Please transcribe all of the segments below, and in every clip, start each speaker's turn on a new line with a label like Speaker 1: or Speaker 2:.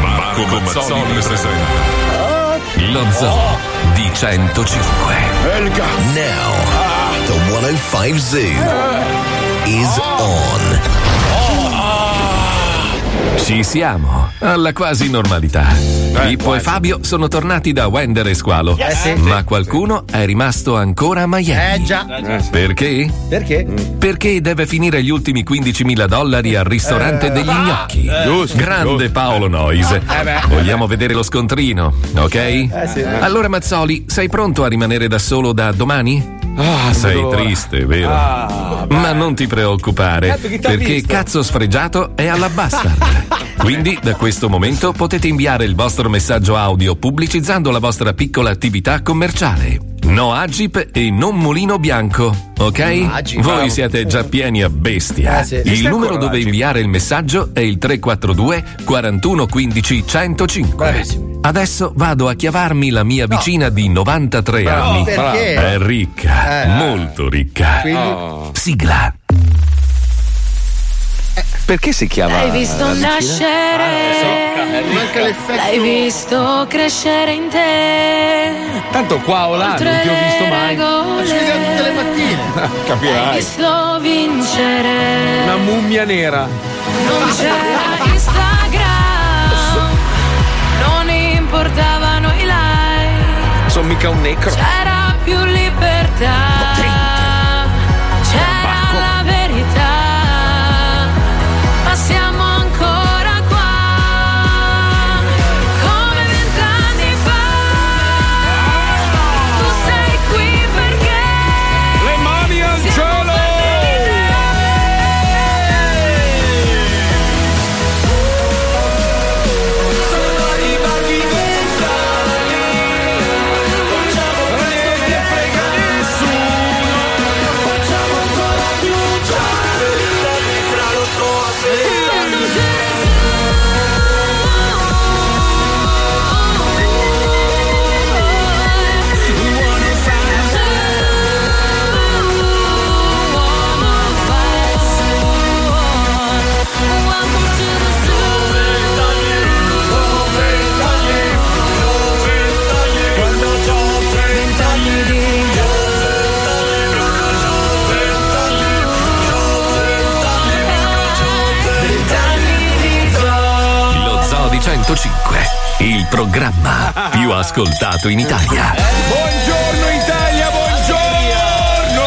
Speaker 1: Marco Mazzoli presenta
Speaker 2: Lo Zoo di 105.
Speaker 3: Now, the 105 Zoo is on.
Speaker 2: Ci siamo, alla quasi normalità.
Speaker 4: Eh,
Speaker 2: Pippo e Fabio sono tornati da Wender e Squalo, ma qualcuno è rimasto ancora a Miami.
Speaker 4: Eh già.
Speaker 2: Perché?
Speaker 4: Perché?
Speaker 5: Mm.
Speaker 2: Perché deve finire gli ultimi 15.000 dollari al ristorante degli gnocchi. Grande Paolo Noise. Vogliamo vedere lo scontrino, ok?
Speaker 4: sì.
Speaker 2: Allora Mazzoli, sei pronto a rimanere da solo da domani? Ah, sei triste, vero? Ma non ti preoccupare,
Speaker 4: Cazzo, chi t'ha
Speaker 2: perché
Speaker 4: visto?
Speaker 2: cazzo sfregiato è alla bastard. Quindi da questo momento potete inviare il vostro messaggio audio pubblicizzando la vostra piccola attività commerciale. No Agip e non Mulino Bianco, ok?
Speaker 4: Agip,
Speaker 2: Voi
Speaker 4: bravo.
Speaker 2: siete già pieni a bestia.
Speaker 4: Eh, sì. Esiste
Speaker 2: Il numero dove inviare il messaggio è il 342 4115 105. Adesso vado a chiavarmi la mia vicina di 93 anni.
Speaker 4: perché? Eh.
Speaker 2: È ricca, molto ricca. Sigla.
Speaker 5: Perché si chiama? Ah,
Speaker 6: L'hai visto Ah, eh, nascere,
Speaker 4: Manca l'effetto.
Speaker 6: l'hai visto crescere in te.
Speaker 5: Tanto qua o là non
Speaker 6: Oltre
Speaker 5: ti ho visto
Speaker 6: le
Speaker 5: mai.
Speaker 4: Ci vediamo tutte le
Speaker 6: regole,
Speaker 4: mattine.
Speaker 6: l'hai
Speaker 5: Capirai.
Speaker 6: visto vincere.
Speaker 5: Una mummia nera.
Speaker 6: Non c'era Instagram, non importavano i like,
Speaker 5: Sono mica un necro.
Speaker 4: Cioè,
Speaker 6: c'era più libertà. C'era la verità, ma siamo ancora qua. Come vent'anni fa, tu sei qui perché
Speaker 5: Le mani al cielo!
Speaker 2: Lo Zoo di 105, il programma più ascoltato in Italia.
Speaker 5: Buongiorno Italia, buongiorno!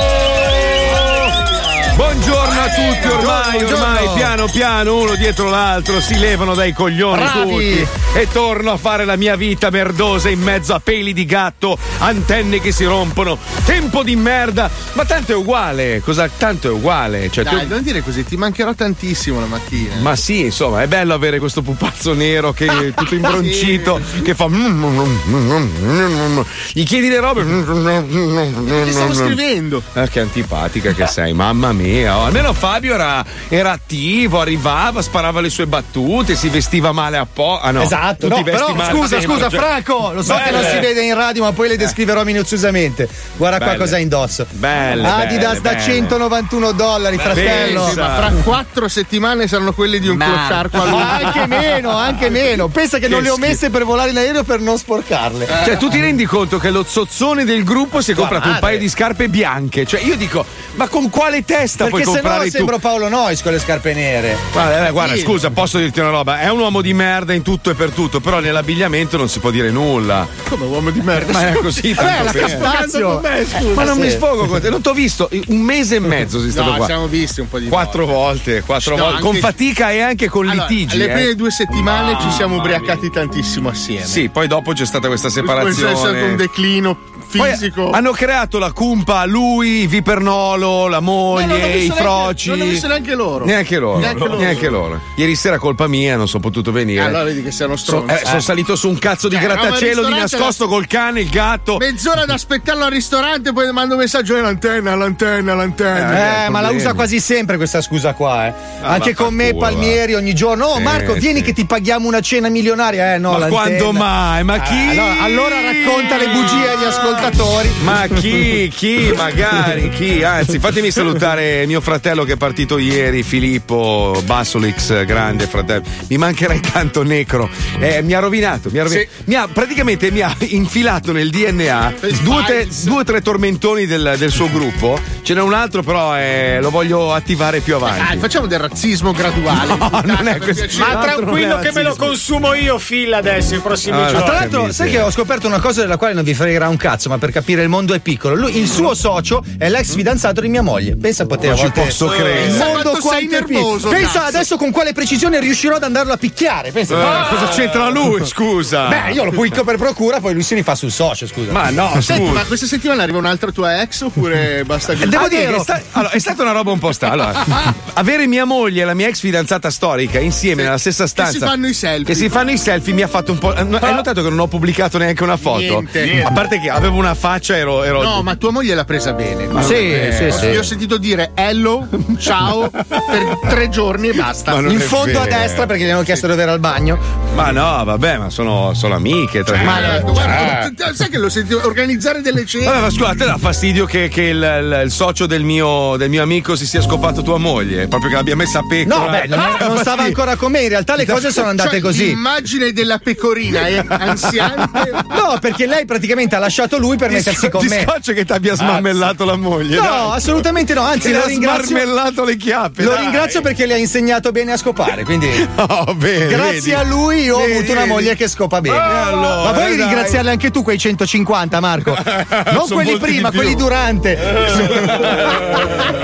Speaker 5: Buongiorno a tutti, ormai, ormai, piano piano, uno dietro l'altro, si levano dai coglioni
Speaker 4: Bravi!
Speaker 5: tutti. E torno a fare la mia vita merdosa in mezzo a peli di gatto, antenne che si rompono, tempo di merda, ma tanto è uguale, cosa tanto è uguale, cioè tu-
Speaker 4: Dai, non dire così, ti mancherò tantissimo la mattina.
Speaker 5: Ma sì, insomma, è bello avere questo pupazzo nero che è tutto imbroncito, che fa. mm, Gli chiedi le robe. mm,
Speaker 4: Ti stavo scrivendo.
Speaker 5: Ah, che antipatica che sei, mamma mia. Oh, almeno Fabio era, era attivo, arrivava, sparava le sue battute, si vestiva male a po'. Ah, no.
Speaker 7: Esatto,
Speaker 5: tu
Speaker 7: no,
Speaker 5: ti vesti
Speaker 7: però
Speaker 5: male
Speaker 7: scusa,
Speaker 5: sempre,
Speaker 7: scusa,
Speaker 5: cioè-
Speaker 7: Franco, lo so che non
Speaker 5: Belle. Eh.
Speaker 7: si vede in radio, ma poi le descriverò minuziosamente. Guarda
Speaker 5: Belle.
Speaker 7: qua cosa ha indosso.
Speaker 5: Belle,
Speaker 7: Adidas
Speaker 5: belle,
Speaker 7: da
Speaker 5: belle.
Speaker 7: 191 dollari, fratello.
Speaker 5: pensa.
Speaker 7: Ma
Speaker 4: Fra quattro settimane saranno quelle di un clocciarco
Speaker 7: ma
Speaker 4: all'ora.
Speaker 7: anche meno, anche meno. Pensa che, non le ho
Speaker 5: schifo.
Speaker 7: messe per volare in aereo per non sporcarle.
Speaker 5: Cioè, tu ti rendi conto che lo zozzone del gruppo si è comprato un
Speaker 7: madre.
Speaker 5: paio di scarpe bianche? Cioè, io dico, ma con quale testa
Speaker 7: Perché
Speaker 5: puoi
Speaker 7: se
Speaker 5: comprare
Speaker 7: no
Speaker 5: tu?
Speaker 7: sembro Paolo Nois con le scarpe nere.
Speaker 5: Guarda, eh, guarda,
Speaker 4: Sì.
Speaker 5: scusa, posso dirti una roba? È un uomo di merda in tutto e per tutto, però nell'abbigliamento non si può dire nulla.
Speaker 4: Come uomo di merda.
Speaker 5: Ma è così,
Speaker 7: Vabbè, la
Speaker 5: tanto per-
Speaker 7: Caspazio.
Speaker 4: Cioè,
Speaker 5: Ma non
Speaker 7: sì.
Speaker 5: mi sfogo con te, non t'ho visto. Un mese e mezzo sei stato
Speaker 4: No,
Speaker 5: qua.
Speaker 4: siamo visti un po' di
Speaker 5: Quattro
Speaker 4: volte.
Speaker 5: volte, quattro
Speaker 4: No,
Speaker 5: volte. Con
Speaker 4: anche-
Speaker 5: fatica e anche con
Speaker 4: Allora,
Speaker 5: litigi.
Speaker 4: le
Speaker 5: eh.
Speaker 4: prime due settimane ci siamo ubriacati tantissimo assieme.
Speaker 5: Sì, poi dopo c'è stata questa
Speaker 4: Poi c'è stato un
Speaker 5: separazione.
Speaker 4: declino
Speaker 5: Poi
Speaker 4: fisico.
Speaker 5: hanno creato la cumpa a lui, Vipernolo, la moglie,
Speaker 4: No, non l'ho
Speaker 5: i
Speaker 4: visto neanche-
Speaker 5: froci.
Speaker 4: non l'ho visto neanche loro.
Speaker 5: Neanche loro.
Speaker 4: Neanche
Speaker 5: Neanche
Speaker 4: loro.
Speaker 5: loro. Ieri sera colpa mia, non sono potuto
Speaker 7: eh.
Speaker 5: venire.
Speaker 4: Allora vedi che siamo
Speaker 5: Sono-
Speaker 4: stronzi.
Speaker 5: eh, sono salito su un cazzo di
Speaker 4: Eh,
Speaker 5: grattacielo
Speaker 4: no,
Speaker 5: di
Speaker 4: ma il ristorante
Speaker 5: nascosto col cane, il gatto.
Speaker 4: Mezz'ora ad aspettarlo al ristorante, poi mando un messaggio: eh, l'antenna, l'antenna, l'antenna.
Speaker 7: Eh, ma la usa quasi sempre questa scusa qua, eh.
Speaker 4: Ah,
Speaker 7: Anche con me,
Speaker 4: vaffanculo,
Speaker 5: eh.
Speaker 7: Palmieri, ogni giorno. Oh,
Speaker 4: Sì,
Speaker 7: Marco, vieni che ti paghiamo una cena milionaria. Eh, no,
Speaker 5: Ma
Speaker 7: l'antenna.
Speaker 5: quando mai? Ma chi?
Speaker 7: Ah, allora, allora racconta le bugie agli ascoltatori.
Speaker 5: Ma chi, chi, magari, chi? Anzi, fatemi salutare mio fratello che è partito ieri, Filippo Bassolix, grande fratello. Mi mancherai tanto necro. Eh, mi ha rovinato, mi ha rovinato. Mi ha, praticamente mi ha infilato nel DNA due o tre, due o tre tormentoni del, del suo gruppo. Ce n'è un altro, però eh, lo voglio attivare più avanti.
Speaker 4: Dai, facciamo del razzismo graduale.
Speaker 5: No, non è
Speaker 4: per
Speaker 5: questo.
Speaker 4: piacere.
Speaker 5: Ma tranquillo
Speaker 8: che me lo consumo io, fila adesso, i prossimi
Speaker 4: Ah,
Speaker 5: Ah,
Speaker 7: Ma
Speaker 8: giorni.
Speaker 7: tra l'altro, sai che ho scoperto una cosa della quale non vi fregherà un cazzo, ma per capire il mondo è piccolo. Lui, il suo socio è l'ex fidanzato di mia moglie. Pensa a poter
Speaker 5: Non ci
Speaker 7: a volte- Eh,
Speaker 5: posso credere.
Speaker 7: Il
Speaker 5: Pensa
Speaker 7: mondo
Speaker 4: quanto sei
Speaker 7: quanto è piccolo.
Speaker 4: nervoso,
Speaker 7: Pensa
Speaker 4: cazzo.
Speaker 7: adesso con quale precisione riuscirò ad andarlo a picchiare. Pensa.
Speaker 5: Eh, cosa c'entra lui? Scusa.
Speaker 7: Beh, io lo pubblico per procura, poi lui si rifà sul socio, scusa.
Speaker 5: Ma no,
Speaker 4: Senti,
Speaker 5: scusa. Eh,
Speaker 4: ma questa settimana arriva un'altra tua ex oppure basta così?
Speaker 5: Devo
Speaker 4: Ah,
Speaker 5: dire,
Speaker 4: vero?
Speaker 5: che è, sta- allora, è stata una roba un po' strana. Allora, avere mia moglie e la mia ex fidanzata storica insieme nella stessa stanza.
Speaker 4: si fanno i selfie.
Speaker 5: Che si fanno i selfie mi ha fatto un po'. eh, no, Hai notato che non ho pubblicato neanche una foto?
Speaker 4: Niente. Niente.
Speaker 5: A parte che avevo una faccia, ero. ero-
Speaker 4: No, ma tua moglie l'ha presa bene.
Speaker 5: Ma
Speaker 4: Sì,
Speaker 5: vabbè.
Speaker 4: sì, sì. Io ho sentito dire hello, ciao per tre giorni e basta.
Speaker 5: Ma non
Speaker 7: In
Speaker 5: è
Speaker 7: fondo a
Speaker 5: vero.
Speaker 7: destra perché gli hanno chiesto dove era il bagno.
Speaker 5: Ma no, vabbè, ma sono, sono amiche. Tra
Speaker 4: Ma allora,
Speaker 5: virgolette.
Speaker 4: guarda, tu- sai che lo sentivo organizzare delle
Speaker 5: Eh, Vabbè,
Speaker 4: cene?
Speaker 5: ma scusa, a te dà fastidio che, che il, il- il socio del mio, del mio amico si sia scopato tua moglie? Proprio che l'abbia messa a pecora.
Speaker 7: No, beh, non,
Speaker 5: Ah,
Speaker 7: non stava
Speaker 5: fastidio.
Speaker 7: ancora con me. In realtà le cose sono andate
Speaker 4: Cioè,
Speaker 7: così.
Speaker 4: L'immagine della pecorina eh, è anziante.
Speaker 7: No, perché lei praticamente ha lasciato lui per mettersi con
Speaker 5: ti
Speaker 7: me.
Speaker 5: scoccio che ti abbia smarmellato la moglie.
Speaker 7: No,
Speaker 5: dai.
Speaker 7: assolutamente no. Anzi,
Speaker 5: Ti
Speaker 7: lo
Speaker 5: ha
Speaker 7: ringrazio.
Speaker 5: smarmellato le chiappe.
Speaker 7: Lo
Speaker 5: dai.
Speaker 7: ringrazio perché le ha insegnato bene a scopare. Quindi,
Speaker 5: Oh, bene,
Speaker 7: grazie
Speaker 5: vedi.
Speaker 7: a lui, io ho
Speaker 5: Vedi,
Speaker 7: avuto una
Speaker 5: vedi.
Speaker 7: moglie che scopa bene.
Speaker 5: Ah, allora,
Speaker 7: Ma vuoi
Speaker 5: dai.
Speaker 7: ringraziarle anche tu quei 150, Marco?
Speaker 5: Sono
Speaker 7: Non quelli
Speaker 5: molti di
Speaker 7: prima,
Speaker 5: più. Eh.
Speaker 7: quelli durante.
Speaker 4: non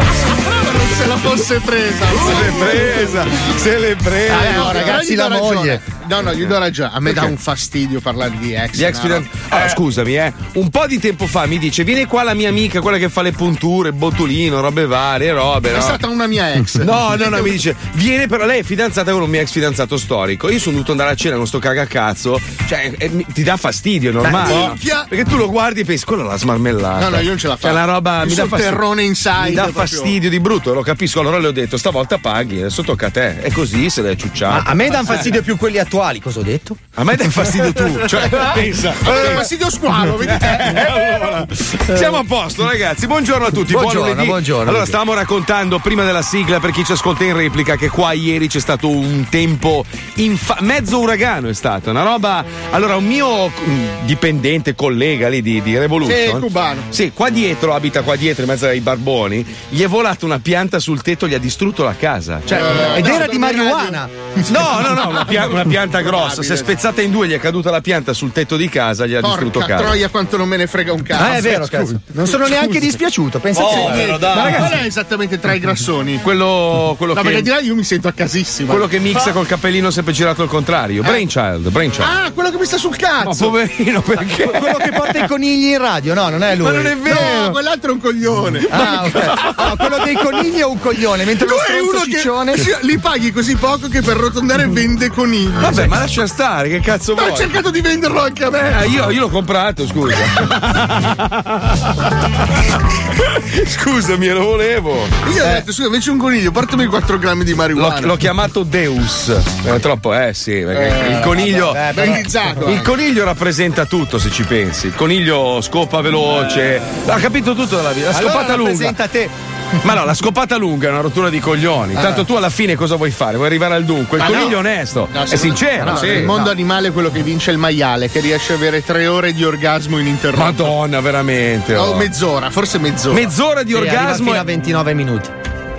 Speaker 4: se la fosse presa.
Speaker 5: Se l'è presa, se l'è presa.
Speaker 4: Eh,
Speaker 7: no, ragazzi,
Speaker 4: però gli
Speaker 7: la
Speaker 4: do
Speaker 7: moglie.
Speaker 4: ragione. No, no, gli do ragione. A me dà un fastidio parlare di ex.
Speaker 5: Gli ex
Speaker 4: no?
Speaker 5: fidanz- Allora, scusami, eh. Un po' di tempo fa mi dice: Vieni qua la mia amica, quella che fa le punture, botulino, robe varie, robe.
Speaker 4: È
Speaker 5: no?"
Speaker 4: stata una mia ex.
Speaker 5: No, no, no, mi dice, viene però lei è fidanzata con un mio ex fidanzato storico. Io sono dovuto andare a cena con sto cagacazzo. Cioè, eh, mi- ti dà fastidio, è normale.
Speaker 4: Beh,
Speaker 5: no?
Speaker 4: minchia.
Speaker 5: Perché tu lo guardi e pensi, quella l'ha smarmellata.
Speaker 4: No, no, io non ce la faccio.
Speaker 5: Cioè, la roba
Speaker 4: Io
Speaker 5: mi dà
Speaker 4: sono
Speaker 5: fastidio.
Speaker 4: terrone inside
Speaker 5: Mi dà
Speaker 4: proprio.
Speaker 5: fastidio di brutto, lo capisco. Allora le ho detto, stavolta paghi, adesso tocca a te. E così se l'è
Speaker 7: Ma
Speaker 5: ciucciata. Eh.
Speaker 7: a me danno fastidio più quelli attuali, cosa ho detto?
Speaker 5: A me dai fastidio tu. Cioè, pensa. Eh.
Speaker 4: Eh, fastidio squalo, vedi te? Eh.
Speaker 5: Siamo a posto, ragazzi. Buongiorno a tutti.
Speaker 7: Buongiorno,
Speaker 5: Buon lunedì.
Speaker 7: buongiorno.
Speaker 5: Allora, stavamo raccontando prima della sigla, per chi ci ascolta in replica, che qua ieri c'è stato un tempo infa- mezzo uragano. È stato una roba. Allora, un mio mm, dipendente, collega lì di, di Revolution.
Speaker 4: Sì, cubano.
Speaker 5: Sì, qua dietro, abita qua dietro, in mezzo ai barboni. Gli è volata una pianta sul tetto, gli ha distrutto la casa. Cioè,
Speaker 7: Ed
Speaker 4: no,
Speaker 7: era
Speaker 4: no,
Speaker 7: di
Speaker 4: no,
Speaker 7: marijuana.
Speaker 5: No, no, no, una, pia- una pianta grossa. Si
Speaker 4: Probabile.
Speaker 5: è spezzata in due, gli è caduta la pianta sul tetto di casa, gli ha distrutto
Speaker 4: Porca
Speaker 5: casa.
Speaker 4: troia, quanto non me ne frega un cazzo.
Speaker 7: Ah, è vero, cazzo. Non sono neanche dispiaciuto, pensa
Speaker 4: Sì,
Speaker 7: a te.
Speaker 4: niente.
Speaker 5: Oh, eh, dai.
Speaker 4: Ma ragazzi, qual è esattamente tra i grassoni?
Speaker 5: Quello, quello
Speaker 4: No, perché
Speaker 5: che.
Speaker 4: di là io mi sento a casissimo.
Speaker 5: Quello che mixa col cappellino sempre girato al contrario. Brainchild, Brainchild.
Speaker 4: Ah, quello che mi sta sul
Speaker 5: Cioè. Ma
Speaker 4: cazzo!
Speaker 5: poverino, perché?
Speaker 7: Quello che porta i conigli in radio, no, non è lui.
Speaker 5: Ma non è
Speaker 4: no,
Speaker 5: vero.
Speaker 4: quell'altro è un coglione.
Speaker 7: Ah, ok. No, quello dei conigli è un coglione, mentre
Speaker 4: Tu
Speaker 7: lo
Speaker 4: sei uno
Speaker 7: stronzo ciccione.
Speaker 4: che sì, li paghi così poco che per rotondare vende conigli.
Speaker 5: Vabbè, ma lascia stare, che cazzo
Speaker 4: Ma
Speaker 5: vuoi?
Speaker 4: ho cercato di venderlo anche a me.
Speaker 5: Ah, io, io l'ho comprato, scusa. Scusami, lo volevo.
Speaker 4: Io ho detto, scusa, invece un coniglio, portami 4 grammi di
Speaker 5: L'ho,
Speaker 4: marijuana.
Speaker 5: l'ho chiamato Deus. È troppo, eh sì, perché il coniglio.
Speaker 7: vabbè, però-
Speaker 4: Bellizzato. eh.
Speaker 5: Il coniglio rappresenta tutto se ci pensi. Il coniglio scopa veloce, ha capito tutto della vita. La
Speaker 7: Allora
Speaker 5: scopata lunga.
Speaker 7: rappresenta te.
Speaker 5: Ma no, la scopata lunga è una rottura di coglioni. Tanto tu alla fine cosa vuoi fare? Vuoi arrivare al dunque? Il
Speaker 4: Ah. Ma
Speaker 5: coniglio
Speaker 4: no.
Speaker 5: è onesto,
Speaker 4: No,
Speaker 5: è
Speaker 4: secondo-
Speaker 5: sincero.
Speaker 4: no, no,
Speaker 5: sì.
Speaker 4: Nel mondo animale è quello che vince è il maiale, che riesce a avere 3 ore di orgasmo ininterrotto.
Speaker 5: Madonna, veramente.
Speaker 4: O
Speaker 5: oh.
Speaker 4: mezz'ora, forse mezz'ora.
Speaker 5: Mezz'ora di
Speaker 7: Sì, arriva
Speaker 5: orgasmo.
Speaker 7: fino
Speaker 5: e-
Speaker 7: a 29 minuti.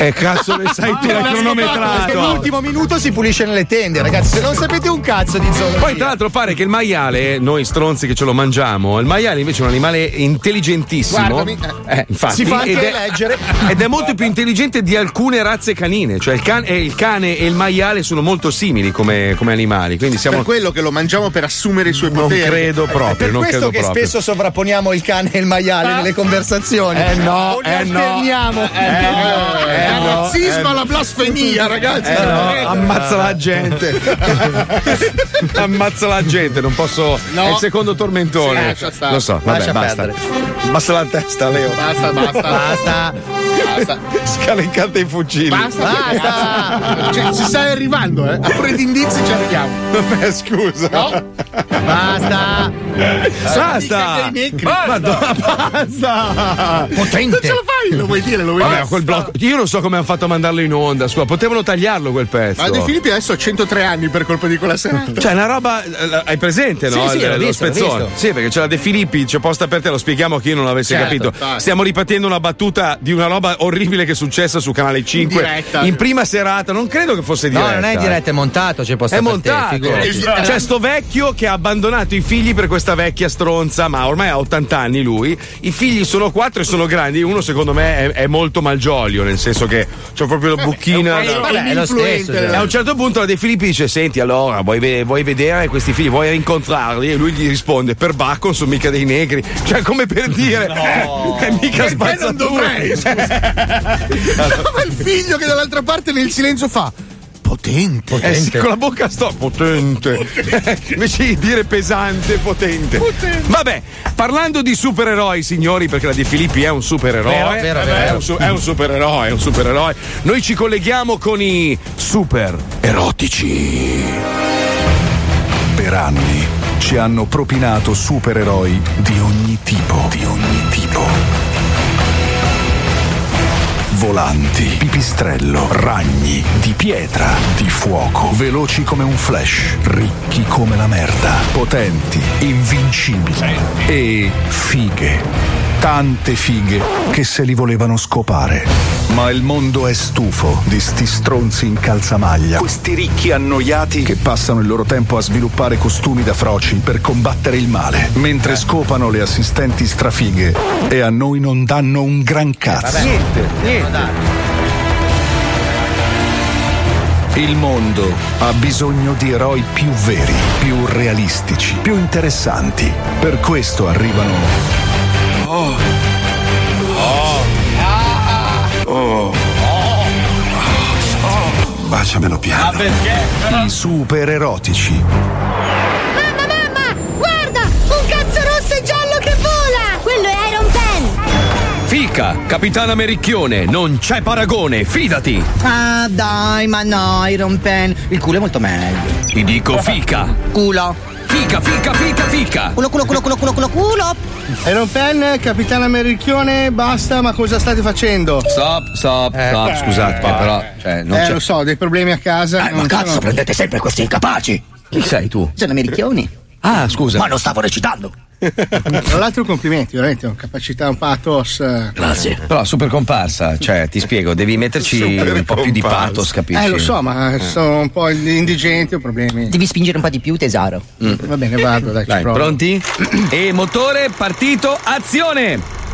Speaker 5: Eh, cazzo, ne sai tu la
Speaker 7: Perché
Speaker 5: cronometrato.
Speaker 7: l'ultimo minuto si pulisce nelle tende, ragazzi. Se non sapete un cazzo di zona.
Speaker 5: Poi, tra l'altro, pare che il maiale, noi stronzi che ce lo mangiamo, il maiale invece è un animale intelligentissimo.
Speaker 7: Guardami,
Speaker 5: Eh, infatti,
Speaker 7: si fa anche
Speaker 5: ed è-
Speaker 7: leggere.
Speaker 5: Ed è molto più intelligente di alcune razze canine. Cioè, il can- eh, il cane, e il maiale sono molto simili come, come animali. Quindi siamo.
Speaker 4: Per quello che lo mangiamo per assumere i suoi
Speaker 5: Non
Speaker 4: poteri. Eh,
Speaker 5: credo proprio.
Speaker 7: Per
Speaker 5: non
Speaker 7: questo
Speaker 5: credo
Speaker 7: che
Speaker 5: proprio. Ah.
Speaker 7: spesso sovrapponiamo il cane e il maiale nelle conversazioni.
Speaker 5: Eh no, eh no. eh,
Speaker 7: Alterniamo. Eh,
Speaker 4: Dal razzismo alla blasfemia, ragazzi.
Speaker 5: Eh no, ammazza la gente. ammazza la gente, non posso. È il secondo
Speaker 4: Sì,
Speaker 5: tormentone.
Speaker 4: lascia stare.
Speaker 5: Lo so, vabbè,
Speaker 7: Lascia
Speaker 5: basta. Basta la testa, Leo.
Speaker 4: Basta, basta,
Speaker 7: Basta.
Speaker 4: basta.
Speaker 5: Scalecate i fucili.
Speaker 4: Basta, basta. Cioè, ci stai arrivando, eh? A predi indizi ci arriviamo.
Speaker 5: Vabbè, scusa.
Speaker 4: No?
Speaker 7: Basta.
Speaker 5: Basta. Madonna, basta.
Speaker 4: Non ce la fai, lo vuoi dire, lo vuoi
Speaker 5: Vabbè,
Speaker 4: dire.
Speaker 5: quel blocco. Io non so come hanno fatto a mandarlo in onda. Scusa, potevano tagliarlo quel pezzo.
Speaker 4: Ma De Filippi adesso ha 103 anni per colpa di quella serata.
Speaker 5: Cioè, una roba. eh, la- Hai presente, no?
Speaker 7: Sì, sì,
Speaker 5: Il-
Speaker 7: l'ho
Speaker 5: lo
Speaker 7: visto, l'ho
Speaker 5: spezzone.
Speaker 7: visto.
Speaker 5: Sì, perché c'è la De Filippi, c'è posta per te, lo spieghiamo a chi non l'avesse
Speaker 4: Certo,
Speaker 5: capito.
Speaker 4: dai.
Speaker 5: Stiamo ripetendo una battuta di una roba orribile che è successa su Canale 5.
Speaker 4: diretta.
Speaker 5: In prima serata, non credo che fosse
Speaker 7: No,
Speaker 5: diretta.
Speaker 7: non è in diretta, è montato. C'è posto
Speaker 5: È
Speaker 7: per te,
Speaker 5: montato.
Speaker 7: figurati.
Speaker 5: C'è Cioè, sto vecchio che ha abbandonato i figli per questa vecchia stronza, ma ormai ha 80 anni lui. I figli sono quattro e sono grandi. Uno, secondo me, è, è molto malgiolio, nel senso che c'ho proprio la bucchina. da-
Speaker 7: Vabbè, è lo stesso.
Speaker 5: e a
Speaker 7: cioè.
Speaker 5: un certo punto la De Filippi dice: Senti, allora vuoi, ve- vuoi vedere questi figli, vuoi rincontrarli? E lui gli risponde: Per Bacco sono mica dei negri. Cioè, come per dire, eh, è mica
Speaker 4: Perché non
Speaker 5: spazzatura.
Speaker 4: dovrei, Ma il figlio che dall'altra parte nel silenzio fa. Potente.
Speaker 5: Eh sì, con la bocca sto potente, invece di dire pesante, potente. Vabbè, parlando di supereroi, signori, perché la De Filippi è un supereroe.
Speaker 7: Vero, vero,
Speaker 5: Eh,
Speaker 7: vero.
Speaker 5: È, un su- è un supereroe, è un supereroe. Noi ci colleghiamo con i super erotici.
Speaker 9: Per anni ci hanno propinato supereroi di ogni tipo. Di ogni tipo. Volanti, pipistrello, ragni, di pietra, di fuoco, veloci come un flash, ricchi come la merda, potenti, invincibili e fighe. Tante fighe che se li volevano scopare. Ma il mondo è stufo di sti stronzi in calzamaglia. Questi ricchi annoiati che passano il loro tempo a sviluppare costumi da froci per combattere il male, mentre scopano le assistenti strafighe e a noi non danno un
Speaker 7: Eh,
Speaker 9: gran cazzo. Il mondo ha bisogno di eroi più veri, più realistici, più interessanti. Per questo arrivano. Oh. Oh. Baciamelo piano. I super erotici.
Speaker 10: Mamma, mamma, guarda! Un cazzo rosso e giallo che vola! Quello è Iron Pen!
Speaker 5: Fica, capitana Mericchione, non c'è paragone, fidati!
Speaker 11: Ah dai, ma no, Iron Pen. Il culo è molto meglio.
Speaker 5: Ti dico fica!
Speaker 11: Culo.
Speaker 5: Fica, fica, fica, fica!
Speaker 11: Culo, culo, culo, culo, culo, culo, culo.
Speaker 4: Iron Pen, capitano americchione, basta, ma cosa state facendo?
Speaker 8: Stop, stop,
Speaker 11: Eh.
Speaker 8: stop, scusate, però. Cioè, non
Speaker 4: eh,
Speaker 8: c'è.
Speaker 4: lo so, ho dei problemi a casa.
Speaker 11: Eh, ma
Speaker 4: non
Speaker 11: cazzo,
Speaker 4: sono-
Speaker 11: prendete sempre questi incapaci.
Speaker 8: Chi sei tu?
Speaker 11: Sono americchioni.
Speaker 8: Ah, scusa.
Speaker 11: Ma non stavo recitando.
Speaker 4: Tra l'altro, complimenti, veramente, una capacità, un pathos. eh.
Speaker 11: Grazie.
Speaker 8: Però super comparsa, cioè, ti spiego, devi metterci un po' più di pathos, capisci?
Speaker 4: Eh, lo so, ma sono un po' indigente, ho problemi. Mm.
Speaker 11: Devi spingere un po' di più, tesoro.
Speaker 4: Va bene, vado, dai, ci
Speaker 8: Dai,
Speaker 4: provo.
Speaker 8: pronti? E motore partito, azione!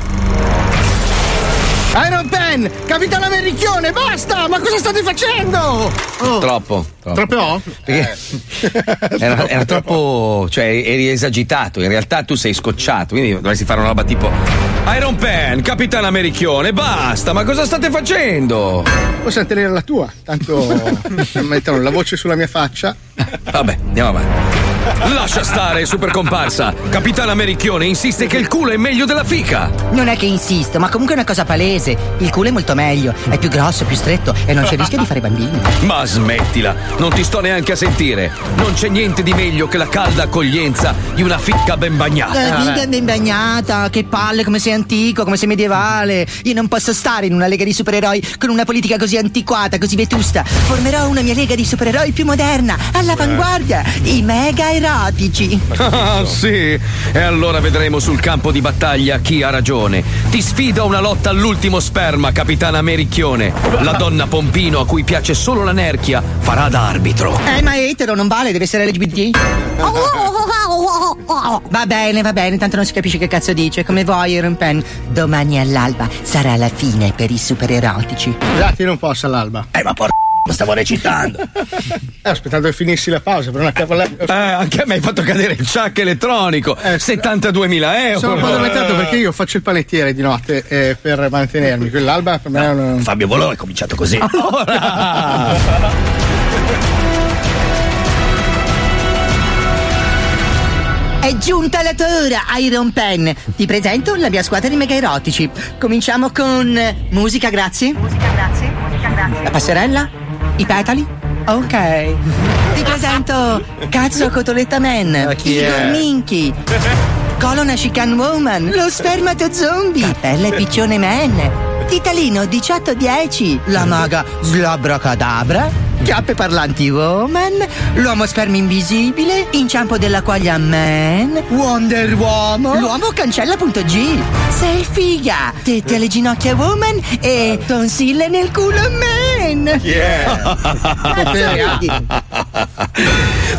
Speaker 4: Iron Pen, capitano americchione, basta, ma cosa state facendo? Oh. Eh.
Speaker 8: Troppo. troppo.
Speaker 4: Proprio?
Speaker 8: Perché era, era troppo. cioè, eri esagitato. In realtà tu sei scocciato, quindi dovresti fare una roba tipo. Iron Pen, capitano americchione, basta, ma cosa state facendo?
Speaker 4: Possiamo tenere la tua, tanto mettono la voce sulla mia faccia.
Speaker 8: Vabbè, andiamo avanti. Lascia stare, super comparsa. Capitano Americchione insiste che il culo è meglio della fica.
Speaker 11: Non è che insisto, ma comunque è una cosa palese. Il culo è molto meglio, è più grosso, più stretto e non c'è rischio di fare bambini.
Speaker 8: Ma smettila, non ti sto neanche a sentire. Non c'è niente di meglio che la calda accoglienza di una ficca ben
Speaker 5: Ah,
Speaker 11: La
Speaker 5: eh.
Speaker 8: bagnata.
Speaker 11: diga è ben bagnata, che palle, come sei antico, come sei medievale. Io non posso stare in una lega di supereroi con una politica così antiquata, così vetusta. Formerò una mia lega di supereroi più moderna, all'avanguardia, i mega ai radici.
Speaker 5: Ah, sì. E allora vedremo sul campo di battaglia chi ha ragione. Ti sfido a una lotta all'ultimo sperma, capitana Americhione. La donna Pompino, a cui piace solo l'anarchia, farà da arbitro.
Speaker 11: Eh, ma è etero, non vale, deve essere LGBT. Va bene, va bene, tanto non si capisce che cazzo dice. Come vuoi, Iron Pen. Domani all'alba sarà la fine per i supererotici.
Speaker 4: Scusate, io non posso all'alba.
Speaker 11: Eh, ma porca, stavo recitando.
Speaker 4: Eh, aspettando che finissi la pausa per una
Speaker 5: Eh,
Speaker 4: cavallata.
Speaker 5: anche a me hai fatto cadere il ciak elettronico. 72.000 euro.
Speaker 4: Eh, Sono un po' addormentato perché io faccio il panettiere di notte eh, per mantenermi. Quell'alba per me è un. Ah.
Speaker 12: Fabio Volò è cominciato così.
Speaker 11: È giunta la tua ora, Iron Pen. Ti presento la mia squadra di mega erotici. Cominciamo con eh, musica, grazie. Musica, grazie. Musica, grazie. La passerella? I petali? Ok. Ti presento Cazzo Cotoletta Man,
Speaker 8: chi è?
Speaker 11: Igor Minchi, Colonna Chican Woman, lo spermato zombie, Pelle Piccione Man, Titalino 1810, la maga Slabra Chiappe parlanti woman, l'uomo sperma invisibile, inciampo della quaglia man, Wonder Woman, l'uomo cancella.g, sei figa, tette alle ginocchia woman e tonsille nel culo man.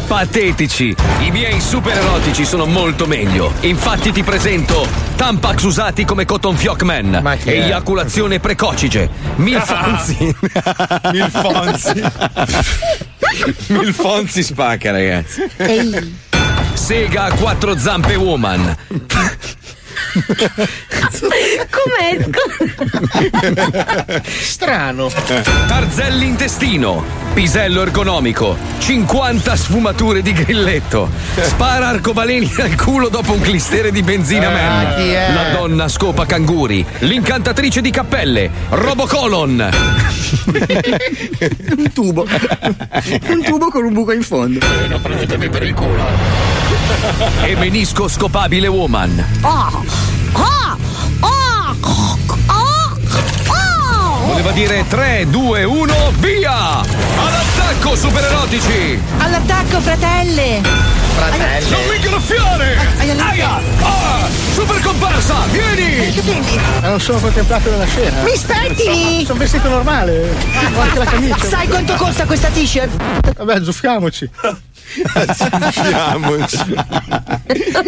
Speaker 5: Patetici. I miei super erotici sono molto meglio. Infatti ti presento Tampax usati come Cotton Fioc Man.
Speaker 13: chi è?
Speaker 5: Eiaculazione precocige. Milfonzi.
Speaker 13: Milfonzi.
Speaker 5: Milfonzi spacca, ragazzi.
Speaker 11: Ehi.
Speaker 5: Sega a quattro zampe woman.
Speaker 8: Come esco?
Speaker 4: Strano.
Speaker 5: Tarzelli intestino, pisello ergonomico, 50 sfumature di grilletto, spara arcobaleni al culo dopo un clistere di benzina man,
Speaker 8: Eh, chi è?
Speaker 5: la donna scopa canguri, l'incantatrice di cappelle, Robocolon.
Speaker 11: un tubo. un tubo con un buco in fondo.
Speaker 5: Prendetemi per il culo. E menisco scopabile woman.
Speaker 8: Oh! Oh! Oh! Oh!
Speaker 5: Voleva dire 3, 2, 1, via! All'attacco supererotici!
Speaker 11: All'attacco, fratelelle!
Speaker 5: Fratelli! Non mi graffiare! Aia! Ah! Super comparsa! Vieni!
Speaker 4: Non sono contemplato nella scena.
Speaker 11: Mi aspetti!
Speaker 4: Sono vestito normale. Ho anche la camicia.
Speaker 11: Sai quanto costa questa t-shirt?
Speaker 4: Vabbè, zuffiamoci.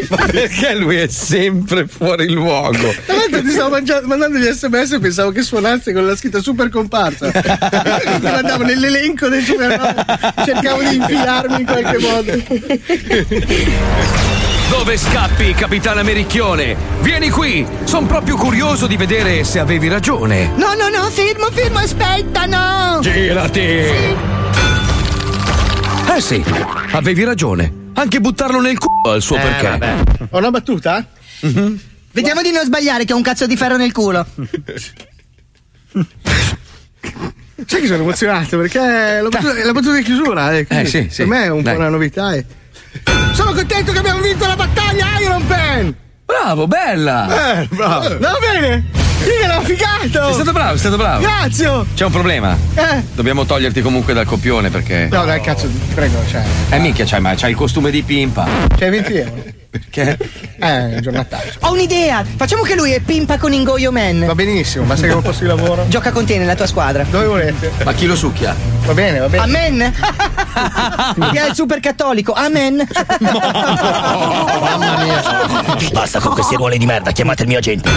Speaker 13: Ma perché lui è sempre fuori luogo?
Speaker 4: Tra l'altro ti stavo mangia- mandando gli sms e pensavo che suonassi con la scritta super comparsa. Quindi andavo nell'elenco del supereroe. Cercavo di infilarmi in qualche modo.
Speaker 5: Dove scappi, capitana Mericchione? Vieni qui! Son proprio curioso di vedere se avevi ragione.
Speaker 11: No, no, no, fermo, fermo, aspetta, no!
Speaker 5: Girati! Eh sì, avevi ragione. Anche buttarlo nel culo al suo perché.
Speaker 4: Ho una battuta?
Speaker 5: Mhm.
Speaker 11: Vediamo di non sbagliare che ho un cazzo di ferro nel culo.
Speaker 4: Sai che sono emozionato perché è la battuta, è la battuta di chiusura. eh, quindi
Speaker 5: Eh, sì, sì.
Speaker 4: Per me è un
Speaker 5: Dai.
Speaker 4: po' una novità. eh. Sono contento che abbiamo vinto la battaglia Iron Pen!
Speaker 5: Bravo, bella!
Speaker 4: Eh,
Speaker 7: Ah.
Speaker 4: bravo! No, bene! Io l'ho figato!
Speaker 5: Sei stato bravo, sei stato bravo.
Speaker 4: Grazie!
Speaker 5: C'è un problema.
Speaker 4: Eh!
Speaker 5: Dobbiamo toglierti comunque dal copione perché.
Speaker 4: No, dai, cazzo, ti prego, cioè.
Speaker 5: Eh minchia, c'hai, ma c'hai il costume di pimpa.
Speaker 4: Cioè, 20 euro.
Speaker 5: Perché?
Speaker 4: Eh, giornata.
Speaker 11: Ho un'idea! Facciamo che lui è pimpa con Ingoio Man. Va
Speaker 4: benissimo, basta che ho un posto di lavoro.
Speaker 11: Gioca con te nella tua squadra.
Speaker 4: Dove volete?
Speaker 5: Ma chi lo succhia?
Speaker 4: Va bene, va bene.
Speaker 11: Amen! Che è il super cattolico, amen!
Speaker 12: Mamma mia. Basta con queste ruole di merda, chiamate il mio agente.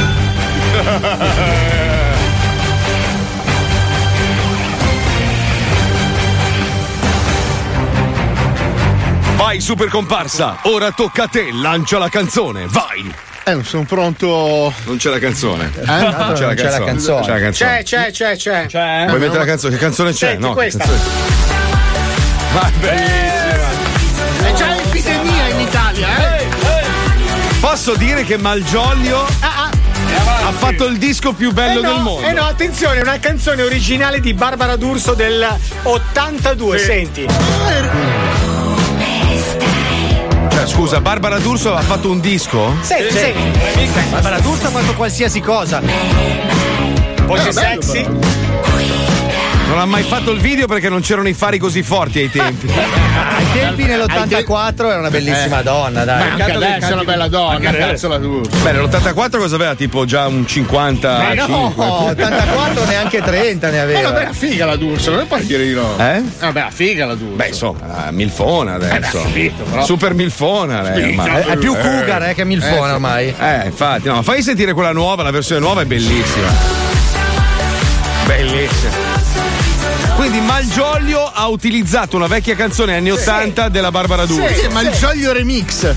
Speaker 13: Vai, super comparsa! Ora tocca a te, lancia la canzone, vai!
Speaker 4: Eh, non sono pronto.
Speaker 13: Non c'è la canzone.
Speaker 4: Eh? Non
Speaker 13: c'è la canzone. C'è la canzone.
Speaker 7: C'è, c'è, c'è, c'è.
Speaker 13: Vuoi mettere la canzone? Che canzone c'è?
Speaker 7: Eh? Senti
Speaker 13: no,
Speaker 7: questa.
Speaker 13: Che canzone? Ma
Speaker 7: bellissima.
Speaker 4: È già l'epidemia in Italia, eh?
Speaker 13: Posso dire che Malgioglio
Speaker 4: Ah, ah.
Speaker 13: ha fatto il disco più bello
Speaker 7: eh no,
Speaker 13: del mondo.
Speaker 7: Eh no, attenzione, è una canzone originale di Barbara D'Urso del 82, senti.
Speaker 13: Cioè, scusa, Barbara D'Urso ha fatto un disco?
Speaker 7: Senti, senti.
Speaker 14: Barbara D'Urso ha fatto qualsiasi cosa.
Speaker 7: Voce sexy.
Speaker 5: Non ha mai fatto il video perché non c'erano i fari così forti ai tempi.
Speaker 7: Ah. Ai tempi nell'84 era una bellissima
Speaker 5: Eh.
Speaker 7: donna, dai.
Speaker 5: Ma anche
Speaker 7: Peccato che
Speaker 5: adesso
Speaker 7: canti-
Speaker 5: è una bella donna,
Speaker 7: Anche adesso.
Speaker 5: cazzo Beh, nell'84 cosa aveva? Tipo già un 50.
Speaker 7: Eh no, 84 neanche 30 ne
Speaker 5: Ma
Speaker 7: aveva.
Speaker 5: una bella
Speaker 7: Eh, figa la D'Urso, non puoi dire di no.
Speaker 5: Eh?
Speaker 7: Vabbè, Ah, figa la D'Urso.
Speaker 5: Beh, insomma, ah, milfona adesso.
Speaker 7: Eh, beh, capito, però.
Speaker 5: Super milfona lei
Speaker 7: Sì,
Speaker 5: ormai.
Speaker 7: è- è più cougar, eh, che milfona ormai.
Speaker 5: Eh, infatti, no, fai sentire quella nuova, la versione nuova è bellissima. Bellissima. Quindi Malgioglio ha utilizzato una vecchia canzone anni 80 della Barbara D'Urso.
Speaker 7: Gioglio Remix.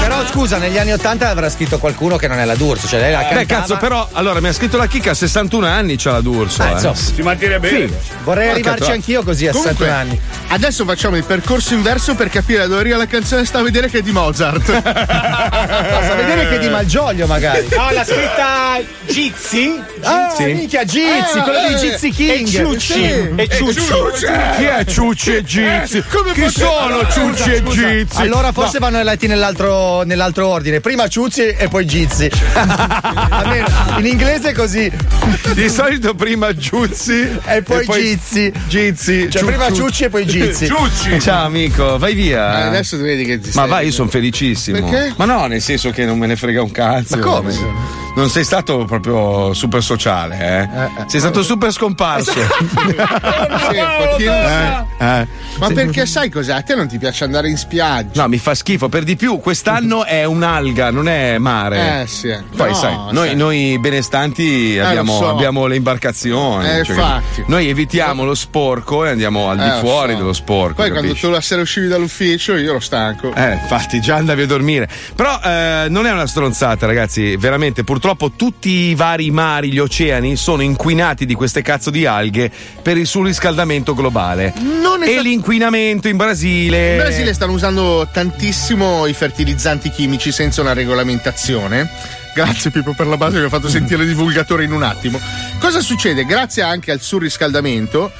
Speaker 7: Però scusa, negli anni 80 avrà scritto qualcuno che non è la D'Urso, cioè lei la
Speaker 5: Beh,
Speaker 7: cantava.
Speaker 5: Eh, cazzo, però, allora mi ha scritto la chicca a 61 anni c'ha la D'Urso.
Speaker 7: Ah,
Speaker 5: eh.
Speaker 7: insomma. Si
Speaker 4: mantiene
Speaker 5: Sì.
Speaker 7: Vorrei
Speaker 5: Porca
Speaker 7: arrivarci
Speaker 5: tro-
Speaker 7: anch'io così a
Speaker 5: Comunque,
Speaker 7: 61 anni.
Speaker 4: Adesso facciamo il percorso inverso per capire ad orire la canzone sta a vedere che è di Mozart.
Speaker 7: Basta vedere che è di Malgioglio magari.
Speaker 15: No, l'ha scritta Gizzi.
Speaker 7: Ah,
Speaker 15: Gizzi?
Speaker 7: minchia, Gizzi, quello di Gizzi King.
Speaker 15: E Ciucci.
Speaker 7: Sì.
Speaker 15: E
Speaker 7: E
Speaker 15: Ciucci.
Speaker 7: Ciucci.
Speaker 5: Chi è
Speaker 8: Eh,
Speaker 5: Ciucci
Speaker 4: Eh,
Speaker 5: e Gizzi?
Speaker 7: Come
Speaker 5: Chi
Speaker 7: potete-
Speaker 5: sono
Speaker 7: Allora,
Speaker 5: Ciucci e
Speaker 7: scusa,
Speaker 5: Gizzi?
Speaker 7: Allora forse
Speaker 5: No.
Speaker 7: vanno eletti nell'altro, nell'altro ordine. Prima Ciuzzi e poi Gizzi. Almeno in inglese è così.
Speaker 5: Di solito prima Giuzzi
Speaker 7: e poi, Gizzi.
Speaker 5: Gizzi.
Speaker 7: Cioè
Speaker 5: Ciu-
Speaker 7: prima
Speaker 5: Ciu-
Speaker 7: Ciucci e poi Gizzi.
Speaker 5: Ciucci. Ciao amico, vai via.
Speaker 4: Eh, adesso vedi che ti
Speaker 5: Ma
Speaker 4: sei-
Speaker 5: vai, io sono felicissimo.
Speaker 4: Perché?
Speaker 5: Ma no, nel senso che non me ne frega un cazzo.
Speaker 4: Ma come?
Speaker 5: Non sei stato proprio super sociale, eh? sei stato super scomparso.
Speaker 4: Sì, un pochino sì.
Speaker 5: Eh.
Speaker 4: Esatto. Ma
Speaker 5: Sì.
Speaker 4: perché sai cos'è? A te non ti piace andare in spiaggia.
Speaker 5: No, mi fa schifo. Per di più, quest'anno è un'alga, non è mare.
Speaker 4: Eh, sì.
Speaker 5: Poi
Speaker 4: No,
Speaker 5: sai, noi,
Speaker 4: sì.
Speaker 5: noi benestanti
Speaker 4: Eh,
Speaker 5: abbiamo,
Speaker 4: lo so.
Speaker 5: abbiamo le imbarcazioni. cioè,
Speaker 4: Eh, infatti.
Speaker 5: Noi evitiamo lo sporco e andiamo al
Speaker 4: Eh,
Speaker 5: di
Speaker 4: lo
Speaker 5: fuori
Speaker 4: so.
Speaker 5: dello sporco.
Speaker 4: Poi quando
Speaker 5: capisci?
Speaker 4: tu la sera uscivi dall'ufficio, io ero stanco.
Speaker 5: Eh, infatti, già andavi a dormire. Però eh, non è una stronzata, ragazzi. Veramente, purtroppo tutti i vari mari, gli oceani sono inquinati di queste cazzo di alghe per il surriscaldamento globale.
Speaker 4: Non
Speaker 5: e l'inquinamento in Brasile.
Speaker 4: In Brasile stanno usando tantissimo i fertilizzanti chimici senza una regolamentazione. Grazie Pippo per la base che ho fatto sentire il divulgatore in un attimo. Cosa succede? Grazie anche al surriscaldamento,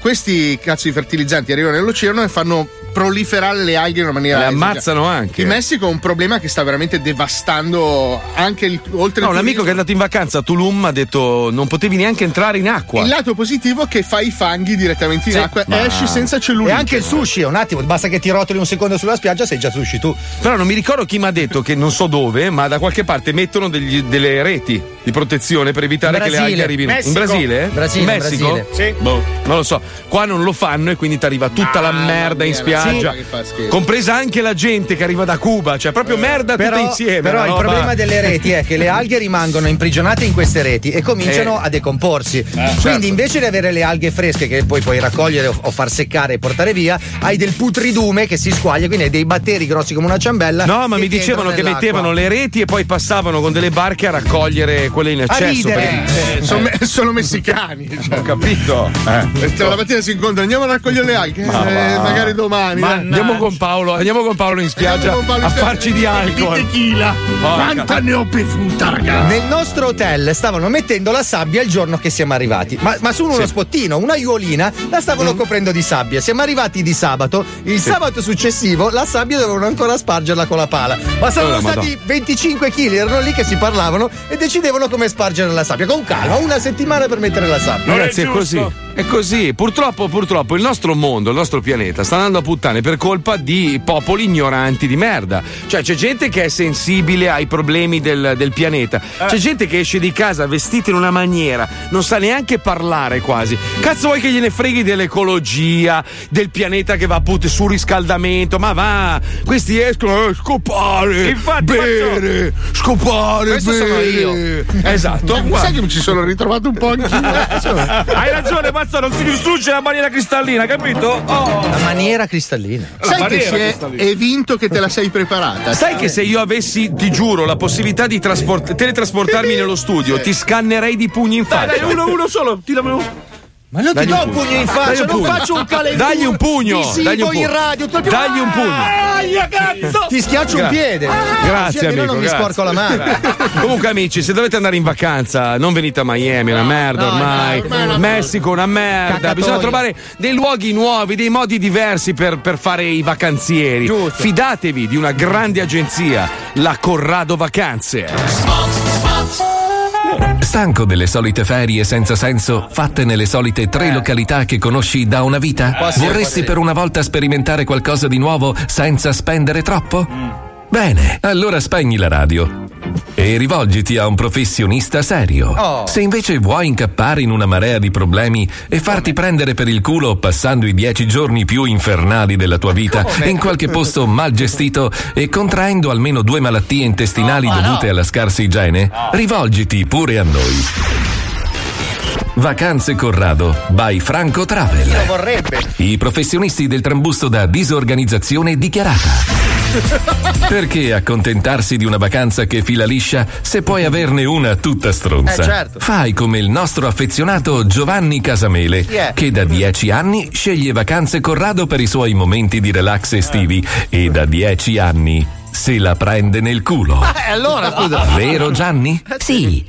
Speaker 4: questi cazzo di fertilizzanti arrivano nell'oceano e fanno proliferare le alghe in una maniera.
Speaker 5: Le
Speaker 4: esagera-
Speaker 5: ammazzano anche.
Speaker 4: In Messico è un problema che sta veramente devastando anche il, oltre
Speaker 5: No,
Speaker 4: il
Speaker 5: un amico che è andato in vacanza a Tulum ha detto non potevi neanche entrare in acqua.
Speaker 4: Il lato positivo è che fai i fanghi direttamente in
Speaker 5: Sì,
Speaker 4: acqua
Speaker 5: ma-
Speaker 4: e esci senza cellulite.
Speaker 7: E anche il sushi, un attimo, basta che ti rotoli un secondo sulla spiaggia, sei già sushi tu.
Speaker 5: Però non mi ricordo chi mi ha detto che non so dove, ma da qualche parte mettono degli- delle reti di protezione per evitare
Speaker 7: In
Speaker 5: che le
Speaker 7: Brasile.
Speaker 5: alghe arrivino.
Speaker 7: Messico.
Speaker 5: In Brasile?
Speaker 7: Brasile,
Speaker 5: in Messico?
Speaker 7: Brasile. Sì.
Speaker 5: Boh, non lo so. Qua non lo fanno e quindi ti arriva tutta la merda in
Speaker 4: Ah, mia, la
Speaker 5: spiaggia.
Speaker 4: roba che fa schifo.
Speaker 5: Compresa anche la gente che arriva da Cuba, cioè proprio merda
Speaker 7: Però,
Speaker 5: tutta insieme.
Speaker 7: però
Speaker 5: la
Speaker 7: il
Speaker 5: roba.
Speaker 7: problema delle reti è che le alghe rimangono imprigionate in queste reti e cominciano
Speaker 5: Eh.
Speaker 7: a decomporsi. Quindi
Speaker 5: certo.
Speaker 7: invece di avere le alghe fresche che poi puoi raccogliere o, o far seccare e portare via, hai del putridume che si squaglia, quindi hai dei batteri grossi come una ciambella.
Speaker 5: No, ma
Speaker 7: che
Speaker 5: mi
Speaker 7: ti
Speaker 5: dicevano che
Speaker 7: entrano
Speaker 5: mettevano
Speaker 7: nell'acqua.
Speaker 5: le reti e poi passavano con delle barche a raccogliere quelle in
Speaker 4: A
Speaker 5: eccesso.
Speaker 4: ridere.
Speaker 5: perché-
Speaker 4: Eh, sono, sono messicani. cioè.
Speaker 5: Ho capito. Eh.
Speaker 4: E tra Cioè, la mattina si incontra, andiamo a raccogliere le alghe.
Speaker 5: Ma
Speaker 4: eh,
Speaker 5: va.
Speaker 4: magari domani.
Speaker 5: Ma
Speaker 4: dai.
Speaker 5: andiamo con Paolo, andiamo con Paolo in spiaggia
Speaker 4: Andiamo con Paolo
Speaker 5: a
Speaker 4: in spiaggia.
Speaker 5: farci di alcol.
Speaker 4: Di tequila. Quanta ne ho bevuta, ragazzi.
Speaker 7: Nel nostro hotel stavano mettendo la sabbia il giorno che siamo arrivati, ma, ma su uno spottino, una aiuolina, la
Speaker 8: Mm.
Speaker 7: stavano coprendo di sabbia. Siamo arrivati di sabato, il sabato successivo la sabbia dovevano ancora spargerla con la pala. Ma
Speaker 5: Oh,
Speaker 7: saranno
Speaker 5: la
Speaker 7: stati
Speaker 5: Madonna.
Speaker 7: 25 kg, erano lì che si parlavano e decidevano come spargere la sabbia. Con calma, una settimana per mettere la sabbia.
Speaker 5: Ragazzi, è, così. È così. Purtroppo, purtroppo, il nostro mondo, il nostro pianeta sta andando a puttane per colpa di popoli ignoranti di merda. Cioè, c'è gente che è sensibile ai problemi del, del pianeta. C'è gente che esce di casa vestita in una maniera, non sa neanche parlare quasi. Cazzo, vuoi che gliene freghi dell'ecologia, del pianeta che va a putte sul riscaldamento? Ma va, questi escono a scopare, bere, scopare,
Speaker 4: Questo sono
Speaker 5: bere.
Speaker 4: io.
Speaker 5: Esatto.
Speaker 4: Ma
Speaker 5: guarda.
Speaker 4: sai che mi ci sono ritrovato un po' anch'io? Cioè,
Speaker 6: Hai ragione, Mazza, non si distrugge la maniera cristallina, capito? Oh.
Speaker 7: La maniera cristallina.
Speaker 4: Sai che si è, è vinto che te la sei preparata.
Speaker 5: Sai che se io avessi, ti giuro, la possibilità di trasport- teletrasportarmi nello studio, ti scannerei di pugni in faccia.
Speaker 6: Dai, dai, uno, uno solo, tiramelo.
Speaker 7: Ma non
Speaker 5: Dagli
Speaker 7: ti do
Speaker 5: un
Speaker 7: un
Speaker 5: pugno.
Speaker 7: pugno in
Speaker 5: Dagli
Speaker 7: faccia,
Speaker 5: un
Speaker 7: non
Speaker 5: pugno.
Speaker 7: faccio un calendario.
Speaker 5: Dagli un pugno,
Speaker 7: visivo
Speaker 5: dagli un pugno.
Speaker 7: in radio. tu-
Speaker 5: Dagli un pugno.
Speaker 4: Ah,
Speaker 6: Aia, cazzo!
Speaker 7: Ti schiaccio un
Speaker 5: Gra-
Speaker 7: piede.
Speaker 5: Grazie, Ah.
Speaker 7: Sì,
Speaker 5: amico.
Speaker 7: almeno non mi
Speaker 5: grazie.
Speaker 7: sporco la mano.
Speaker 5: Grazie. Comunque, amici, se dovete andare in vacanza, non venite a Miami, è una merda ormai. Messico, è una merda.
Speaker 7: Cacatoia.
Speaker 5: Bisogna trovare dei luoghi nuovi, dei modi diversi per, per fare i vacanzieri. Fidatevi di una grande agenzia, la Corrado Vacanze.
Speaker 13: Smart, smart.
Speaker 2: Stanco delle solite ferie senza senso fatte nelle solite tre località che conosci da una vita?
Speaker 8: Qua sì, qua
Speaker 2: Vorresti
Speaker 8: sì.
Speaker 2: per una volta sperimentare qualcosa di nuovo senza spendere troppo? Bene, allora spegni la radio e rivolgiti a un professionista serio.
Speaker 8: Oh.
Speaker 2: Se invece vuoi incappare in una marea di problemi e farti prendere per il culo passando i dieci giorni più infernali della tua vita
Speaker 8: Come?
Speaker 2: in qualche posto mal gestito e contraendo almeno due malattie intestinali
Speaker 8: No, Ah, ma
Speaker 2: dovute
Speaker 8: no. Ah.
Speaker 2: alla scarsa igiene,
Speaker 8: No.
Speaker 2: rivolgiti pure a noi. Vacanze Corrado by Franco Travel.
Speaker 7: Lo vorrebbe.
Speaker 2: I professionisti del trambusto da disorganizzazione dichiarata. Perché accontentarsi di una vacanza che fila liscia se puoi averne una tutta stronza?
Speaker 8: Eh, certo.
Speaker 2: Fai come il nostro affezionato Giovanni Casamele,
Speaker 8: Chi è?
Speaker 2: che da dieci anni sceglie Vacanze Corrado per i suoi momenti di relax estivi e da dieci anni se la prende nel culo.
Speaker 8: E Eh, allora, scusa.
Speaker 2: Vero Gianni? Sì.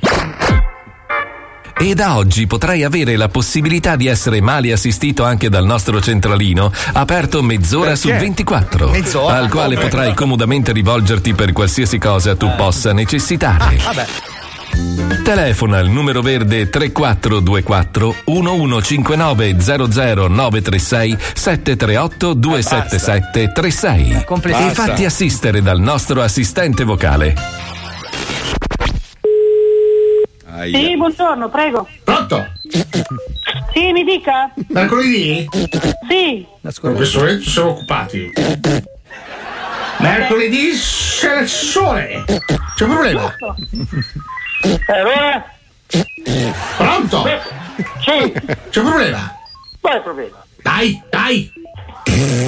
Speaker 2: E da oggi potrai avere la possibilità di essere male assistito anche dal nostro centralino, aperto mezz'ora su 24,
Speaker 8: Mezz'ora?
Speaker 2: al quale
Speaker 8: Come?
Speaker 2: potrai comodamente rivolgerti per qualsiasi cosa tu possa necessitare.
Speaker 8: Vabbè.
Speaker 2: Telefona al numero verde 3424 1159 00936 738 277 36
Speaker 8: Completezza.
Speaker 2: e fatti assistere dal nostro assistente vocale.
Speaker 16: Sì, buongiorno, prego.
Speaker 4: Pronto?
Speaker 16: Sì, mi dica.
Speaker 4: Mercoledì?
Speaker 16: Sì.
Speaker 4: In questo momento siamo occupati. Mercoledì c'è il sole. C'è un problema?
Speaker 16: Eh, Allora?
Speaker 4: Pronto?
Speaker 16: Sì.
Speaker 4: C'è un problema?
Speaker 16: Qual è il problema?
Speaker 4: Dai, dai.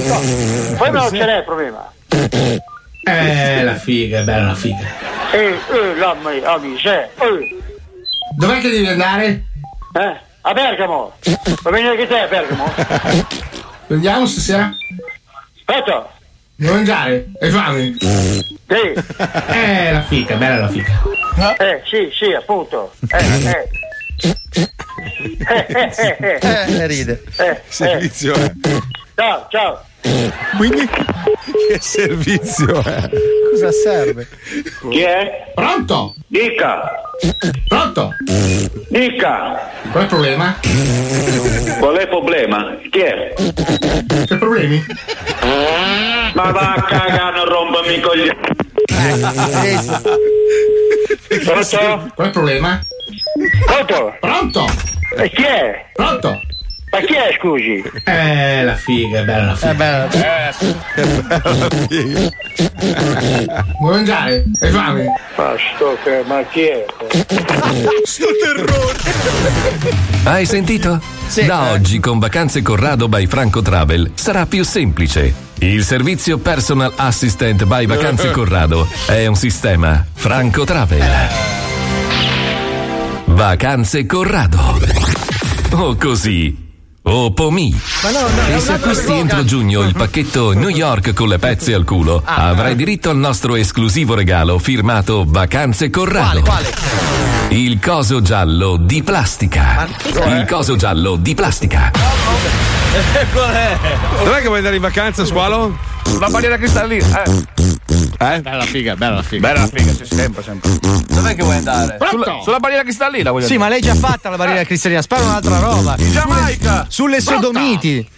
Speaker 16: No, poi non ce n'è il problema.
Speaker 4: Eh, la figa, è bella la figa.
Speaker 16: Eh, eh, la mi- la miseria. Eh.
Speaker 4: Dov'è che devi andare?
Speaker 16: Eh, a Bergamo. Va bene che sei a Bergamo?
Speaker 4: Vediamo stasera.
Speaker 16: Aspetta.
Speaker 4: Devo mangiare? Hai fame?
Speaker 16: Sì.
Speaker 4: Eh, la fica, bella la fica.
Speaker 16: Eh, sì, sì, appunto. Eh, eh. Eh, eh, eh, eh.
Speaker 7: ride.
Speaker 16: Eh, eh.
Speaker 5: Servizio. eh.
Speaker 16: Ciao, ciao.
Speaker 5: Quindi che servizio è?
Speaker 7: Cosa serve?
Speaker 16: Chi è?
Speaker 4: Pronto?
Speaker 16: Dica.
Speaker 4: Pronto?
Speaker 16: Dica.
Speaker 4: Qual è il problema?
Speaker 16: Qual è il problema? Chi è?
Speaker 4: C'è problemi?
Speaker 16: Ma va a cagare, non rompami i coglioni. Pronto?
Speaker 4: Eh, Qual è il problema?
Speaker 16: Pronto?
Speaker 4: Pronto?
Speaker 16: E chi è?
Speaker 4: Pronto?
Speaker 16: Ma chi è, scusi? Eh,
Speaker 4: Eh, la figa, è bella la figa. Vuoi mangiare? Hai fame?
Speaker 16: Ma sto che, ma chi è?
Speaker 4: Sto terrore.
Speaker 2: Hai sentito? Da oggi con Vacanze Corrado by Franco Travel sarà più semplice. Il servizio Personal Assistant by Vacanze Corrado è un sistema Franco Travel. Vacanze Corrado. O così. O Pomi. e se acquisti entro giugno il pacchetto New York con le pezze al culo, avrai diritto al nostro esclusivo regalo firmato Vacanze Corrado. Il coso giallo di plastica. Il coso giallo di plastica.
Speaker 7: Ecco,
Speaker 6: Qual è?
Speaker 7: eh.
Speaker 5: Dov'è che vuoi andare in vacanza, squalo?
Speaker 8: La bandiera cristallina. Eh.
Speaker 5: Eh?
Speaker 8: Bella figa, bella figa. Bella figa, c'è sempre, sempre.
Speaker 6: Dov'è che vuoi andare?
Speaker 8: Sulla, sulla bandiera cristallina voglio
Speaker 7: Sì,
Speaker 8: dire. Eh.
Speaker 7: ma lei già fatta la barriera cristallina, spara un'altra roba.
Speaker 8: In Giamaica!
Speaker 7: Sulle sodomiti.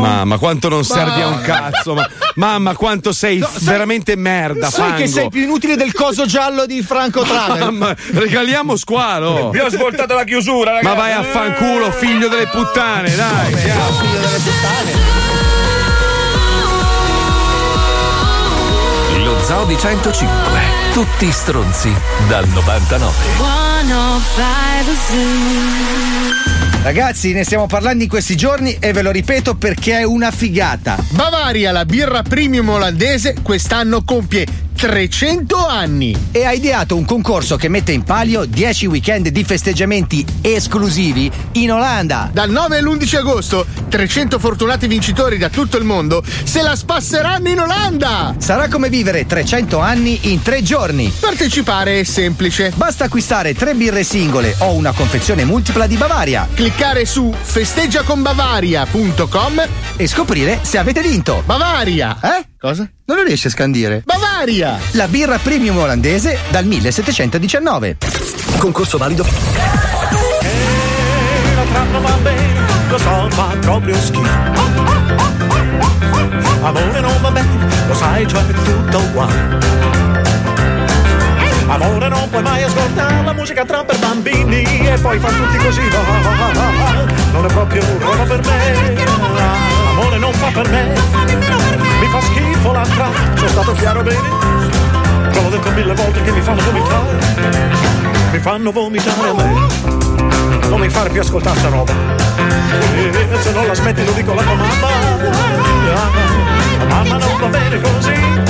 Speaker 5: Mamma, quanto non servi a un cazzo. ma- mamma, quanto sei f- veramente merda.
Speaker 7: Sai
Speaker 5: fango.
Speaker 7: che sei più inutile del coso giallo di Franco Travel.
Speaker 5: Mamma, regaliamo squalo.
Speaker 7: Vi ho
Speaker 5: svoltato la chiusura, Ma vai a fanculo, figlio delle puttane, dai.
Speaker 2: Lo Zoo di 105. Tutti stronzi dal 99.
Speaker 7: Ragazzi, ne stiamo parlando in questi giorni e ve lo ripeto perché è una figata.
Speaker 4: Bavaria, la birra premium olandese, quest'anno compie 300 anni.
Speaker 7: E ha ideato un concorso che mette in palio 10 weekend di festeggiamenti esclusivi in Olanda.
Speaker 4: Dal 9 all'11 agosto, 300 fortunati vincitori da tutto il mondo se la spasseranno in Olanda!
Speaker 7: Sarà come vivere 300 anni in 3 giorni.
Speaker 4: Partecipare è semplice.
Speaker 7: Basta acquistare 3 birre singole o una confezione multipla di Bavaria.
Speaker 4: Cliccare su festeggiaconbavaria.com
Speaker 7: e scoprire se avete vinto.
Speaker 4: Bavaria! Eh? Cosa?
Speaker 7: Non lo riesci a scandire?
Speaker 4: Bavaria!
Speaker 11: Caria! La birra premium olandese dal 1719. Concorso valido.
Speaker 17: la trappola va bene, lo so, fa proprio schifo. Amore non va bene, lo sai già è tutto uguale. Amore non puoi mai ascoltare la musica tra per bambini e poi fa tutti così. No, non è proprio roba per me. Amore non fa per me. Mi fa schifo la tra, sono stato chiaro bene. Te l'ho detto mille volte che mi fanno vomitare. Mi fanno vomitare a me non mi far più ascoltare sta roba. Eh, se non la smetti lo dico alla tua mamma. La mamma non va bene così.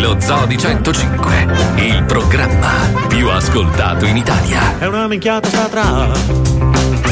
Speaker 2: Lo Zoo di 105, il programma più ascoltato in Italia.
Speaker 17: È una minchiata sta tra.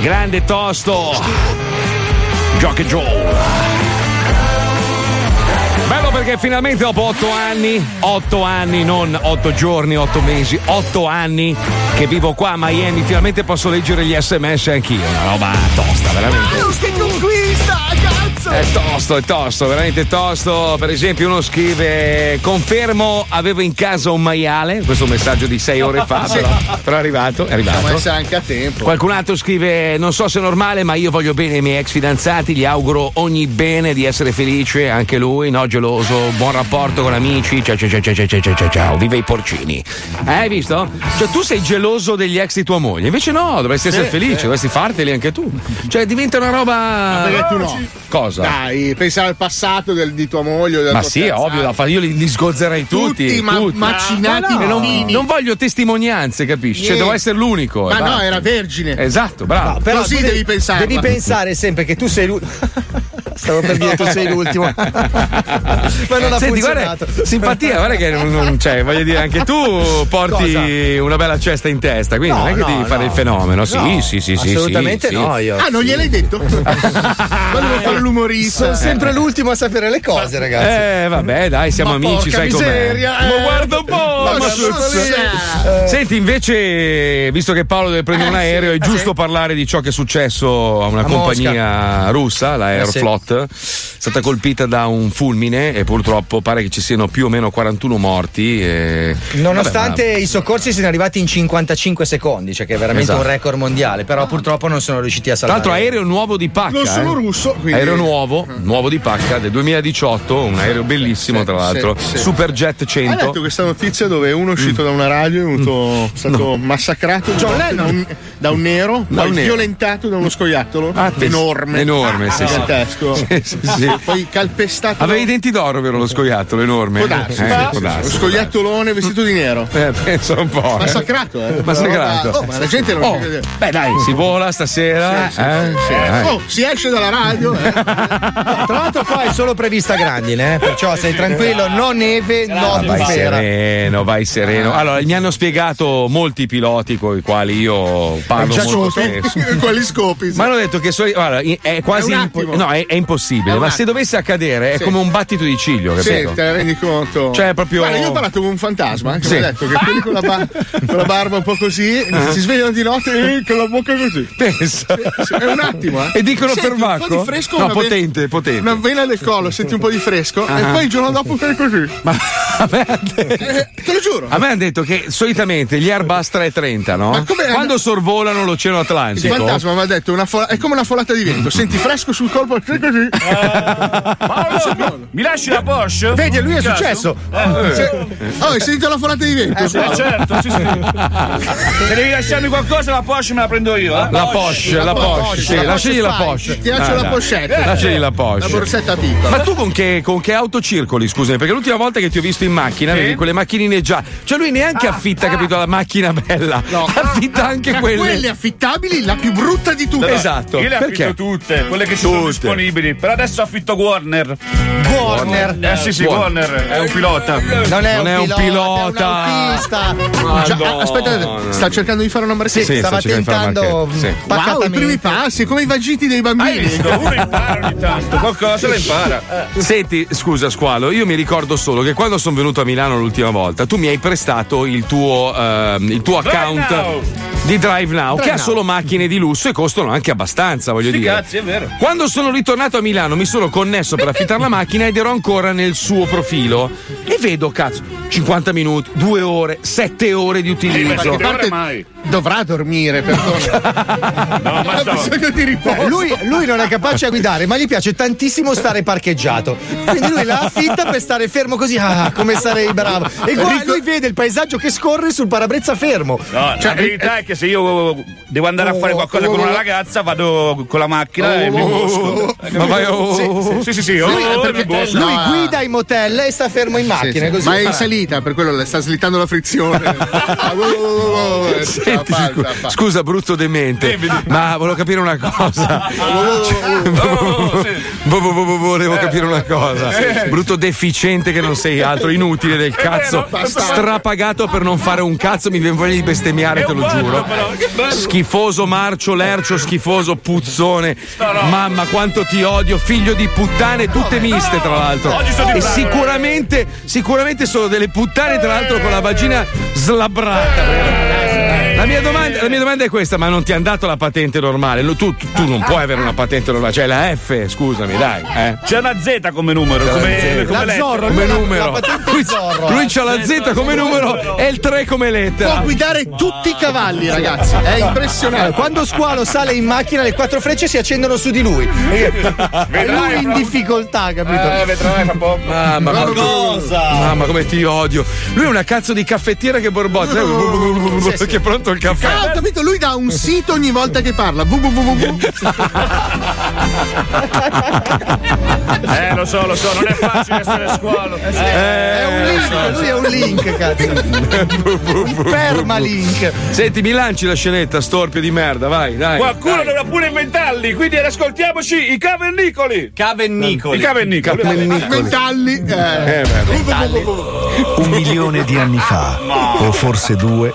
Speaker 5: Grande tosto. Jock e Joe. Bello perché finalmente dopo otto anni, otto anni, non otto giorni, otto mesi, otto anni che vivo qua a Miami, finalmente posso leggere gli sms anch'io. Una roba tosta,
Speaker 4: Ah,
Speaker 5: veramente.
Speaker 18: che conquista, cazzo!
Speaker 6: Eh,
Speaker 5: È tosto, è tosto, veramente tosto. Per esempio, uno scrive: Confermo, avevo in casa un maiale. Questo è un messaggio di sei ore fa,
Speaker 4: Sì.
Speaker 5: però, però è arrivato. È
Speaker 4: Possiamo
Speaker 5: arrivato.
Speaker 4: essere anche a tempo.
Speaker 5: Qualcun altro scrive: Non so se è normale, ma io voglio bene i miei ex fidanzati. Gli auguro ogni bene di essere felice, anche lui, no? Geloso, buon rapporto con amici. Ciao, ciao, ciao, ciao, ciao, ciao, ciao, ciao, ciao. Viva i porcini. Eh, hai visto? Cioè, tu sei geloso degli ex di tua moglie. Invece, no, dovresti essere
Speaker 4: Sì,
Speaker 5: felice,
Speaker 4: sì.
Speaker 5: dovresti farteli anche tu. Cioè, diventa una roba.
Speaker 4: Ah, Ma perché tu no?
Speaker 5: Cosa?
Speaker 4: Dai, pensare al passato del- di tua moglie. o della
Speaker 5: Ma
Speaker 4: tua
Speaker 5: sì, è
Speaker 4: fidanzata.
Speaker 5: ovvio, da fare. io li, li sgozzerei tutti.
Speaker 4: Tutti, ma- macinati
Speaker 5: Ma no, non,
Speaker 4: fini.
Speaker 5: non voglio testimonianze, capisci? Cioè,
Speaker 4: Niente.
Speaker 5: devo essere l'unico.
Speaker 4: Ma
Speaker 5: e
Speaker 4: no,
Speaker 5: basta.
Speaker 4: era vergine.
Speaker 5: Esatto, bravo.
Speaker 7: No, però
Speaker 4: Così
Speaker 7: tu
Speaker 4: devi pensarla.
Speaker 7: Devi pensare sempre che tu sei l'ultimo. Stavo per dire tu sei l'ultimo. Ma non ha
Speaker 5: Senti,
Speaker 7: funzionato.
Speaker 5: guarda, simpatia, guarda che non, non c'è, voglio dire, anche tu porti una bella cesta in testa, quindi
Speaker 4: No,
Speaker 5: non è che
Speaker 4: no,
Speaker 5: devi fare il fenomeno. Sì,
Speaker 4: No,
Speaker 5: sì, sì, sì.
Speaker 7: assolutamente
Speaker 5: sì,
Speaker 7: no,
Speaker 5: sì.
Speaker 7: io.
Speaker 4: Ah, non gliel'hai detto? Volevo fare l'umorista.
Speaker 7: Sono sempre l'ultimo a sapere le cose, ragazzi.
Speaker 5: Eh, vabbè, dai, siamo
Speaker 7: Ma
Speaker 5: amici,
Speaker 7: porca
Speaker 5: sai
Speaker 7: miseria,
Speaker 5: com'è.
Speaker 7: eh.
Speaker 5: Ma guarda un po',
Speaker 7: Ma
Speaker 5: ma
Speaker 7: sono
Speaker 5: su-
Speaker 7: lì,
Speaker 5: eh. Senti, invece, visto che Paolo deve
Speaker 4: Eh,
Speaker 5: prendere un aereo, è giusto parlare di ciò che è successo a una
Speaker 7: A
Speaker 5: compagnia russa, la
Speaker 7: Eh, sì.
Speaker 5: Aeroflot Beirut è stata colpita da un fulmine e purtroppo pare che ci siano più o meno 41 morti. e-
Speaker 7: Nonostante
Speaker 5: Vabbè,
Speaker 7: i soccorsi siano arrivati in 55 secondi, cioè che è veramente
Speaker 5: Esatto.
Speaker 7: un record mondiale, però purtroppo non sono riusciti a
Speaker 5: ma- Tra
Speaker 7: salvare.
Speaker 5: l'altro aereo nuovo di pacca.
Speaker 7: Non sono
Speaker 5: eh.
Speaker 7: russo, quindi-
Speaker 5: Aereo nuovo, nuovo di pacca del 2018, un aereo bellissimo tra l'altro.
Speaker 4: sì, sì.
Speaker 5: Superjet
Speaker 4: Hai
Speaker 5: 100.
Speaker 4: letto questa notizia dove uno è uscito da una radio è venuto- è stato massacrato
Speaker 5: Mm. John
Speaker 4: da
Speaker 5: Lennon.
Speaker 4: un, da un nero,
Speaker 5: Da
Speaker 4: poi
Speaker 5: un nero. Ah,
Speaker 4: violentato da uno scoiattolo enorme,
Speaker 5: Enorme, sì, sì.
Speaker 4: gigantesco,
Speaker 5: Sì, sì, sì.
Speaker 4: poi calpestato.
Speaker 5: Aveva i denti d'oro, vero lo scoiattolo enorme?
Speaker 4: Può darsi, può darsi. Lo scoiattolone vestito di nero.
Speaker 5: Eh, penso un po'. eh.
Speaker 4: Massacrato, eh.
Speaker 5: Massacrato.
Speaker 4: Oh, ma la gente non
Speaker 5: Oh,
Speaker 4: ci crede.
Speaker 5: Beh, dai, si vola stasera. eh? Eh.
Speaker 4: Oh, si esce dalla radio. eh.
Speaker 7: Tra l'altro qua è solo prevista grandine, eh, perciò sei tranquillo, no neve, no
Speaker 5: Ah, vai
Speaker 7: atmosfera.
Speaker 5: sereno, vai sereno. Allora, mi hanno spiegato molti piloti con i quali io parlo
Speaker 4: Già
Speaker 5: molto
Speaker 4: scopi.
Speaker 5: spesso.
Speaker 4: Quali scopi?
Speaker 5: Ma hanno detto che soli- guarda, i- è quasi
Speaker 4: È un
Speaker 5: impo-
Speaker 4: attimo.
Speaker 5: no, è, è impossibile.
Speaker 4: È un
Speaker 5: ma se
Speaker 4: attimo.
Speaker 5: dovesse accadere, è
Speaker 4: Sì.
Speaker 5: come un battito di ciglio,
Speaker 4: Sì,
Speaker 5: capito?
Speaker 4: te ne rendi conto.
Speaker 5: Cioè, proprio-
Speaker 4: Guarda, io ho parlato con un fantasma che
Speaker 5: Sì.
Speaker 4: mi ha detto che quelli con la, ba- con la barba un po' così
Speaker 5: Ah.
Speaker 4: si svegliano di notte e con la bocca così.
Speaker 5: Pensa.
Speaker 4: È un attimo, eh.
Speaker 5: E dicono
Speaker 4: Senti,
Speaker 5: perbacco?
Speaker 4: Un po' di fresco,
Speaker 5: No,
Speaker 4: una ve-
Speaker 5: potente, potente.
Speaker 4: Una vena del collo, senti un po' di fresco
Speaker 5: Ah.
Speaker 4: e poi il giorno dopo fai così.
Speaker 5: Ma a me hanno detto, A me hanno detto che solitamente gli Airbus 330, no?
Speaker 4: Ma come-
Speaker 5: Quando sorvolano l'oceano
Speaker 4: Il
Speaker 5: Atlantico.
Speaker 4: fantasma mi ha detto una fola- è come una folata di vento, senti fresco sul colpo e fai così.
Speaker 8: Eh, Mi lasci la Porsche?
Speaker 4: Vedi, a lui è
Speaker 8: Cazzo.
Speaker 4: successo.
Speaker 8: Eh.
Speaker 4: Se- Oh, hai sentito la folata di vento?
Speaker 8: Eh, sì, eh, certo, sì, sì. Se devi lasciarmi qualcosa, la Porsche me la prendo io. eh.
Speaker 5: La Porsche, la Porsche, sì, lasciagli la Porsche.
Speaker 4: Ti lascio
Speaker 5: Ah,
Speaker 4: la
Speaker 5: dai.
Speaker 4: pochette.
Speaker 5: Lasciagli la Porsche.
Speaker 4: La borsetta piccola.
Speaker 5: Ma tu con che, con che auto circoli, scusami? Perché l'ultima volta che ti ho visto in macchina avevi quelle macchinine già. Cioè lui neanche affitta, capito, la macchina bella. Affitta anche
Speaker 4: Tra
Speaker 5: ah. quelle.
Speaker 4: affittabili, la più brutta di tutte.
Speaker 8: Allora,
Speaker 5: Esatto.
Speaker 8: Io le affitto
Speaker 5: Perché?
Speaker 4: Ah.
Speaker 8: tutte, quelle che ci sono
Speaker 5: Tutte.
Speaker 8: disponibili. Per adesso affitto Warner.
Speaker 5: Warner.
Speaker 8: Eh sì, sì,
Speaker 5: Warner.
Speaker 8: Warner è un pilota.
Speaker 5: Non è Non un è un pilota, pilota. è un
Speaker 7: autista.
Speaker 4: Già, ah, aspetta, sta cercando di fare una marchetta.
Speaker 5: Sì, sì,
Speaker 4: stava
Speaker 5: sta cercando di fare una
Speaker 4: tentando
Speaker 5: marchetta, sì.
Speaker 4: wow, i primi passi, come i vagiti dei bambini.
Speaker 8: Tanto qualcosa lo impara.
Speaker 5: Senti, scusa Squalo, io mi ricordo solo che quando sono venuto a Milano l'ultima volta tu mi hai prestato il tuo, ehm, il tuo
Speaker 8: Drive
Speaker 5: account
Speaker 8: Now.
Speaker 5: di Drive Now
Speaker 8: Drive
Speaker 5: che ha
Speaker 8: Now.
Speaker 5: solo macchine di lusso e costano anche abbastanza, voglio
Speaker 8: Sti
Speaker 5: dire.
Speaker 8: cazzi, è vero.
Speaker 5: Quando sono ritornato a Milano mi sono connesso per affittare la macchina ed ero ancora nel suo profilo e vedo, cazzo, 50 minuti, 2 ore, 7 ore di utilizzo.
Speaker 4: dovrà dormire, perdona.
Speaker 7: Ha bisogno di riposo. Cioè, Lui, lui non è capace a guidare, ma gli piace tantissimo stare parcheggiato. Quindi lui la affitta per stare fermo così. Ah, come sarei bravo! E qua lui vede il paesaggio che scorre sul parabrezza fermo.
Speaker 8: No,
Speaker 5: Cioè,
Speaker 8: la verità
Speaker 5: eh,
Speaker 8: è che se io devo andare a
Speaker 5: Oh,
Speaker 8: fare qualcosa con una ragazza, vado con la macchina e mi mosco.
Speaker 5: Ma vai, oh, eh,
Speaker 8: Sì, sì, sì, sì, oh,
Speaker 7: lui,
Speaker 8: mi mosco.
Speaker 7: lui guida in motel e sta fermo in
Speaker 4: Sì,
Speaker 7: macchina.
Speaker 4: sì.
Speaker 7: Così
Speaker 4: Ma è in
Speaker 7: Ah.
Speaker 4: salita, per quello le sta slittando la frizione. Ah, wow, wow, wow, wow.
Speaker 5: Senti,
Speaker 4: Fa, fa,
Speaker 5: scu-
Speaker 4: fa.
Speaker 5: scusa, brutto demente, ma volevo capire una cosa.
Speaker 8: Ah,
Speaker 5: Vo- vo- vo- vo-
Speaker 8: Eh,
Speaker 5: Volevo capire una cosa. Brutto deficiente che non sei altro, inutile del cazzo. Strapagato per non fare un cazzo, mi viene voglia di bestemmiare, te lo giuro. Schifoso, marcio, lercio, schifoso, puzzone. Mamma, quanto ti odio, figlio di puttane, tutte miste, tra l'altro.
Speaker 8: Oggi sono di
Speaker 5: E
Speaker 8: bravo.
Speaker 5: sicuramente, sicuramente sono delle puttane, tra l'altro, con la vagina
Speaker 8: Eh,
Speaker 5: slabrata. La mia, domanda, la mia domanda è questa, ma non ti hanno dato la patente normale? Lo- Tu, tu- tu non puoi avere una patente normale, cioè la F, scusami, dai. eh.
Speaker 8: C'è una Z come numero, come, come lettera.
Speaker 5: come numero. lui, lui c'ha la Z come numero e il 3 come
Speaker 4: Può
Speaker 5: lettera. Eh,
Speaker 4: guidare tutti i cavalli, ragazzi. È
Speaker 7: Allora,
Speaker 4: impressionante.
Speaker 7: Eh, Quando Squalo sale in macchina, le quattro frecce si accendono su di lui. E e lui in difficoltà, capito?
Speaker 5: eh,
Speaker 4: Eh,
Speaker 5: Mamma, ma Mamma, come ti odio. Lui è una cazzo di caffettiera che borbotta. sai,
Speaker 4: Sì, sì.
Speaker 5: Che è pronto il caffè.
Speaker 4: Ah, ho capito, lui dà un sito ogni volta che parla. www.
Speaker 8: Eh, lo so, lo so, non è facile essere squalo.
Speaker 5: Eh,
Speaker 8: Eh,
Speaker 7: È un link, lui è un link, cazzo. Un permalink.
Speaker 5: Senti, mi lanci la scenetta, storpio di merda, vai, dai.
Speaker 8: Qualcuno dovrà pure inventarli, quindi ascoltiamoci i cavernicoli.
Speaker 6: Cavernicoli.
Speaker 8: I cavernicoli.
Speaker 4: Metalli.
Speaker 8: Eh,
Speaker 9: Un milione di anni fa, o forse due,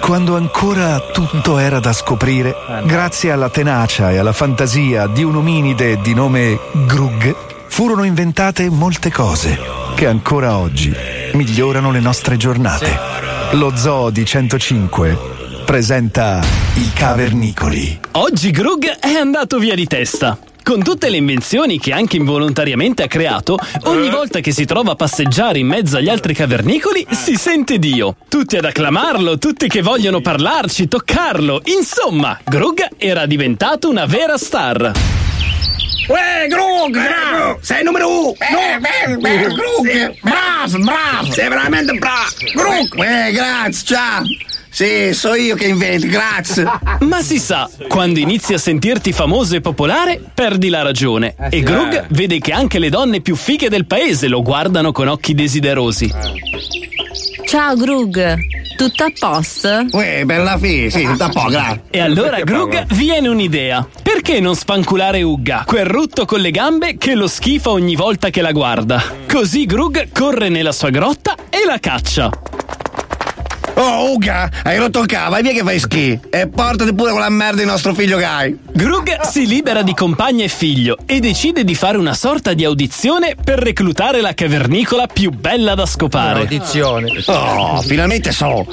Speaker 9: quando ancora tutto era da scoprire, grazie alla tenacia e alla fantasia di un ominide di nome Grug, furono inventate molte cose che ancora oggi migliorano le nostre giornate. Lo Zoo di 105 presenta i cavernicoli.
Speaker 19: Oggi Grug è andato via di testa. Con tutte le invenzioni che anche involontariamente ha creato, ogni volta che si trova a passeggiare in mezzo agli altri cavernicoli, si sente Dio. Tutti ad acclamarlo, tutti che vogliono parlarci, toccarlo. Insomma, Grug era diventato una vera star.
Speaker 16: Uè, Grug, Eh,
Speaker 8: Eh,
Speaker 16: bravo! Eh, Sei numero uno! Grug! Grug! Bravo, bravo! Sei veramente bravo! Grug! Uè, grazie, ciao! Sì, so io che invento, grazie!
Speaker 19: Ma si sa, quando inizi a sentirti famoso e popolare, perdi la ragione. E
Speaker 16: sì.
Speaker 19: Grug vede che anche le donne più fighe del paese lo guardano con occhi desiderosi.
Speaker 20: Ciao Grug, tutto a posto?
Speaker 16: Uè, bella figa, sì, tutto a poco, grazie!
Speaker 19: E allora
Speaker 16: Perché
Speaker 19: Grug viene un'idea. Perché non spanculare Ugga, quel rutto con le gambe che lo schifa ogni volta che la guarda? Così Grug corre nella sua grotta e la caccia.
Speaker 16: Oh,
Speaker 8: Uga, hai rotto il cavo, vai via che fai schi. E portati pure quella merda di nostro figlio che hai.
Speaker 19: Grug si libera di compagna e figlio e decide di fare una sorta di audizione per reclutare la cavernicola più bella da scopare.
Speaker 7: Audizione.
Speaker 8: Oh, finalmente so.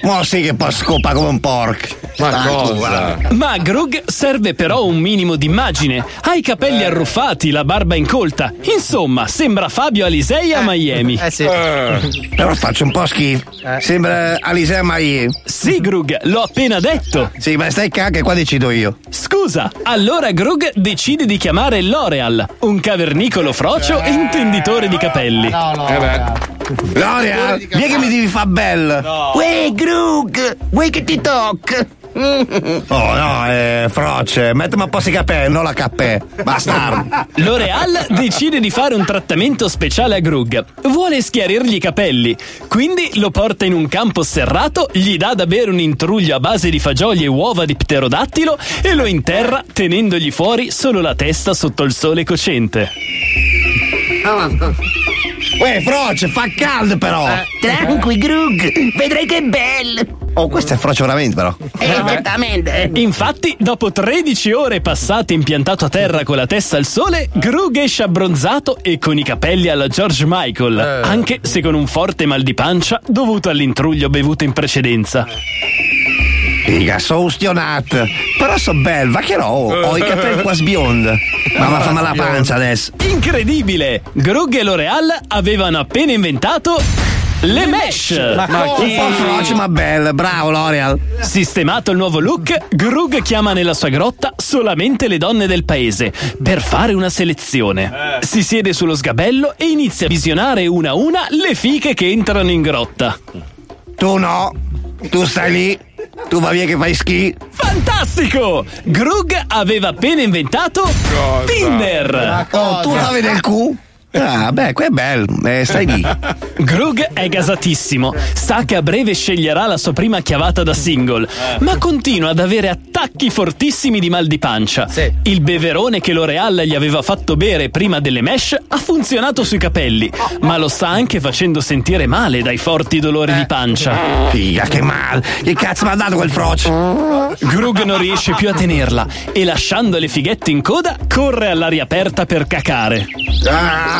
Speaker 8: Mo sì che posso scopare come un porco.
Speaker 19: Ma
Speaker 8: Tanto, guarda.
Speaker 19: Ma a Grug serve però un minimo d'immagine. Ha i
Speaker 8: Eh.
Speaker 19: capelli arruffati, la barba incolta. Insomma, sembra Fabio Alisei a Miami. Eh sì. Eh.
Speaker 8: Però faccio un po' schifo. Sembra Alisea Maie.
Speaker 19: Sì, Grug, l'ho appena detto.
Speaker 8: Sì, ma stai cacca, qua decido io.
Speaker 19: Scusa, allora Grug decide di chiamare L'Oreal, un cavernicolo frocio e intenditore di capelli.
Speaker 8: Eh Gloria, via che mi devi fa bello.
Speaker 16: Uè, Grug! Vuoi che ti tocca?
Speaker 8: Oh no, eh, froce, mettimi un po' si capè, non la cappè. Bastardo.
Speaker 19: L'Oreal decide di fare un trattamento speciale a Grug. Vuole schiarirgli i capelli, quindi lo porta in un campo serrato, gli dà da bere un intruglio a base di fagioli e uova di pterodattilo e lo interra tenendogli fuori solo la testa sotto il sole cocente.
Speaker 8: Uè, froce, fa caldo però.
Speaker 16: Tranqui, Grug! Vedrai che bello!
Speaker 8: Oh, questo è froce veramente però.
Speaker 16: Esattamente!
Speaker 19: Eh Infatti, dopo 13 ore passate impiantato a terra con la testa al sole, Grug esce abbronzato e con i capelli alla George Michael, anche se con un forte mal di pancia dovuto all'intruglio bevuto in precedenza.
Speaker 8: Figa, sono ustionato. Però so bello, va che no, oh, ho i capelli quasi biondi. Ma va fammi la pancia adesso.
Speaker 19: Incredibile! Grug e L'Oreal avevano appena inventato le mesh!
Speaker 8: Ma Un po' froce ma bello, bravo L'Oreal.
Speaker 19: Sistemato il nuovo look, Grug chiama nella sua grotta solamente le donne del paese per fare una selezione. Si siede sullo sgabello e inizia a visionare una a una le fiche che entrano in grotta.
Speaker 8: Tu no, tu stai lì, tu va via che fai schi.
Speaker 19: Fantastico! Grug aveva appena inventato Tinder!
Speaker 8: Oh, tu stavi nel cu? Ah, beh, qua è bello, eh, stai lì.
Speaker 19: Grug è gasatissimo, sa che a breve sceglierà la sua prima chiavata da single, ma continua ad avere attacchi fortissimi di mal di pancia. Il beverone che L'Oreal gli aveva fatto bere prima delle mesh ha funzionato sui capelli, ma lo sta anche facendo sentire male dai forti dolori di pancia.
Speaker 8: Figa, che male! Che cazzo mi ha dato quel frocio?
Speaker 19: Grug non riesce più a tenerla e lasciando le fighette in coda corre all'aria aperta per cacare.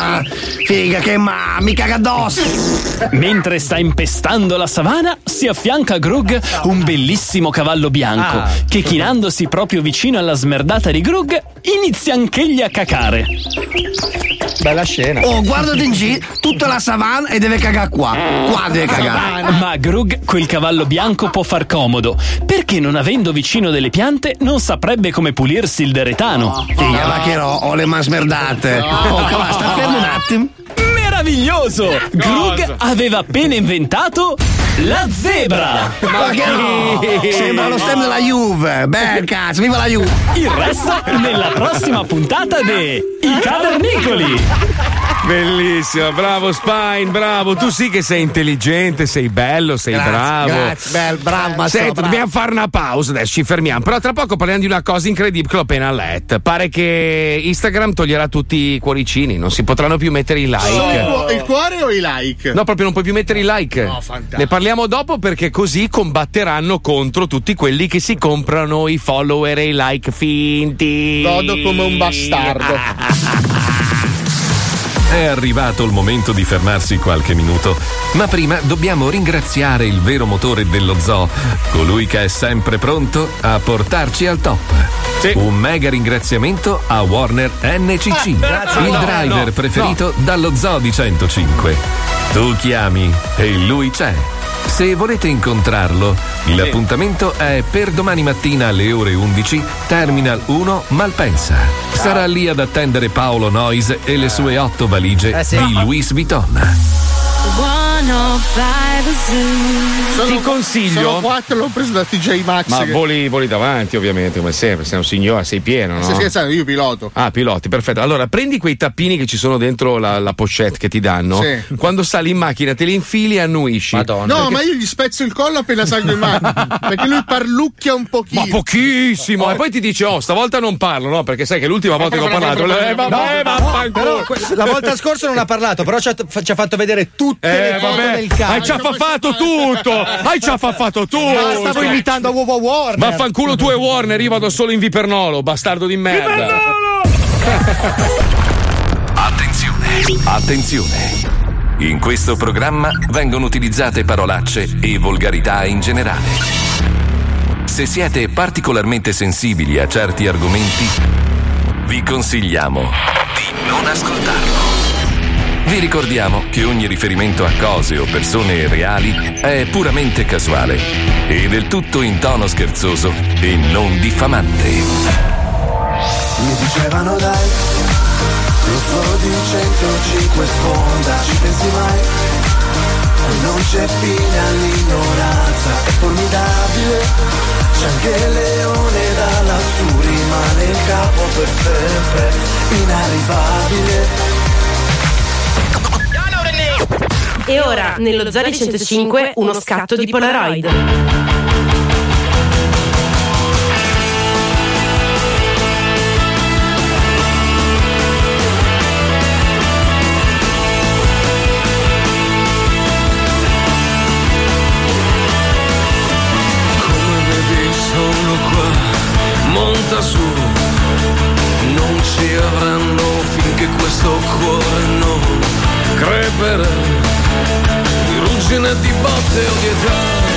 Speaker 8: Ah, figa, che ma, mi caga addosso!
Speaker 19: Mentre sta impestando la savana, si affianca a Grug un bellissimo cavallo bianco
Speaker 21: Ah.
Speaker 19: che, chinandosi proprio vicino alla smerdata di Grug, inizia anch'egli a cacare.
Speaker 7: Bella scena.
Speaker 8: Oh, guardati in giro, tutta la savana e deve cagare qua. Qua deve cagare.
Speaker 19: Ma a Grug quel cavallo bianco può far comodo, perché non avendo vicino delle piante non saprebbe come pulirsi il deretano.
Speaker 8: Figa, va che no, ho le mani smerdate. Oh, cavolo, sta fermo un attimo.
Speaker 19: Meraviglioso! Grug aveva appena inventato la zebra!
Speaker 8: Ma che no! Sembra lo stem della Juve. Bel cazzo, viva la Juve!
Speaker 19: Il resto nella prossima puntata di I Cavernicoli!
Speaker 5: Bellissimo, bravo Spine, bravo. Tu sì che sei intelligente, sei bello, sei
Speaker 4: Grazie,
Speaker 5: bravo.
Speaker 4: grazie, bel- bravo, ma
Speaker 5: Senti,
Speaker 4: so, bravo.
Speaker 5: dobbiamo fare una pausa adesso, ci fermiamo. Però tra poco parliamo di una cosa incredibile che l'ho appena letta. Pare che Instagram toglierà tutti i cuoricini, non si potranno più mettere i
Speaker 4: Solo il
Speaker 5: like.
Speaker 4: cuo- il cuore o i like?
Speaker 5: No, proprio non puoi più mettere i like.
Speaker 4: No, fantastico.
Speaker 5: Ne parliamo dopo perché così combatteranno contro tutti quelli che si comprano i follower e i like finti.
Speaker 4: Godo come un bastardo.
Speaker 2: È arrivato il momento di fermarsi qualche minuto, ma prima dobbiamo ringraziare il vero motore dello zoo, colui che è sempre pronto a portarci al top. Un mega ringraziamento a Warner NCC,
Speaker 22: Ah, grazie,
Speaker 2: il
Speaker 22: no,
Speaker 2: driver
Speaker 22: no,
Speaker 2: preferito dallo zoo di 105. Tu chiami e lui c'è. Se volete incontrarlo, l'appuntamento è per domani mattina alle ore 11, Terminal 1 Malpensa.
Speaker 22: Ah.
Speaker 2: Sarà lì ad attendere Paolo Nois e le sue otto valigie
Speaker 22: Eh sì.
Speaker 2: di Luis Vuitton.
Speaker 4: Sono-
Speaker 5: Ti consiglio-
Speaker 4: Sono quattro, l'ho preso da TJ Max.
Speaker 5: Ma
Speaker 4: Ah, che-
Speaker 5: voli, voli davanti, ovviamente, come sempre. Sei un signore, sei pieno, no?
Speaker 4: Stai scherzando, io piloto.
Speaker 5: Ah, piloti, perfetto. Allora, prendi quei tappini che ci sono dentro la, la pochette che ti danno.
Speaker 4: Sì.
Speaker 5: Quando sali in macchina, te li infili e annuisci. Madonna.
Speaker 4: No, ma io gli spezzo il collo appena salgo in macchina. perché lui parlucchia un pochino.
Speaker 5: Ma pochissimo! E poi ti dice, oh, stavolta non parlo, no? Perché sai che l'ultima volta che ho parlato. eh, vabbè, vaffanculo.
Speaker 7: però que- la volta scorsa non ha parlato, però ci ha, fa- ci ha fatto vedere tutte
Speaker 5: Eh,
Speaker 7: le foto
Speaker 5: vabbè.
Speaker 7: del cazzo.
Speaker 5: Hai ci affaffato tutto! Hai ci affaffato tutto! Cioè,
Speaker 7: Ma stavo imitando a Uovo Warner.
Speaker 5: Vaffanculo tu e Warner, io vado solo in Vipernolo, bastardo di merda.
Speaker 2: Attenzione, attenzione. In questo programma vengono utilizzate parolacce e volgarità in generale. Se siete particolarmente sensibili a certi argomenti, vi consigliamo di non ascoltarlo. Vi ricordiamo che ogni riferimento a cose o persone reali è puramente casuale e del tutto in tono scherzoso e non diffamante.
Speaker 22: Mi dicevano dai, lo zoo di 105 sponda, ci pensi mai? Qui non c'è fine all'ignoranza, è formidabile, c'è anche il leone dall'azzurro, rimane il capo per sempre, inarrivabile.
Speaker 23: E ora, nello Zari 105, uno scatto di Polaroid.
Speaker 22: Come vedi il solo qua monta su Non ci avranno finché questo cuore non creperà Di ruggine, di botte o di età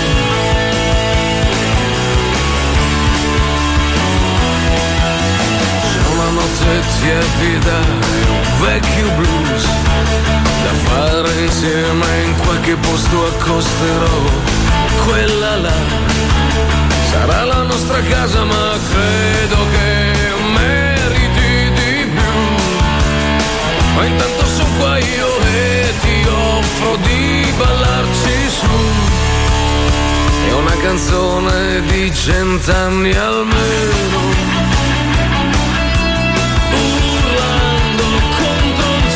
Speaker 22: C'è una notte tiepida e un vecchio blues Da fare insieme in qualche posto accosterò Quella là Sarà la nostra casa ma credo che meriti di più Ma intanto sono qua io e ti offro di ballarci su È una canzone di cent'anni almeno Urlando contro il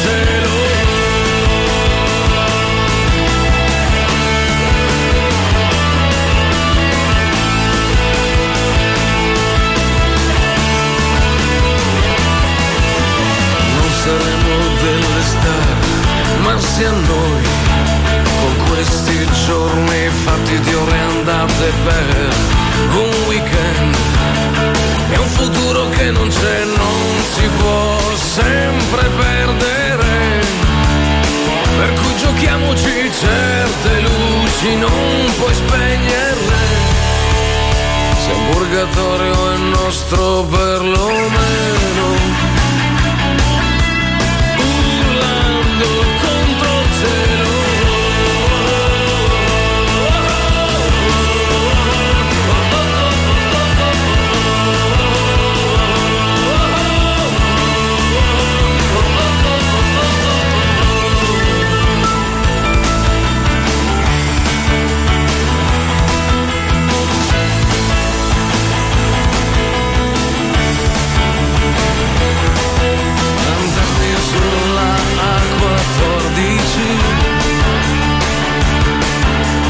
Speaker 22: cielo Non saremo delle star, ma sia noi, con questi giorni fatti di ore andate per un weekend. E un futuro che non c'è, non si può sempre perdere. Per cui giochiamoci certe luci, non puoi spegnerle. Se un purgatorio è nostro perlomeno. Urlando contro il cielo Andarmi sulla A14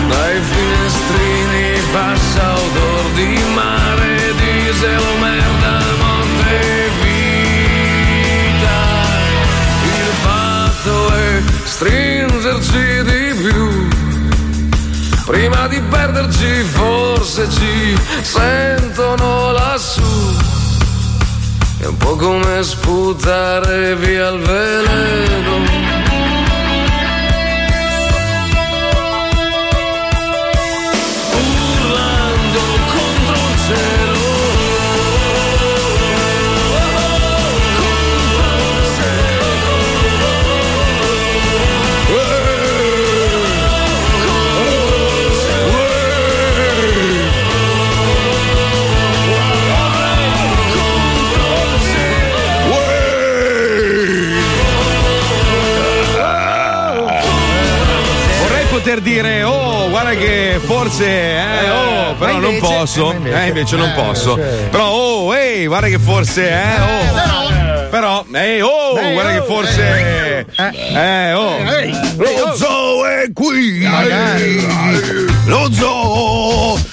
Speaker 22: Dai finestrini passa odor di mare Diesel, merda, monte, vita Il fatto è stringerci di più Prima di perderci forse ci sentono lassù È un po' come sputare via il veleno. Urlando contro il cielo.
Speaker 5: Vorrei poter dire, oh, guarda che forse, eh, oh, però
Speaker 22: ma
Speaker 5: non
Speaker 22: invece-
Speaker 5: posso.
Speaker 22: eh,
Speaker 5: Eh,
Speaker 22: ma
Speaker 5: invece,
Speaker 22: invece-
Speaker 5: non
Speaker 22: eh,
Speaker 5: posso.
Speaker 22: cioè.
Speaker 5: Però, oh, ehi, guarda che forse, eh, oh. Però, ehi, oh,
Speaker 22: Eh,
Speaker 5: guarda
Speaker 22: oh,
Speaker 5: che forse. Eh, oh.
Speaker 22: Lo zoo è qui! Lo zoo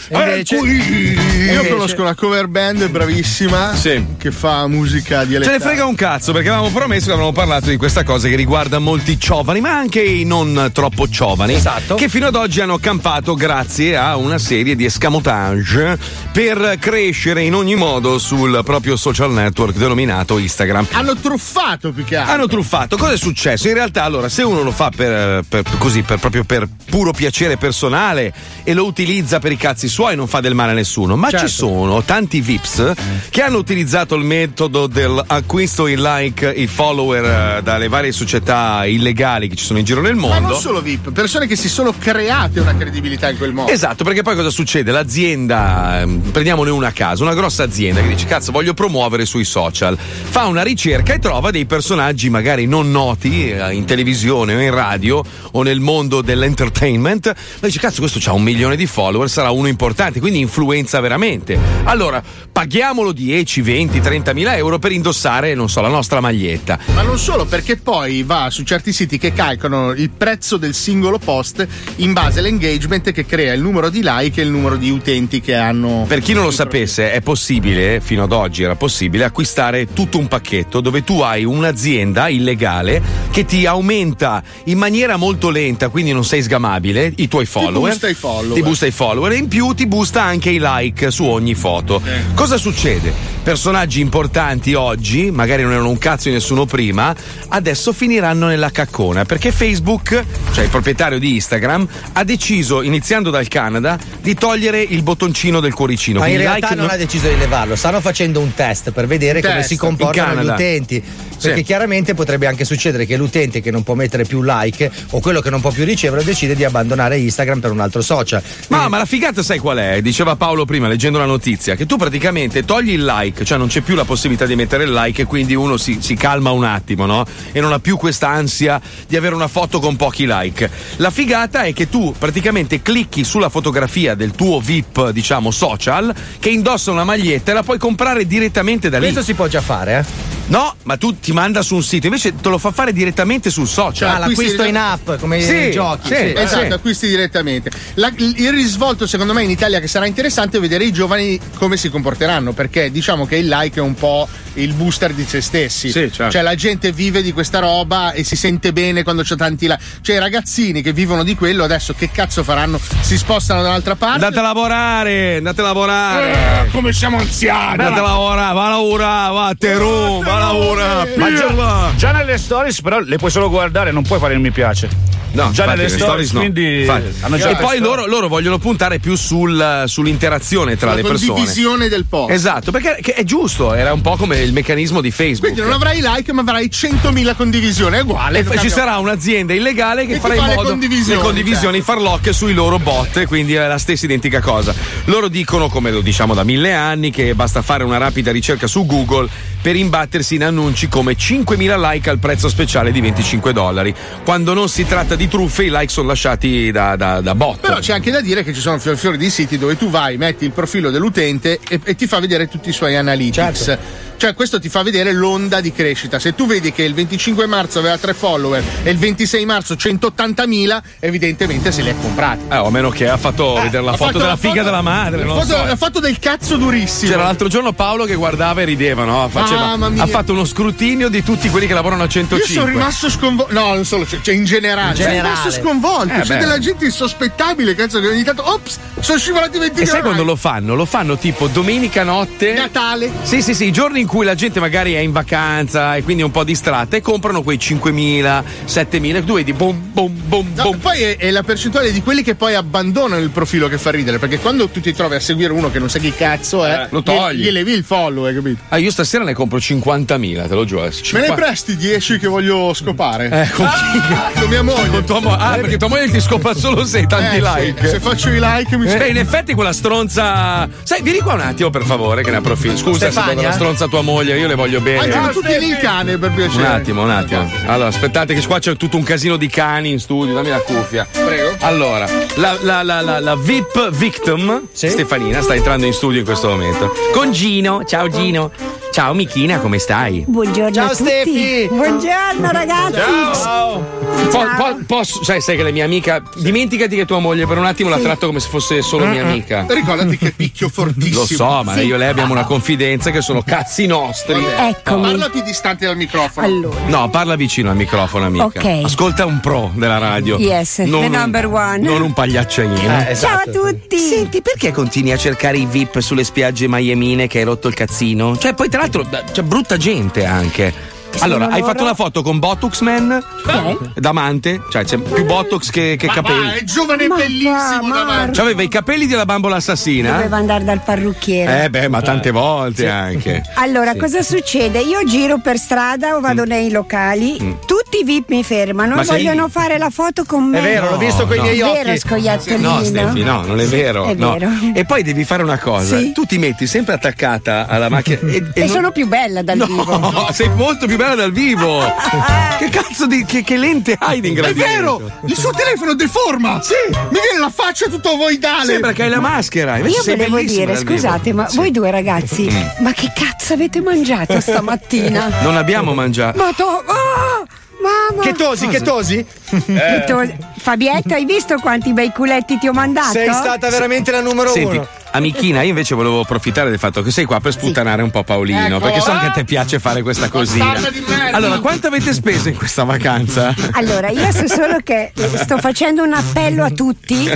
Speaker 4: Eh. Invece-
Speaker 22: è qui!
Speaker 4: Io conosco una cover band bravissima che fa musica
Speaker 5: Ce
Speaker 4: dialettale.
Speaker 5: ne frega un cazzo perché avevamo promesso che avevamo parlato di questa cosa che riguarda molti giovani, ma anche i non troppo giovani, che fino ad oggi hanno campato grazie a una serie di escamotage per crescere in ogni modo sul proprio social network denominato Instagram.
Speaker 4: Cioè, Hanno truffato più che altro.
Speaker 5: Hanno truffato, cosa è successo? In realtà, allora, se uno lo fa per, per- così, per- proprio per puro piacere personale e lo utilizza per i cazzi suoi, non fa del male a nessuno. Ma ci sono tanti VIPs che hanno utilizzato il metodo dell'acquisto i like, i follower eh, dalle varie società illegali che ci sono in giro nel mondo.
Speaker 4: Ma non solo VIP, persone che si sono create una credibilità in quel modo.
Speaker 5: Esatto, perché poi cosa succede? L'azienda, ehm, prendiamone una a caso, una grossa azienda che dice cazzo voglio promuovere sui social, fa una ricerca e trova dei personaggi magari non noti eh, in televisione o in radio o nel mondo dell'entertainment, ma dice cazzo questo ha un milione di follower, sarà uno importante, quindi influenza veramente. Allora paghiamolo 10, 20, 30 mila euro per indossare, non so, la nostra maglietta.
Speaker 4: Ma non solo, perché poi va su certi siti che calcolano il prezzo del singolo post in base all'engagement che crea il numero di like e il numero di utenti che hanno.
Speaker 5: Per chi non lo sapesse, è possibile, fino ad oggi era possibile, acquistare tutto un pacchetto dove tu hai un'azienda illegale che ti aumenta in maniera molto lenta, quindi non sei sgamabile, i tuoi follower.
Speaker 4: busta i follower.
Speaker 5: Ti busta i follower e in più ti busta anche i like su ogni foto. Cosa succede? Personaggi importanti oggi, magari non erano un cazzo di nessuno prima, adesso finiranno nella caccona perché Facebook, cioè il proprietario di Instagram, ha deciso, iniziando dal Canada, di togliere il bottoncino del cuoricino.
Speaker 7: Ma in
Speaker 5: Quindi
Speaker 7: realtà
Speaker 5: like
Speaker 7: non
Speaker 5: non-
Speaker 7: ha deciso di levarlo, stanno facendo un test per vedere
Speaker 5: Un
Speaker 7: come
Speaker 5: test
Speaker 7: si
Speaker 5: in
Speaker 7: comportano gli
Speaker 5: Canada.
Speaker 7: utenti. Perché
Speaker 5: Sì.
Speaker 7: chiaramente potrebbe anche succedere che l'utente che non può mettere più like o quello che non può più ricevere decide di abbandonare Instagram per un altro social.
Speaker 5: Ma, ma la figata sai qual è? Diceva Paolo prima leggendo la notizia, che tu praticamente togli il like, cioè non c'è più la possibilità di mettere il like e quindi uno si, si calma un attimo, no? E non ha più questa ansia di avere una foto con pochi like. La figata è che tu praticamente clicchi sulla fotografia del tuo VIP, diciamo, social, che indossa una maglietta e la puoi comprare direttamente da lì.
Speaker 7: Questo si può già fare, eh?
Speaker 5: No, ma tu ti manda su un sito, invece te lo fa fare direttamente sul
Speaker 4: cioè,
Speaker 5: social.
Speaker 7: Ah, l'acquisto in app, come
Speaker 5: Sì,
Speaker 7: i giochi.
Speaker 5: sì,
Speaker 7: sì.
Speaker 4: esatto, acquisti direttamente. La- il risvolto, secondo me, in Italia che sarà interessante è vedere i giovani come si comporteranno, perché diciamo che il like è un po' il booster di se stessi.
Speaker 5: Sì, certo.
Speaker 4: Cioè, la gente vive di questa roba e si sente bene quando c'è tanti like. Cioè, i ragazzini che vivono di quello adesso che cazzo faranno? Si spostano dall'altra parte.
Speaker 5: Andate a lavorare, andate a lavorare.
Speaker 4: Eh, come siamo anziani!
Speaker 5: Andate a lavorare, va a lavorare, va a Terum, va a lavorare.
Speaker 8: Ma già,
Speaker 5: pirla.
Speaker 8: già nelle stories, però, le puoi solo guardare, non puoi fare il mi piace.
Speaker 5: No,
Speaker 8: già
Speaker 5: infatti,
Speaker 8: nelle
Speaker 5: le
Speaker 8: stories,
Speaker 5: no.
Speaker 8: quindi
Speaker 5: Infatti.
Speaker 8: hanno già
Speaker 5: e
Speaker 8: le
Speaker 5: poi
Speaker 8: stories.
Speaker 5: loro, loro vogliono puntare più sul- sull'interazione tra
Speaker 4: la
Speaker 5: le persone.
Speaker 4: condivisione del post.
Speaker 5: Esatto, perché che è giusto, era un po' come il meccanismo di Facebook.
Speaker 4: Quindi non avrai like, ma avrai 100.000 condivisioni, è uguale.
Speaker 5: E poi ci sarà un'azienda illegale che
Speaker 4: Che ti
Speaker 5: farà in
Speaker 4: fa le
Speaker 5: modo
Speaker 4: condivisioni, certo.
Speaker 5: le condivisioni farlocche sui loro bot, e quindi è la stessa identica cosa. Loro dicono, come lo diciamo da mille anni, che basta fare una rapida ricerca su Google per imbattersi in annunci come 5.000 like al prezzo speciale di 25 dollari. Quando non si tratta di truffe, i like sono lasciati da, da- da bot.
Speaker 4: Però c'è anche da dire che ci sono fior fiori di siti dove tu vai, metti il profilo dell'utente e, e ti fa vedere tutti i suoi analytics.
Speaker 5: Certo.
Speaker 4: Cioè, questo ti fa vedere l'onda di crescita. Se tu vedi che il 25 marzo aveva 3 follower e il 26 marzo 180.000, evidentemente se li ha comprati.
Speaker 5: Eh, o a meno che ha fatto vedere la
Speaker 4: ha
Speaker 5: foto
Speaker 4: fatto
Speaker 5: della
Speaker 4: la
Speaker 5: figa
Speaker 4: foto-
Speaker 5: della madre. Non
Speaker 4: la
Speaker 5: lo
Speaker 4: foto-
Speaker 5: so.
Speaker 4: la foto del cazzo durissimo.
Speaker 5: C'era l'altro giorno Paolo che guardava e rideva, no? Faceva-
Speaker 4: Mamma mia.
Speaker 5: ha fatto uno scrutinio di tutti quelli che lavorano a
Speaker 4: Io
Speaker 5: 105.
Speaker 4: sono rimasto sconvolto. No, non solo, cioè, cioè, in generale.
Speaker 5: In
Speaker 4: Sono
Speaker 5: generale.
Speaker 4: rimasto sconvolto.
Speaker 5: Eh,
Speaker 4: c'è
Speaker 5: beh.
Speaker 4: della gente insospettabile, cazzo, che ogni tanto. Ops, sono scivolati 20
Speaker 5: E sai
Speaker 4: gradi.
Speaker 5: quando lo fanno? Lo fanno tipo domenica notte.
Speaker 4: Natale.
Speaker 5: Sì, sì, sì, i giorni in cui cui la gente magari è in vacanza e quindi è un po' distratta e comprano quei 5.000, 7.000, tu vedi boom, boom, boom,
Speaker 4: No,
Speaker 5: boom.
Speaker 4: poi è, è la percentuale di quelli che poi abbandonano il profilo che fa ridere, perché quando tu ti trovi a seguire uno che non sa chi cazzo è,
Speaker 5: Eh, lo
Speaker 4: gli-
Speaker 5: togli.
Speaker 4: Gli, levi il follow, hai capito?
Speaker 5: Ah, io stasera ne compro 50.000, te lo giuro.
Speaker 4: Me ne
Speaker 5: 50.
Speaker 4: presti 10 che voglio scopare? Eh,
Speaker 5: Ecco.
Speaker 4: con mia moglie.
Speaker 5: Con tua mo- ah, perché tua moglie ti scopa solo se hai tanti
Speaker 4: Eh, sì,
Speaker 5: like.
Speaker 4: se faccio i like mi
Speaker 5: Beh, in effetti quella stronza. Sai, vieni qua un attimo, per favore, che ne approfitto. Scusa se
Speaker 4: Stefania?
Speaker 5: tocco la stronza tua moglie, io le voglio bene.
Speaker 4: Mangiano tutti lì il cane per
Speaker 5: Eh, Un
Speaker 4: piacere.
Speaker 5: attimo, un attimo. Allora, aspettate, che qua c'è tutto un casino di cani in studio. Dammi la cuffia. Prego. Allora, la, la- la- la- la VIP Victim, Stefanina, sta entrando in studio in questo momento. Con Gino. Ciao, Gino. Ciao, Michina, come stai?
Speaker 24: Buongiorno
Speaker 7: Ciao,
Speaker 24: a tutti.
Speaker 7: Stefi.
Speaker 24: Buongiorno ragazzi.
Speaker 5: Po- po- posso, sai, sai che la mia amica. Dimenticati che tua moglie per un attimo la tratto come se fosse solo mia amica.
Speaker 4: Ricordati che picchio fortissimo.
Speaker 5: Lo so, ma
Speaker 4: Sì.
Speaker 5: io e lei abbiamo una confidenza che sono cazzi nostri.
Speaker 24: Eh.
Speaker 4: Parla più Ecco. distante dal microfono.
Speaker 24: Allora.
Speaker 5: No, parla vicino al microfono, amica.
Speaker 24: Ok.
Speaker 5: Ascolta un pro della radio.
Speaker 24: Yes, the number one.
Speaker 5: Non un pagliaccianino.
Speaker 24: Ciao a tutti.
Speaker 25: Senti, perché continui a cercare i VIP sulle spiagge maiemine che hai rotto il cazzino? Cioè, poi tra l'altro da- c'è brutta gente anche.
Speaker 5: Allora, hai
Speaker 25: loro-
Speaker 5: fatto la foto con Botox Man? Damante? Cioè, c'è più Botox Ah, che, che capelli.
Speaker 4: giovane
Speaker 24: bellissimo
Speaker 5: Cioè, aveva i capelli della bambola assassina?
Speaker 24: Doveva andare dal parrucchiere.
Speaker 5: Eh, beh, ma tante volte anche.
Speaker 24: Allora,
Speaker 5: Sì.
Speaker 24: cosa succede? Io giro per strada o vado nei locali,
Speaker 5: Mm.
Speaker 24: tutti i VIP mi fermano
Speaker 5: Ma
Speaker 24: e
Speaker 5: sei-
Speaker 24: vogliono fare la foto con me.
Speaker 5: È vero, l'ho visto coi
Speaker 24: no.
Speaker 5: miei occhi.
Speaker 24: Vero, scoiattolino.
Speaker 5: No, Stefi, no, non è vero.
Speaker 24: è
Speaker 5: no.
Speaker 24: vero.
Speaker 5: E poi devi fare una cosa:
Speaker 24: Sì.
Speaker 5: tu ti metti sempre attaccata alla macchina. E, e
Speaker 24: E,
Speaker 5: non-
Speaker 24: sono più bella dal vivo.
Speaker 5: No, sei molto più bella dal vivo. che cazzo di. Che, che lente hai di
Speaker 4: È
Speaker 5: ingrediente?
Speaker 4: vero, il suo telefono deforma.
Speaker 5: Sì.
Speaker 4: Mi viene la faccia tutto voidale.
Speaker 5: Sembra che hai la maschera. Invece
Speaker 24: Io
Speaker 5: sei
Speaker 24: volevo
Speaker 5: bellissima
Speaker 24: dire,
Speaker 5: dal vivo.
Speaker 24: scusate, ma voi due ragazzi,
Speaker 5: Mm.
Speaker 24: ma che cazzo avete mangiato stamattina?
Speaker 5: Non abbiamo mangiato.
Speaker 24: Ma to- ah, mamma!
Speaker 7: Che tosi, che
Speaker 24: Eh.
Speaker 7: tosi?
Speaker 5: Eh.
Speaker 24: Che tosi. Fabietta, hai visto quanti bei culetti ti ho mandato?
Speaker 7: Sei stata veramente la numero
Speaker 5: Senti,
Speaker 7: uno.
Speaker 5: amichina, io invece volevo approfittare del fatto che sei qua per sputtanare un po' Paolino,
Speaker 24: Ecco.
Speaker 5: perché so che a te piace fare questa cosina.
Speaker 24: Bastarda di merda.
Speaker 5: Allora, quanto avete speso in questa vacanza?
Speaker 24: Allora, io so solo che sto facendo un appello a tutti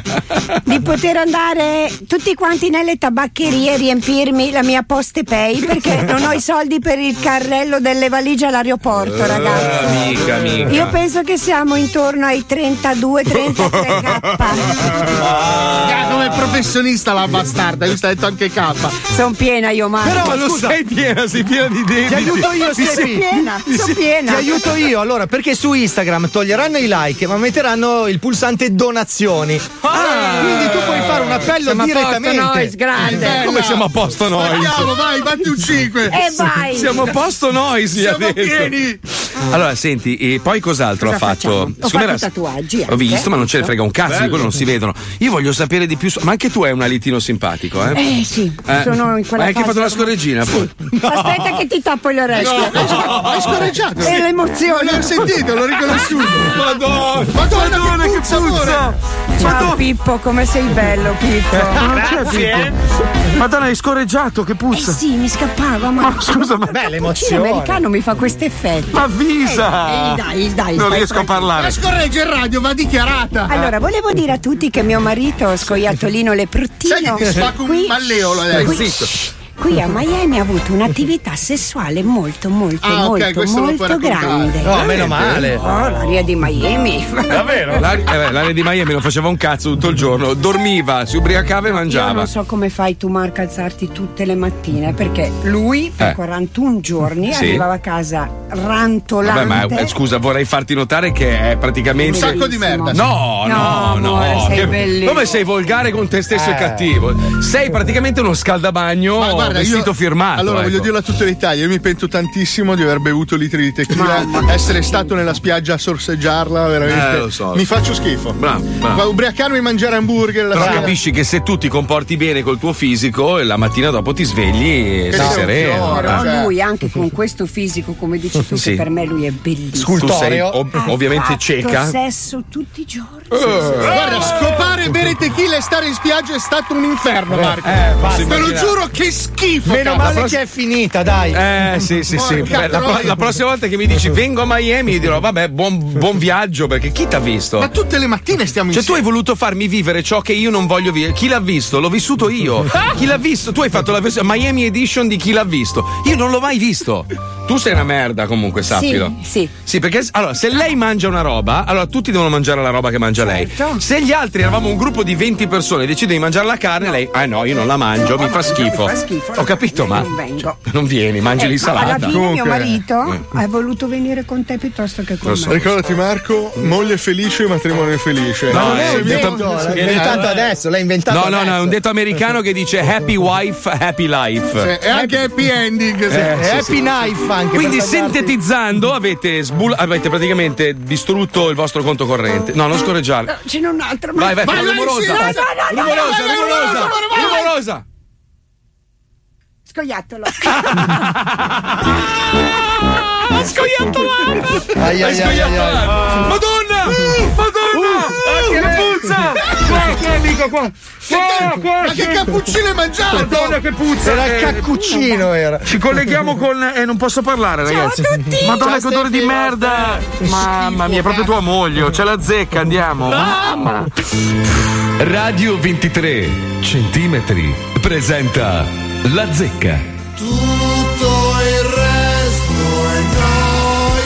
Speaker 24: di poter andare tutti quanti nelle tabaccherie e riempirmi la mia poste pay perché non ho i soldi per il carrello delle valigie all'aeroporto, ragazzi.
Speaker 5: Ah, Amica, amica.
Speaker 24: Io penso che siamo intorno ai 32-33k.
Speaker 4: Ah, come professionista la bastarda, mi sta detto anche K.
Speaker 24: Sono piena io, ma.
Speaker 4: Però
Speaker 24: lo
Speaker 4: non sei
Speaker 5: piena, sei piena di denti.
Speaker 7: Ti aiuto io,
Speaker 24: Sono
Speaker 7: Stefi.
Speaker 24: piena,
Speaker 7: Ti-
Speaker 24: sono piena.
Speaker 7: Ti aiuto io, allora, perché su Instagram toglieranno i like, ma metteranno il pulsante donazioni.
Speaker 8: Ah,
Speaker 5: Ah.
Speaker 7: quindi tu puoi fare un appello
Speaker 24: Siamo a posto,
Speaker 7: direttamente.
Speaker 24: nois, grande.
Speaker 7: Bella.
Speaker 5: Come siamo a posto noi?
Speaker 4: Andiamo, vai, batti un 5.
Speaker 24: E Eh, vai.
Speaker 5: Siamo a posto noi, si
Speaker 4: Siamo pieni.
Speaker 5: Allora, senti, e poi cos'altro
Speaker 24: Cosa
Speaker 5: ha fatto?
Speaker 24: facciamo? Ho
Speaker 5: Siccome
Speaker 24: fatto
Speaker 5: era-
Speaker 24: tatuaggi.
Speaker 5: Ho visto,
Speaker 24: anche.
Speaker 5: ma non ce ne frega un cazzo, di
Speaker 24: Bello.
Speaker 5: quello non si vedono. Io voglio sapere di più. su- Ma anche tu hai un alitino simpatico, eh?
Speaker 24: Eh sì,
Speaker 5: Eh,
Speaker 24: sono in quella
Speaker 5: ma hai anche
Speaker 24: fase
Speaker 5: fatto la
Speaker 24: ormai.
Speaker 5: scorreggina? poi?
Speaker 24: Aspetta che ti tappo le orecchie.
Speaker 4: No. Hai scorreggiato?
Speaker 24: E l'emozione.
Speaker 4: L'ho sentito, l'ho riconosciuto.
Speaker 5: Madonna,
Speaker 4: Madonna, che puzza, amore.
Speaker 24: Ciao Pippo, come sei bello Pippo.
Speaker 5: Madonna, hai scorreggiato, che
Speaker 24: Eh
Speaker 5: puzza.
Speaker 24: sì, mi scappava, ma.
Speaker 5: Ma scusa, ma-
Speaker 24: Beh,
Speaker 5: Bella
Speaker 24: l'emozione.
Speaker 5: emozione.
Speaker 24: l'americano mi fa questo effetto.
Speaker 5: Ma avvisa!
Speaker 24: Eh, eh, dai, dai,
Speaker 5: Non
Speaker 24: stai
Speaker 5: riesco a
Speaker 24: tranquillo.
Speaker 5: parlare. La
Speaker 4: scorreggia in radio, va dichiarata.
Speaker 24: Allora, volevo dire a tutti che mio marito, scoiattolino
Speaker 4: Sai
Speaker 24: Leprottino,
Speaker 4: che ti spacco un
Speaker 24: qui,
Speaker 4: malleolo
Speaker 24: qui-
Speaker 4: adesso.
Speaker 24: qui a Miami ha avuto un'attività sessuale molto, molto,
Speaker 4: Ah, ok,
Speaker 24: molto,
Speaker 4: questo lo puoi
Speaker 24: molto
Speaker 4: raccontare.
Speaker 24: grande.
Speaker 5: No, meno male.
Speaker 24: Oh, l'aria di Miami.
Speaker 5: Davvero? L'area di Miami non faceva un cazzo tutto il giorno, dormiva, si ubriacava e
Speaker 24: Io
Speaker 5: mangiava.
Speaker 24: non so come fai tu, Marco, a alzarti tutte le mattine perché lui per
Speaker 5: Eh.
Speaker 24: 41 giorni
Speaker 5: Sì.
Speaker 24: arrivava a casa
Speaker 5: Vabbè,
Speaker 24: rantolante.
Speaker 5: ma eh, scusa, vorrei farti notare che è praticamente.
Speaker 24: Un sacco di merda.
Speaker 5: No, no,
Speaker 24: No,
Speaker 5: no.
Speaker 24: amore, sei
Speaker 5: Che-
Speaker 24: bellissimo.
Speaker 5: Come sei volgare con te stesso e
Speaker 4: Eh.
Speaker 5: cattivo? Sei praticamente uno scaldabagno vestito
Speaker 4: io-
Speaker 5: firmato.
Speaker 4: Allora,
Speaker 5: ecco.
Speaker 4: voglio dirlo a tutta l'Italia. Io mi pento tantissimo di aver bevuto litri di tequila, essere stato nella spiaggia a sorseggiarla, veramente.
Speaker 5: Eh, lo so.
Speaker 4: Mi faccio schifo.
Speaker 5: Bravo, bravo.
Speaker 4: Va a ubriacarmi e mangiare hamburger la
Speaker 5: Però
Speaker 4: sera.
Speaker 5: capisci che se tu ti comporti bene col tuo fisico, la mattina dopo ti svegli e
Speaker 4: Che
Speaker 5: sei
Speaker 4: sei un
Speaker 5: sereno.
Speaker 24: Però
Speaker 5: eh.
Speaker 24: lui anche con questo fisico, come dici tu,
Speaker 5: Sì.
Speaker 24: che per me lui è bellissimo.
Speaker 5: Tu sei ov-
Speaker 24: Ha
Speaker 5: ovviamente
Speaker 24: fatto
Speaker 5: cieca.
Speaker 24: sesso tutti i giorni.
Speaker 4: Eh, Guarda, scopare, bere tequila e stare in spiaggia è stato un inferno, Marco.
Speaker 5: Eh, basta,
Speaker 4: Te lo
Speaker 5: immaginare.
Speaker 4: giuro che s- schifo.
Speaker 7: Meno
Speaker 5: cazzo.
Speaker 7: male
Speaker 5: La pross-
Speaker 7: che è finita, dai.
Speaker 5: Eh, sì, sì, sì.
Speaker 7: Porca
Speaker 5: Beh, la,
Speaker 7: troia.
Speaker 5: la prossima volta che mi dici vengo a Miami, io dirò vabbè, buon, buon viaggio perché chi t'ha visto?
Speaker 4: Ma tutte le mattine stiamo
Speaker 5: Cioè, tu hai voluto farmi vivere ciò che io non voglio vivere. Chi l'ha visto? L'ho vissuto io. Chi l'ha visto? Tu hai fatto la versione Miami Edition di chi l'ha visto. Io non l'ho mai visto. Tu sei una merda comunque, sappilo.
Speaker 15: Sì,
Speaker 5: Sì, perché allora, se lei mangia una roba, allora tutti devono mangiare la roba che mangia lei. Se gli altri eravamo un gruppo di 20 persone e decide di mangiare la carne, lei, ah no, io non la mangio, mi fa schifo.
Speaker 24: Mi fa schifo.
Speaker 5: Ho capito, ma
Speaker 24: Non vengo.
Speaker 5: non vieni, mangi
Speaker 24: Eh, ma
Speaker 5: l'insalata. Mm.
Speaker 24: Alla fine mio marito ha voluto venire con te piuttosto che con me.
Speaker 4: Ricordati Marco, moglie felice, matrimonio felice.
Speaker 5: No,
Speaker 4: Ma non
Speaker 5: eh,
Speaker 4: è
Speaker 5: ho
Speaker 4: un
Speaker 5: detto-
Speaker 4: detto-
Speaker 5: sì,
Speaker 4: l'hai
Speaker 5: eh,
Speaker 4: inventato
Speaker 5: eh.
Speaker 4: adesso, l'hai inventato
Speaker 5: No, no, no, è
Speaker 4: adesso.
Speaker 5: un detto americano che dice happy wife, happy life.
Speaker 4: Sì,
Speaker 7: Eh,
Speaker 4: e anche happy ending.
Speaker 5: Eh,
Speaker 4: sì.
Speaker 5: sì,
Speaker 4: Happy
Speaker 5: sì.
Speaker 4: knife anche.
Speaker 5: Quindi
Speaker 4: per salvarti.
Speaker 5: sintetizzando avete, sbul- avete praticamente distrutto il vostro conto corrente. No, non scorreggiare.
Speaker 24: No, ce n'è un'altra.
Speaker 5: Vai, vai,
Speaker 24: vai,
Speaker 5: fai rumorosa.
Speaker 24: sì, no, no, no, no,
Speaker 5: Rumorosa,
Speaker 24: vai, vai,
Speaker 5: rumorosa,
Speaker 24: vai, vai, vai.
Speaker 5: rumorosa.
Speaker 24: Scoiattolo.
Speaker 5: Ah, Ha scoiato l'arma!
Speaker 13: Ai,
Speaker 5: Hai
Speaker 13: ai, ai,
Speaker 5: scoiato
Speaker 13: ai, ai.
Speaker 5: l'arma! Madonna!
Speaker 4: Uh,
Speaker 5: Madonna! Ah,
Speaker 13: Uh,
Speaker 5: che
Speaker 13: uh,
Speaker 5: puzza!
Speaker 13: Qua, qua,
Speaker 5: amico, qua!
Speaker 13: Qua, qua,
Speaker 4: Ma che cappuccino hai mangiato?
Speaker 5: Madonna, che puzza!
Speaker 4: Era
Speaker 5: Eh,
Speaker 4: caccuccino, era.
Speaker 5: Ci colleghiamo con... Eh, non posso parlare, ragazzi. Madonna, che
Speaker 4: Ciao,
Speaker 5: odore di
Speaker 4: Stefano.
Speaker 5: merda! Mamma mia, è proprio tua moglie. oh, C'è la zecca, andiamo. Mamma!
Speaker 2: Radio 23 centimetri presenta La Zecca.
Speaker 13: Tutto il resto è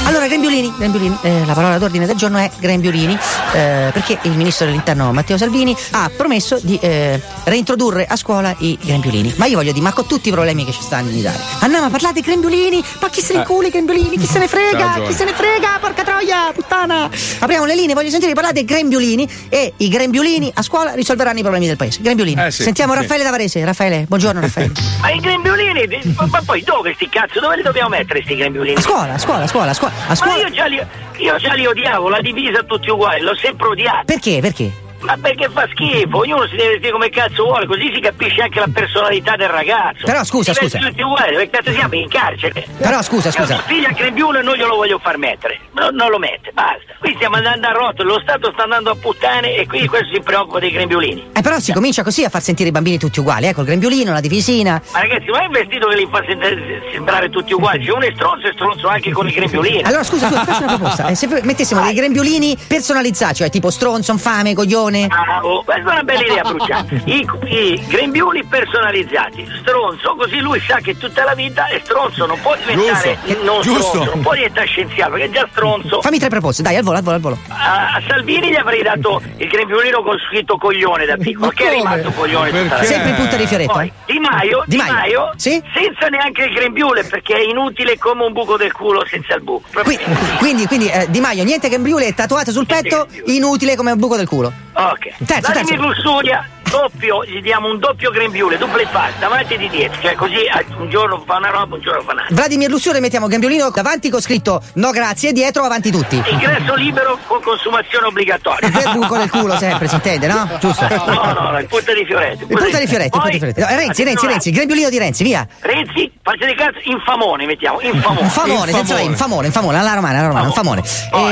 Speaker 15: Allora, Grembiolini, Grembiolini, eh, la parola d'ordine del giorno è Grembiolini, eh, perché il ministro dell'interno Matteo Salvini ha promesso di eh, reintrodurre a scuola i Grembiolini. Ma io voglio dire, ma con tutti i problemi che ci stanno in Italia. Ah no, ma parlate di Grembiolini, ma chi se ne
Speaker 13: Eh.
Speaker 15: cula i Grembiolini, chi se ne
Speaker 13: C'ha
Speaker 15: frega,
Speaker 13: ragione.
Speaker 15: chi se ne frega, porca troia, puttana. Apriamo le linee, voglio sentire parlare dei Grembiolini e i Grembiolini a scuola risolveranno i problemi del paese. Grembiolini.
Speaker 12: Eh sì,
Speaker 15: Sentiamo
Speaker 12: sì.
Speaker 15: Raffaele Davarese. Raffaele, buongiorno Raffaele.
Speaker 12: Ma i grembiolini? di- Ma ma poi dove sti cazzo? Dove li dobbiamo mettere sti grembiolini?
Speaker 15: A scuola, a scuola, a scuola, a scuola. A scuola.
Speaker 12: Ma io già, li, io già li odiavo, la divisa tutti uguali, l'ho sempre odiata.
Speaker 15: Perché? Perché?
Speaker 12: Ma perché fa schifo? Ognuno si deve vestire come cazzo vuole, così si capisce anche la personalità del ragazzo.
Speaker 15: Però, scusa,
Speaker 12: Si vesti
Speaker 15: scusa.
Speaker 12: tutti uguali, perché cazzo siamo in carcere.
Speaker 15: Però, scusa, scusa.
Speaker 12: Mio figlio a grembiule non glielo voglio far mettere. No, non lo mette, basta. Qui stiamo andando a rotolo, lo Stato sta andando a puttane e quindi questo si preoccupa dei grembiolini.
Speaker 15: Eh, però si comincia così a far sentire i bambini tutti uguali, eh, col grembiolino, la divisina.
Speaker 12: Ma ragazzi, ma è un vestito che li fa sent- sembrare tutti uguali? C'è uno è stronzo e stronzo anche con i grembiolini.
Speaker 15: Allora, scusa, scusa, ti faccio una proposta. Eh, se mettessimo dei grembiolini personalizzati, cioè tipo stronzo, infame, coglione.
Speaker 12: Ah, oh, questa è una bella idea, Bruciato. I, I grembiuli personalizzati, stronzo, così lui sa che tutta la vita è stronzo, non può diventare
Speaker 15: Giusto.
Speaker 12: non
Speaker 15: Giusto.
Speaker 12: stronzo, non può diventare scienziato, perché è già stronzo.
Speaker 15: Fammi tre proposte, dai, al volo, al volo, al volo.
Speaker 12: A, a Salvini gli avrei dato il grembiulino con scritto coglione da piccolo, che è rimasto coglione tutta la
Speaker 15: Perché?
Speaker 12: vita.
Speaker 15: Sempre in punta di fioretto.
Speaker 12: Poi, Di Maio,
Speaker 15: Di
Speaker 12: Di
Speaker 15: Maio,
Speaker 12: Maio, senza neanche il grembiule, perché è inutile come un buco del culo senza il buco. Proprio-
Speaker 15: Quindi, quindi eh, Di Maio, niente grembiule, tatuato sul petto, inutile come un buco del culo.
Speaker 12: Ok.
Speaker 15: Terzo,
Speaker 12: Vladimir
Speaker 15: terzo.
Speaker 12: Lussuria, doppio, gli diamo un doppio grembiule, doppio pass, davanti e di dietro. Cioè così eh, un giorno fa una roba, un giorno fa un'altra.
Speaker 15: Vladimir Lussure mettiamo grembiolino davanti con scritto no grazie, dietro avanti tutti.
Speaker 12: Ingresso libero con consumazione obbligatoria.
Speaker 15: Del buco del culo sempre, si intende, no? Giusto.
Speaker 12: No, no, no, il punta di Fioretti.
Speaker 15: E punta di fioretti, punta di fioretti. No, eh, Renzi, Renzi, Renzi, il grembiolino di Renzi, via.
Speaker 12: Renzi, parte di cazzo, infamone mettiamo, infamone.
Speaker 15: Un famone, senza lei, un famone, un famone, alla romana, alla romana, un famone.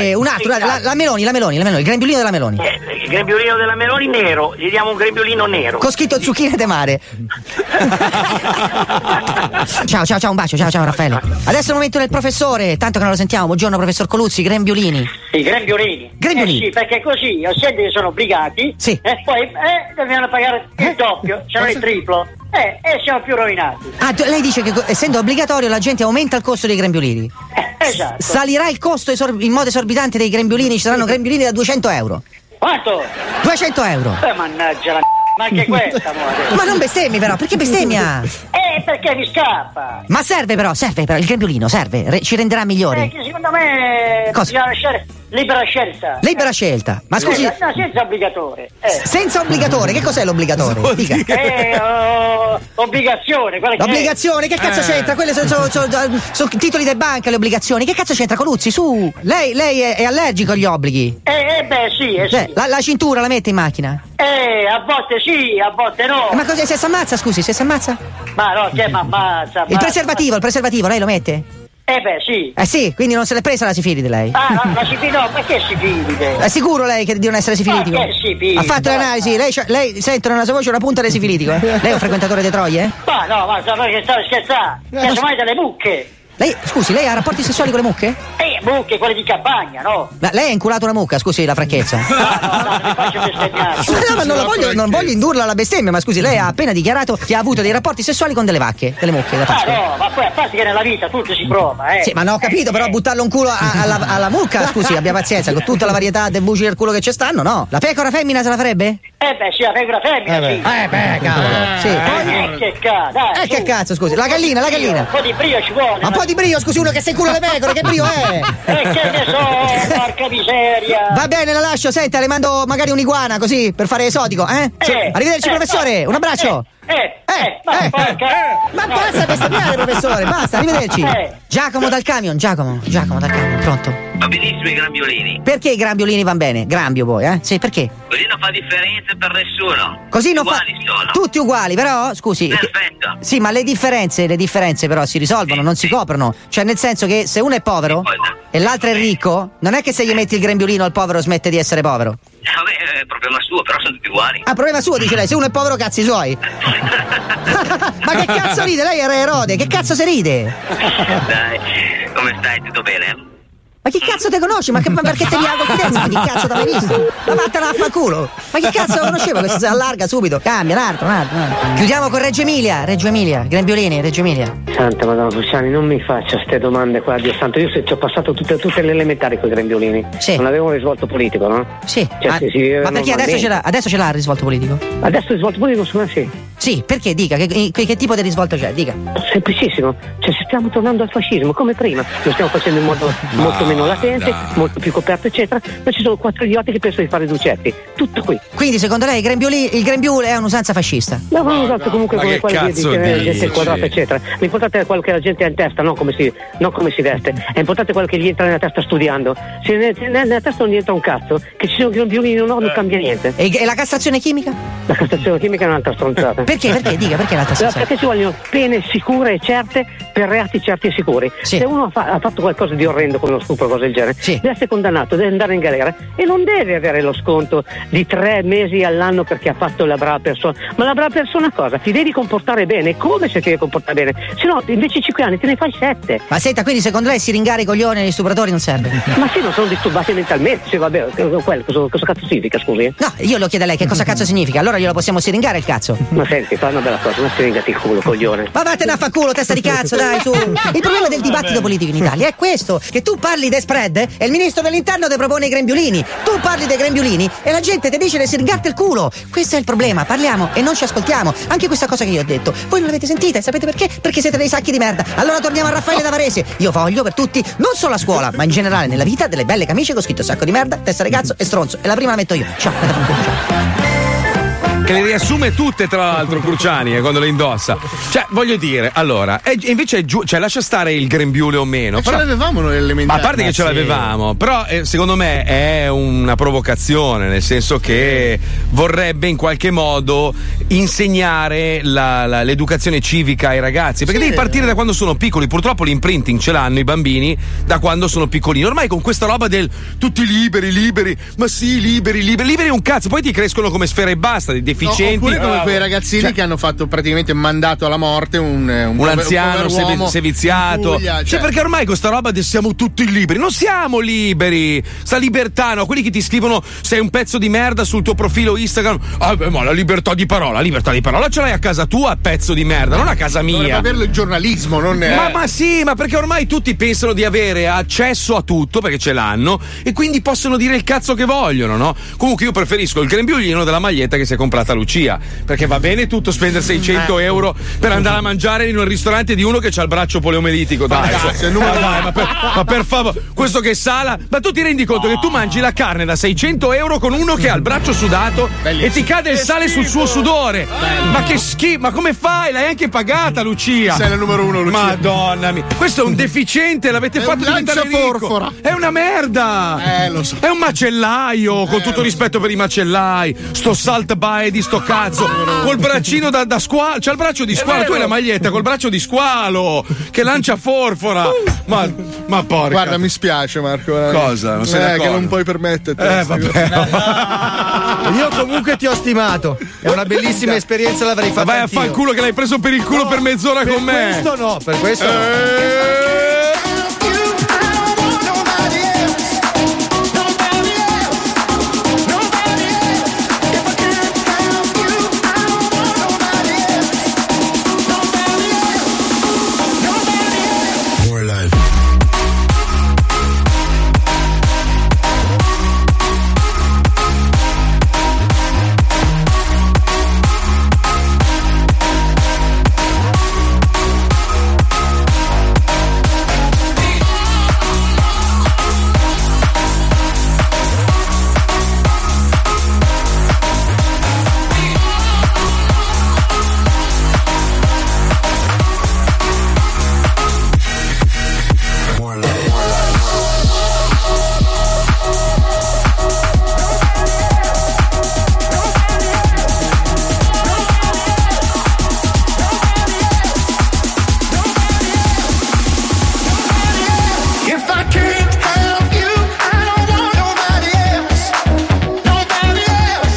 Speaker 15: Eh, un altro, la, la Meloni, la Meloni, la Meloni, il grembiolino della Meloni.
Speaker 12: Eh, Il grembiolino della Meloni nero, gli diamo un grembiolino nero.
Speaker 15: Con scritto zucchine de mare. ciao, ciao, ciao, un bacio, ciao, ciao Raffaele. Adesso è il momento del professore, tanto che non lo sentiamo. Buongiorno professor Coluzzi, grembiolini.
Speaker 26: eh. I grembiolini.
Speaker 15: Grembiolini.
Speaker 26: Eh sì, perché così, essendo che sono obbligati, e poi eh, dobbiamo pagare il doppio, se non il triplo, eh, e siamo più rovinati.
Speaker 15: Ah, tu- lei dice che co- essendo obbligatorio la gente aumenta il costo dei grembiolini.
Speaker 26: Esatto.
Speaker 15: Salirà il costo esor- in modo esorbitante dei grembiolini, ci saranno grembiolini da 200 euro.
Speaker 26: Quanto?
Speaker 15: 200 euro.
Speaker 26: Eh, mannaggia la m***a, ma anche questa, amore.
Speaker 15: Ma non bestemmi però, perché bestemmia?
Speaker 26: Eh, perché mi scappa?
Speaker 15: Ma serve però, serve però, il grembiolino serve, re- ci renderà
Speaker 26: Eh,
Speaker 15: migliori.
Speaker 26: che secondo me
Speaker 15: Cosa?
Speaker 26: bisogna lasciare libera scelta.
Speaker 15: Libera scelta. Ma scusi,
Speaker 26: Eh, no, senza obbligatore. Eh.
Speaker 15: senza obbligatore, che cos'è l'obbligatore? Dica.
Speaker 26: Eh, oh, obbligazione, guarda che-
Speaker 15: L'obbligazione, che
Speaker 26: Eh.
Speaker 15: cazzo c'entra? Quelle sono, sono- sono- sono titoli delle banche, le obbligazioni. Che cazzo c'entra, Coluzzi? Su, lei, lei è, è allergico agli obblighi.
Speaker 26: Eh, eh, beh, sì, eh, sì.
Speaker 15: Cioè, la, la cintura la mette in macchina. Eh,
Speaker 26: Eh, a volte sì, a volte no.
Speaker 15: Ma cos'è? Se si ammazza, scusi, se si ammazza?
Speaker 26: Ma no, che ma ammazza.
Speaker 15: Il
Speaker 26: ammazza.
Speaker 15: preservativo, il preservativo, lei lo mette?
Speaker 26: Eh beh, sì.
Speaker 15: Eh sì, quindi non se l'è presa la sifilide lei?
Speaker 26: Ah, no, la sifilide, no, perché sifilide?
Speaker 15: È Eh. sicuro lei che di non essere sifilitico?
Speaker 26: Ma che sifilide?
Speaker 15: Ha fatto l'analisi, lei, c'ha- lei sento nella sua voce una punta di sifilitico. eh? Lei è un frequentatore di troie?
Speaker 26: Ma no, ma so che sto scherzando.
Speaker 15: Eh,
Speaker 26: Cazzo mai delle mucche.
Speaker 15: Lei, scusi, lei ha rapporti sessuali con le mucche?
Speaker 26: Eh, mucche, quelle di campagna, no?
Speaker 15: Ma lei ha inculato una mucca, scusi la franchezza.
Speaker 26: Ah,
Speaker 15: Ma no, ma non, la voglio, non voglio indurla alla bestemmia, ma scusi, lei ha appena dichiarato che ha avuto dei rapporti sessuali con delle vacche, delle mucche da
Speaker 26: Ah
Speaker 15: Pasqua.
Speaker 26: no, ma poi a parte che nella vita tutto si prova, eh.
Speaker 15: Sì, ma non ho capito, però buttarlo un culo a- alla, alla mucca, scusi, abbia pazienza, con tutta la varietà dei buci del culo che ci stanno, no? La pecora femmina se la farebbe?
Speaker 26: Eh beh, sì, la regola femmina,
Speaker 15: Eh beh.
Speaker 26: sì.
Speaker 15: Eh beh, cavolo, sì.
Speaker 26: Eh, che cazzo, dai.
Speaker 15: Eh, che
Speaker 26: su.
Speaker 15: cazzo, scusi, la gallina, la gallina.
Speaker 26: Un po' di brio ci vuole.
Speaker 15: Ma un po' di brio, scusi, uno che si incula le pecore, che brio è?
Speaker 26: Eh, che ne so, porca miseria.
Speaker 15: Va bene, la lascio, senta, le mando magari un'iguana così per fare esotico, eh?
Speaker 26: Eh,
Speaker 15: Arrivederci,
Speaker 26: eh,
Speaker 15: professore, un abbraccio.
Speaker 26: Eh, eh, ma porca...
Speaker 12: Eh.
Speaker 15: Ma Ah, basta bestemmiare, professore, basta, arrivederci.
Speaker 26: Eh.
Speaker 15: Giacomo dal camion, Giacomo, Giacomo dal camion, pronto.
Speaker 12: Va benissimo i grambiolini.
Speaker 15: Perché i grambiolini vanno bene? Grambio poi, eh? Sì, perché?
Speaker 12: Così non fa differenza per nessuno.
Speaker 15: Così non
Speaker 12: Uguali
Speaker 15: fa.
Speaker 12: sono.
Speaker 15: Tutti uguali, però, scusi. eh,
Speaker 12: Perfetto.
Speaker 15: Sì, ma le differenze, le differenze però si risolvono, non si coprono. Cioè, nel senso che se uno è povero e l'altro è ricco, non è che se gli metti il grembiolino al povero smette di essere povero.
Speaker 12: Eh, Vabbè, è problema suo, però sono tutti uguali.
Speaker 15: Ah, problema suo, dice lei, se uno è povero cazzi suoi. ma che cazzo ride? Lei è re Erode, che cazzo si ride?
Speaker 12: Dai, come stai? Tutto bene?
Speaker 15: Ma chi cazzo te conosci? Ma, che, ma perché te li ha confidenza? Ma chi cazzo te l'hai visto? Ma vattene a far culo! Ma chi cazzo lo conosceva? Questo si allarga subito, cambia, un altro, un altro, un altro. Chiudiamo con Reggio Emilia, Reggio Emilia, Grembiolini, Reggio Emilia.
Speaker 27: Santa Madonna Fussiani, non mi faccia queste domande qua, Dio santo. Io se- ci ho passato tutte, tutte le elementari con i grembiolini. Non avevo un risvolto politico, no?
Speaker 15: Sì.
Speaker 27: Cioè,
Speaker 15: Ah,
Speaker 27: se si viveva
Speaker 15: ma perché adesso
Speaker 27: normalmente.
Speaker 15: ce, l'ha, adesso ce l'ha il risvolto politico?
Speaker 27: Adesso il risvolto politico secondo me sì.
Speaker 15: Sì, perché dica, che, che- che tipo di risvolto c'è? Dica.
Speaker 27: Semplicissimo, cioè se stiamo tornando al fascismo come prima, lo stiamo facendo in modo
Speaker 15: Ma
Speaker 27: molto meno latente,
Speaker 15: dai.
Speaker 27: molto più coperto, eccetera, ma ci sono quattro idioti che pensano di fare i ducetti. Tutto qui.
Speaker 15: Quindi secondo lei il, grembiuli- il grembiule è un'usanza fascista?
Speaker 27: No, ma usato comunque
Speaker 15: Ma
Speaker 27: come
Speaker 15: che
Speaker 27: quale
Speaker 15: cazzo
Speaker 27: dire di
Speaker 15: dici?
Speaker 27: che gente è quadrata, eccetera. L'importante è quello che la gente ha in testa, non come si, non come si veste. È importante quello che gli entra nella testa studiando. Se ne- se ne- nella testa non gli entra un cazzo, che ci sono grembiuli o no, non cambia niente.
Speaker 15: E, e la castrazione chimica?
Speaker 27: La castrazione chimica è un'altra stronzata.
Speaker 15: Perché? Perché? Dica, perché è un'altra stronzata?
Speaker 27: Perché ci vogliono pene sicure e certe per reati certi e sicuri. Se uno fa- ha fatto qualcosa di orrendo come uno stupro o cose del genere, deve essere condannato, deve andare in galera e non deve avere lo sconto di tre mesi all'anno perché ha fatto la brava persona. Ma la brava persona cosa? Ti devi comportare bene, come se ti devi comportare bene? Se no, invece di 5 anni te ne fai 7.
Speaker 15: Ma senta, quindi secondo lei siringare i coglioni e gli stupratori non serve?
Speaker 27: Ma sì, non sono disturbati mentalmente, sì, vabbè, quello, cosa, cosa cazzo significa, scusi?
Speaker 15: No, Ah, io lo chiedo a lei che cosa cazzo significa, allora glielo possiamo siringare il cazzo.
Speaker 27: Ma senti, fa una bella cosa, non stringati il culo, coglione.
Speaker 15: Ma vattene a fa culo, testa di cazzo, dai, su. Il problema del dibattito politico in Italia è questo: che tu parli di spread e il ministro dell'interno ti propone i grembiulini. Tu parli dei grembiulini e la gente ti dice di sirgarti il culo. Questo è il problema, parliamo e non ci ascoltiamo. Anche questa cosa che io ho detto. Voi non l'avete sentita, sapete perché? Perché siete dei sacchi di merda. Allora torniamo a Raffaele Davarese. Io voglio per tutti, non solo a scuola, ma in generale nella vita, delle belle camicie con scritto sacco di merda, testa di cazzo e stronzo. E la prima la metto io. Ciao, andate a fanculo, ciao.
Speaker 5: Che le riassume tutte, tra l'altro, Cruciani, eh, quando le indossa. Cioè, voglio dire, allora, è- invece è giù, cioè, lascia stare il grembiule o meno.
Speaker 4: Ce
Speaker 5: Però,
Speaker 4: l'avevamo noi
Speaker 5: ma a
Speaker 4: elementari.
Speaker 5: parte che
Speaker 4: Ma
Speaker 5: ce
Speaker 4: Ah, sì.
Speaker 5: l'avevamo, però eh, secondo me è una provocazione, nel senso che vorrebbe in qualche modo insegnare la- la- l'educazione civica ai ragazzi, perché devi partire da quando sono piccoli, purtroppo l'imprinting ce l'hanno i bambini da quando sono piccolini, ormai con questa roba del tutti liberi, liberi, ma sì, liberi, liberi, liberi un cazzo, poi ti crescono come sfera e basta, dei
Speaker 4: No,
Speaker 5: deficienti.
Speaker 4: oppure come
Speaker 5: Bravo.
Speaker 4: quei ragazzini
Speaker 5: Cioè,
Speaker 4: che hanno fatto praticamente mandato alla morte un, eh, un
Speaker 5: un
Speaker 4: pover-
Speaker 5: anziano
Speaker 4: poveruomo
Speaker 5: sevi-
Speaker 4: in
Speaker 5: seviziato.
Speaker 4: Puglia,
Speaker 5: cioè, perché ormai con sta roba di siamo tutti liberi. Non siamo liberi. Sta libertà, no? Quelli che ti scrivono sei un pezzo di merda sul tuo profilo Instagram. Ah, beh, ma la libertà di parola, la libertà di parola ce l'hai a casa tua, pezzo di merda, non a casa
Speaker 4: Dovrebbe
Speaker 5: mia.
Speaker 4: averlo il giornalismo, non eh. è.
Speaker 5: Ma, ma sì, ma perché ormai tutti pensano di avere accesso a tutto, perché ce l'hanno, e quindi possono dire il cazzo che vogliono, no? Comunque io preferisco il grembiulino della maglietta che si è comprata Lucia, perché va bene tutto spendere 600
Speaker 4: Eh.
Speaker 5: euro per andare a mangiare in un ristorante di uno che ha il braccio poliomelitico, dai.
Speaker 4: dai,
Speaker 5: cioè,
Speaker 4: se non-
Speaker 5: ma dai, ma per, ma per favore, questo che sala, ma tu ti rendi conto che tu mangi la carne da 600 euro con uno che ha il braccio sudato e ti cade il sale sul suo sudore? Ma che schifo, ma come fai? L'hai anche pagata Lucia.
Speaker 4: Sei la numero uno, Lucia.
Speaker 5: Madonna mia. Questo è un deficiente, l'avete
Speaker 4: È
Speaker 5: fatto
Speaker 4: un
Speaker 5: diventare
Speaker 4: lanciaforfora.
Speaker 5: ricco. È una merda.
Speaker 4: Eh, lo so.
Speaker 5: È un macellaio, con tutto rispetto per i macellai. Sto salt by di sto cazzo.
Speaker 4: Ah,
Speaker 5: Col braccino da, da squalo. C'ha il braccio di squalo. Tu hai la maglietta col braccio di squalo che lancia forfora. Ma, ma porca.
Speaker 4: Guarda, mi spiace, Marco. veramente.
Speaker 5: Cosa? Non se ne
Speaker 4: eh,
Speaker 5: accorge.
Speaker 4: che non puoi permetterti.
Speaker 5: Eh, vabbè.
Speaker 7: Io comunque ti ho stimato. È una bellissima esperienza, l'avrei fatta.
Speaker 5: Ma vai a
Speaker 7: anch'io.
Speaker 5: fanculo che l'hai preso per il culo per mezz'ora
Speaker 7: per
Speaker 5: con me. Eh.
Speaker 7: questo no, per questo no.
Speaker 13: If I can't help you, I don't want nobody else. Nobody else.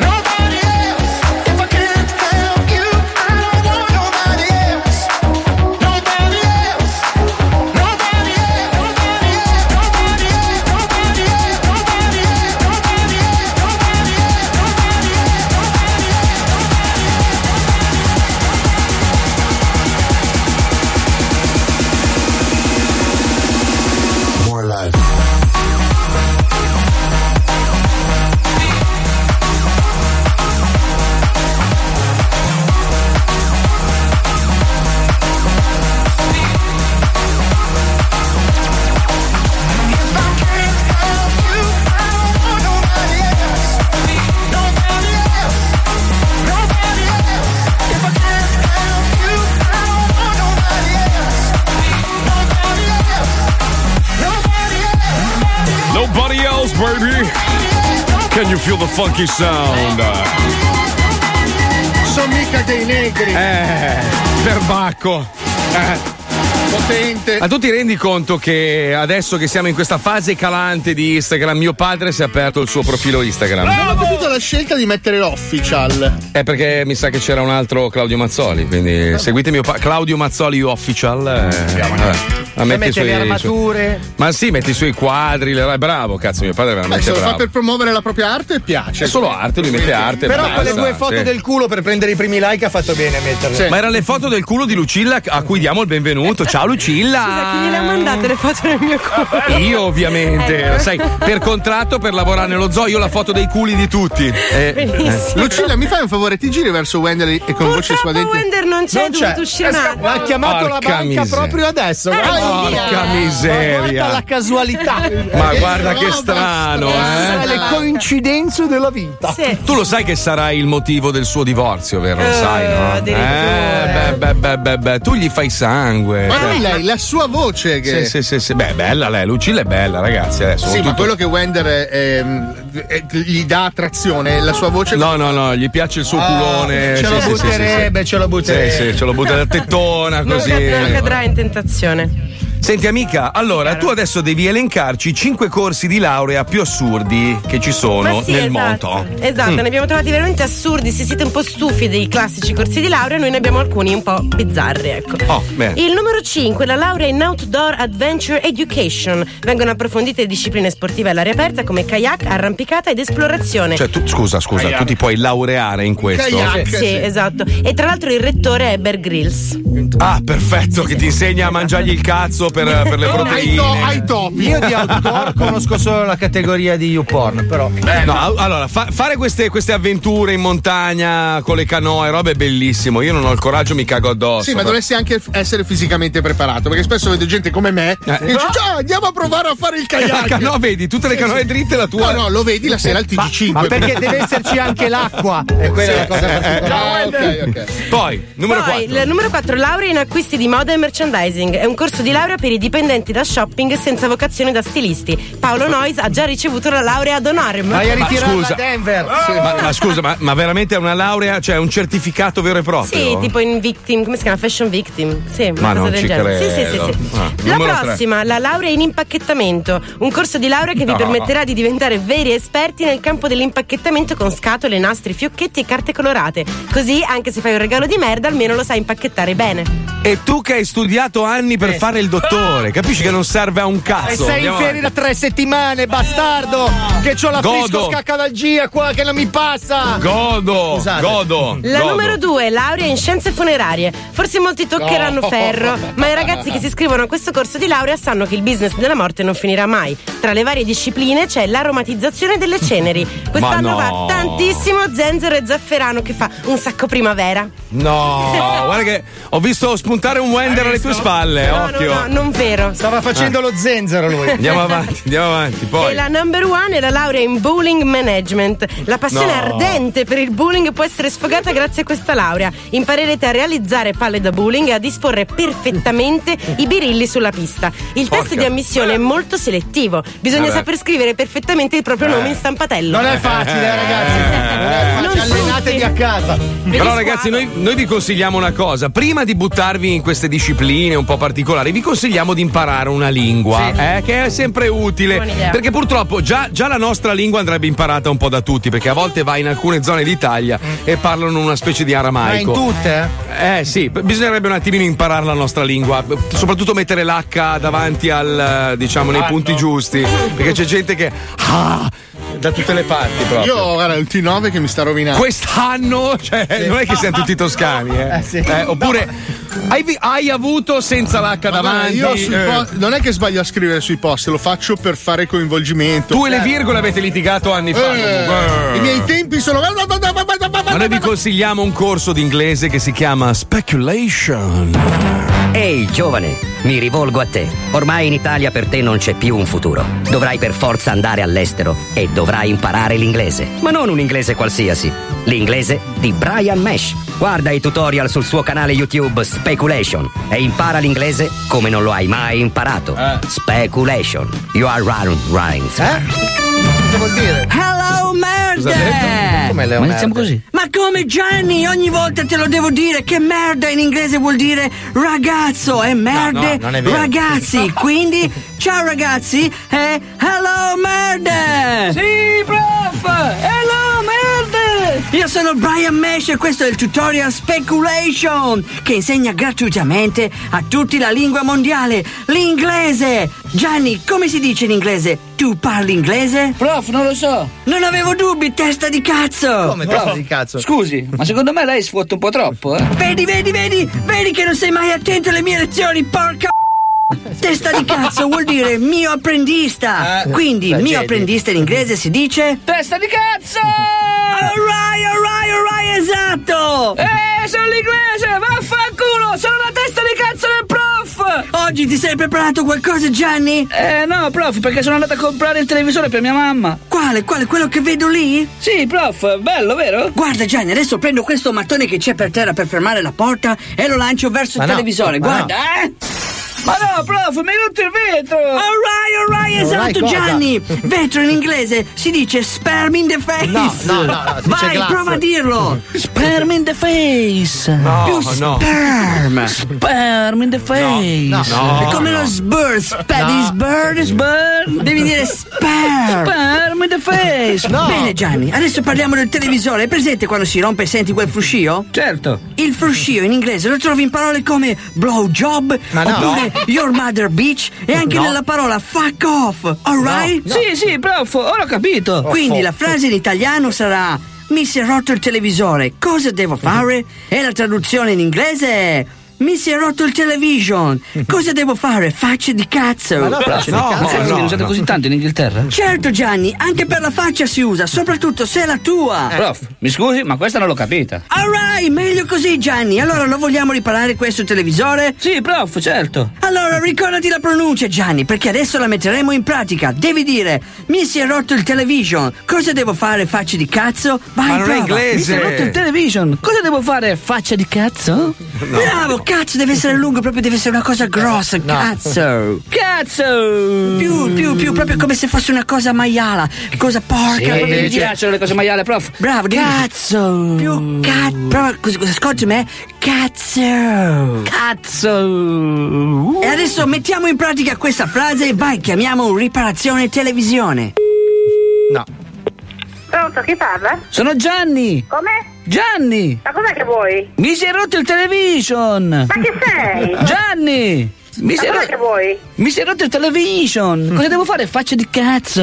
Speaker 13: Nobody else. If I can't help you, I don't want nobody else. Nobody else. Nobody else. Nobody else. Nobody else. Nobody else. Nobody else. Nobody else. Nobody else. Nobody else. Nobody else.
Speaker 5: Nobody else, baby. Can you feel the funky sound?
Speaker 4: Sono mica dei negri.
Speaker 5: Eh, perbacco. Eh.
Speaker 4: Potente.
Speaker 5: Ma tu ti rendi conto che adesso che siamo in questa fase calante di Instagram, mio padre si è aperto il suo profilo Instagram?
Speaker 4: Non ho capito la scelta di mettere official. Ah,
Speaker 5: È perché mi sa che c'era un altro Claudio Mazzoli, quindi seguite mio pa- Claudio Mazzoli official. eh, vabbè. Ma
Speaker 7: Poi
Speaker 5: metti i
Speaker 7: mette
Speaker 5: suoi-
Speaker 7: le armature.
Speaker 5: Ma sì, metti i suoi quadri, le- è bravo, cazzo, mio padre è
Speaker 4: Beh,
Speaker 5: veramente
Speaker 4: se lo fa
Speaker 5: bravo.
Speaker 4: per promuovere la propria arte piace.
Speaker 5: È solo arte, lui mette arte.
Speaker 7: Però
Speaker 5: basta,
Speaker 7: quelle due foto
Speaker 5: sì.
Speaker 7: del culo per prendere i primi like ha fatto bene a metterle.
Speaker 5: Ma erano le foto del culo di Lucilla a cui diamo il benvenuto. Ciao Lucilla!
Speaker 23: Chi gliele ha mandate le foto del mio culo?
Speaker 5: Io ovviamente,
Speaker 23: Eh.
Speaker 7: Ecco.
Speaker 5: lo sai, per contratto per lavorare nello zoo io ho la foto dei culi di tutti. Eh, eh.
Speaker 4: Lucilla, mi fai un favore, ti giri verso Wendeley e con voce suadente.
Speaker 23: Wender non c'è, è dovuto uscire un attimo.
Speaker 7: L'ha Eh, chiamato la
Speaker 4: Porca
Speaker 7: banca
Speaker 4: miseria.
Speaker 7: proprio adesso.
Speaker 4: Eh,
Speaker 7: guarda.
Speaker 5: Porca miseria.
Speaker 7: Guarda la casualità. Eh,
Speaker 4: Eh,
Speaker 5: Ma guarda che strano,
Speaker 7: Guarda
Speaker 5: eh.
Speaker 7: Le coincidenze della vita.
Speaker 5: Tu lo sai che sarà il motivo del suo divorzio, vero? Lo
Speaker 4: Eh,
Speaker 5: sai, no? Eh, beh, beh, beh, beh, beh, tu gli fai sangue.
Speaker 4: Ma
Speaker 5: cioè.
Speaker 4: non lei, la sua voce che.
Speaker 5: Sì, sì, sì, sì. Beh, bella lei, Lucilla è bella, ragazzi. Adesso
Speaker 4: Sì, ma
Speaker 5: tutto-
Speaker 4: quello che Wender ehm, eh, gli dà attrazione, la sua voce.
Speaker 5: No, no, no, gli piace il suo
Speaker 4: Ah,
Speaker 5: culone.
Speaker 4: ce
Speaker 5: sì,
Speaker 4: lo
Speaker 5: sì, sì, sì,
Speaker 4: butterebbe,
Speaker 5: sì.
Speaker 4: ce lo butterebbe.
Speaker 5: Sì, sì, Eh, ce lo butta da tettona,
Speaker 23: Non,
Speaker 5: così.
Speaker 23: cadrà, non cadrà in tentazione.
Speaker 5: Senti amica, allora tu adesso devi elencarci i cinque corsi di laurea più assurdi che ci sono
Speaker 23: Ma sì,
Speaker 5: Oh nel
Speaker 23: esatto.
Speaker 5: mondo.
Speaker 23: Esatto,
Speaker 5: Mm.
Speaker 23: ne abbiamo trovati veramente assurdi. Se siete un po' stufi dei classici corsi di laurea, noi ne abbiamo alcuni un po' bizzarri, ecco.
Speaker 5: Oh, bene.
Speaker 23: Il numero 5, la laurea in Outdoor Adventure Education. Vengono approfondite discipline sportive all'aria aperta come kayak, arrampicata ed esplorazione.
Speaker 5: Cioè, tu, scusa, scusa, tu ti puoi laureare in questo.
Speaker 23: Kayak, sì, esatto. E tra l'altro il rettore è Bear Grylls.
Speaker 5: Ah, perfetto, che ti insegna a mangiargli il cazzo per, per le proteine.
Speaker 4: topi.
Speaker 7: Io di outdoor conosco solo la categoria di YouPorn, però.
Speaker 5: Eh, no, au- allora, fa- fare queste, queste avventure in montagna con le canoe, roba è bellissimo. Io non ho il coraggio, mi cago addosso.
Speaker 4: Sì, ma
Speaker 5: però-
Speaker 4: dovresti anche f- essere fisicamente preparato, perché spesso vedo gente come me che
Speaker 5: Eh.
Speaker 4: dice: Ciao, andiamo a provare a fare il kayak.
Speaker 5: La canoa, vedi, tutte le
Speaker 4: Sì,
Speaker 5: canoe
Speaker 4: sì.
Speaker 5: dritte, la tua-
Speaker 4: No, no, lo vedi la sera al TG5.
Speaker 7: Ma perché deve esserci anche l'acqua? Eh, E quella è la cosa
Speaker 4: Ah,
Speaker 7: particolare.
Speaker 5: Poi, numero
Speaker 23: Poi,
Speaker 5: 4.
Speaker 23: il numero 4, laurea in acquisti di moda e merchandising. È un corso di laurea per i dipendenti da shopping senza vocazione da stilisti. Paolo Noyes ha già ricevuto la laurea ad honorem.
Speaker 5: Vai a Ma ritirarla a scusa. Denver. Ma, ma scusa, ma, ma veramente è una laurea, cioè un certificato vero e proprio?
Speaker 23: Sì, tipo in victim, come si chiama? Fashion victim. Sì, una
Speaker 5: Ma
Speaker 23: cosa
Speaker 5: non
Speaker 23: del
Speaker 5: ci
Speaker 23: genere.
Speaker 5: credo.
Speaker 23: Sì, sì, sì, sì.
Speaker 5: Ah,
Speaker 23: La
Speaker 5: numero tre.
Speaker 23: prossima, la laurea in impacchettamento, un corso di laurea che vi
Speaker 5: No.
Speaker 23: permetterà di diventare veri esperti nel campo dell'impacchettamento con scatole, nastri, fiocchetti e carte colorate. Così, anche se fai un regalo di merda, almeno lo sai impacchettare bene.
Speaker 5: E tu che hai studiato anni per fare il dottore, capisci che non serve a un cazzo.
Speaker 7: Eh. E sei in
Speaker 5: Andiamo
Speaker 7: ferie da tre settimane, bastardo! Che c'ho la
Speaker 5: Godo.
Speaker 7: frisco scaccadalgia qua che non mi passa!
Speaker 5: Godo,
Speaker 7: Scusate.
Speaker 5: godo.
Speaker 23: La
Speaker 5: godo.
Speaker 23: numero due, laurea in scienze funerarie. Forse molti toccheranno
Speaker 5: No.
Speaker 23: ferro, ma i ragazzi che si iscrivono a questo corso di laurea sanno che il business della morte non finirà mai. Tra le varie discipline c'è l'aromatizzazione delle ceneri. Quest'anno
Speaker 5: Ma
Speaker 23: va
Speaker 5: no.
Speaker 23: tantissimo zenzero e zafferano che fa un sacco primavera.
Speaker 5: No, guarda che ho visto spuntare un Wender alle tue spalle,
Speaker 23: No, no,
Speaker 5: occhio.
Speaker 23: no, non vero.
Speaker 7: Stava
Speaker 5: facendo
Speaker 7: lo zenzero lui.
Speaker 5: Andiamo avanti, andiamo avanti.
Speaker 23: E
Speaker 5: Poi.
Speaker 23: la number one è la laurea in bowling management. La passione
Speaker 5: No.
Speaker 23: ardente per il bowling può essere sfogata grazie a questa laurea. Imparerete a realizzare palle da bowling e a disporre perfettamente i birilli sulla pista. Il test di ammissione è molto selettivo. Bisogna
Speaker 7: Vabbè.
Speaker 23: saper scrivere perfettamente il proprio
Speaker 7: Eh.
Speaker 23: nome in stampatello.
Speaker 7: Non è facile, eh, ragazzi.
Speaker 23: Non
Speaker 7: Allenatevi a casa.
Speaker 5: eh. Però ragazzi noi, noi vi consigliamo una cosa, prima di buttarvi in queste discipline un po' particolari vi consigliamo di imparare una lingua, eh, che è sempre
Speaker 25: Buona
Speaker 5: utile,
Speaker 25: idea.
Speaker 5: perché purtroppo già, già la nostra lingua andrebbe imparata un po' da tutti, perché a volte vai in alcune zone d'Italia e parlano una specie di
Speaker 7: Ma in
Speaker 5: aramaico.
Speaker 7: tutte?
Speaker 5: Eh sì, b- bisognerebbe un attimino imparare la nostra lingua, b- soprattutto mettere l'H davanti al, eh, diciamo, nei punti giusti, perché c'è gente che... Ah, da tutte le parti proprio.
Speaker 4: Io guarda, il T9 che mi sta rovinando.
Speaker 5: Quest'anno, cioè, non è che siamo tutti toscani, eh.
Speaker 4: Eh, sì.
Speaker 5: Eh, oppure hai, vi-
Speaker 4: ah,
Speaker 5: hai avuto senza l'H
Speaker 4: Madonna,
Speaker 5: davanti.
Speaker 4: io sui
Speaker 5: eh.
Speaker 4: po- non è che sbaglio a scrivere sui post, lo faccio per fare coinvolgimento.
Speaker 5: Tu e le virgole avete litigato anni fa.
Speaker 4: Certo. Eh,
Speaker 5: comunque.
Speaker 4: I miei tempi sono.
Speaker 5: Ma noi vi consigliamo un corso d'inglese che si chiama Speculation.
Speaker 18: Ehi, giovane, mi rivolgo a te. Ormai in Italia per te non c'è più un futuro. Dovrai per forza andare all'estero e dovrai imparare l'inglese. Ma non un inglese qualsiasi. L'inglese di Brian Mesh. Guarda i tutorial sul suo canale YouTube Speculation e impara l'inglese come non lo hai mai imparato. Speculation. You are round, Rhymes.
Speaker 7: Cosa vuol dire?
Speaker 16: Hello merda!
Speaker 7: Come Leo?
Speaker 16: Ma diciamo
Speaker 7: così.
Speaker 16: Ma come Gianni, ogni volta te lo devo dire che merda in inglese vuol dire ragazzo e merde
Speaker 7: no, non è vero.
Speaker 16: ragazzi. Quindi ciao ragazzi e hello merda! Sì, prof! Hello merda! Io sono Brian Mesh e questo è il tutorial Speculation che insegna gratuitamente a tutti la lingua mondiale, l'inglese. Gianni, come si dice in inglese? Tu parli inglese? Prof, non lo so. Non avevo dubbi, testa di cazzo!
Speaker 7: Come testa di cazzo?
Speaker 16: Scusi, ma secondo me lei sfotta un po' troppo, eh? Vedi, vedi, vedi, vedi che non sei mai attento alle mie lezioni, porca Testa di cazzo vuol dire mio apprendista.
Speaker 13: Eh,
Speaker 16: Quindi
Speaker 13: la
Speaker 16: mio
Speaker 13: Jedi.
Speaker 16: apprendista in inglese si dice testa di cazzo! Alright, alright, alright, esatto! Eh, sono l'inglese, vaffanculo, sono la testa di cazzo del prof! Oggi ti sei preparato qualcosa, Gianni? Eh, no, prof, perché sono andato a comprare il televisore per mia mamma. Quale, quale, quello che vedo lì? Sì, prof, bello, vero? Guarda, Gianni, adesso prendo questo mattone che c'è per terra per fermare la porta e lo lancio verso
Speaker 13: Ma
Speaker 16: il
Speaker 13: no,
Speaker 16: televisore,
Speaker 13: ma
Speaker 16: guarda, eh! Ma no, prof, mi hai rotto il vetro! Alright, alright,
Speaker 13: Alright,
Speaker 16: esatto,
Speaker 13: cosa?
Speaker 16: Gianni! Vetro in inglese si dice sperm in the face!
Speaker 13: No, no, no, no, si dice
Speaker 16: Vai,
Speaker 13: glass.
Speaker 16: prova a dirlo! Sperm in the face!
Speaker 13: No,
Speaker 16: Più
Speaker 13: no.
Speaker 16: sperm! Sperm in the face!
Speaker 13: no, no,
Speaker 16: È come
Speaker 13: no.
Speaker 16: lo sbird, sperm,
Speaker 13: No.
Speaker 16: sbird, sbird! Devi dire sperm! Sperm in the face!
Speaker 13: No.
Speaker 16: Bene, Gianni, adesso parliamo del televisore. È presente quando si rompe e senti quel fruscio? Certo! Il fruscio in inglese lo trovi in parole come blowjob,
Speaker 13: Ma no.
Speaker 16: oppure your mother bitch e anche
Speaker 13: No.
Speaker 16: nella parola fuck off, alright?
Speaker 13: No, no. Sì,
Speaker 16: sì, prof, ora ho
Speaker 13: Oh,
Speaker 16: capito. Quindi la frase in italiano sarà mi si è rotto il televisore, cosa devo fare? E la traduzione in inglese è mi si è rotto il television, cosa devo fare? Facce di cazzo.
Speaker 13: Ma no, facce di No, cazzo. no,
Speaker 16: Cazzo,
Speaker 13: no,
Speaker 16: usate
Speaker 13: no.
Speaker 16: così tanto in Inghilterra? Certo Gianni, anche per la faccia si usa, soprattutto se è la tua.
Speaker 13: Prof, mi scusi, ma questa non l'ho capita.
Speaker 16: Alright, meglio così Gianni. Allora lo vogliamo riparare questo televisore? Sì, prof, certo. Allora ricordati la pronuncia Gianni, perché adesso la metteremo in pratica. Devi dire, mi si è rotto il television. Cosa devo fare, faccia di cazzo? Vai,
Speaker 5: Ma non è
Speaker 16: prova.
Speaker 5: inglese.
Speaker 16: television. Cosa devo fare, faccia di cazzo? Bravo, cazzo deve essere lungo, proprio deve essere una cosa grossa, cazzo.
Speaker 27: Cazzo!
Speaker 16: Più, più, più, proprio come se fosse una cosa maiala, cosa
Speaker 27: Sì,
Speaker 16: porca. proprio
Speaker 27: mi
Speaker 16: dire-
Speaker 27: piacciono le cose maiale, prof.
Speaker 16: Bravo, dimmi- Più cazzo. Prova così, cosa scorgi me? Cazzo. Cazzo. E adesso mettiamo in pratica questa frase e vai, chiamiamo un riparazione televisione.
Speaker 7: No.
Speaker 24: Pronto, chi parla?
Speaker 27: Sono Gianni!
Speaker 24: Come?
Speaker 27: Gianni!
Speaker 24: Ma cos'è che vuoi?
Speaker 27: Mi si è rotto il television!
Speaker 24: Ma chi sei?
Speaker 27: Gianni! Mi
Speaker 24: Ma
Speaker 27: si, è
Speaker 24: cos'è
Speaker 27: rotto-
Speaker 24: che vuoi?
Speaker 27: mi si è rotto il
Speaker 5: Mm.
Speaker 27: television! Cosa devo fare? Faccia di cazzo!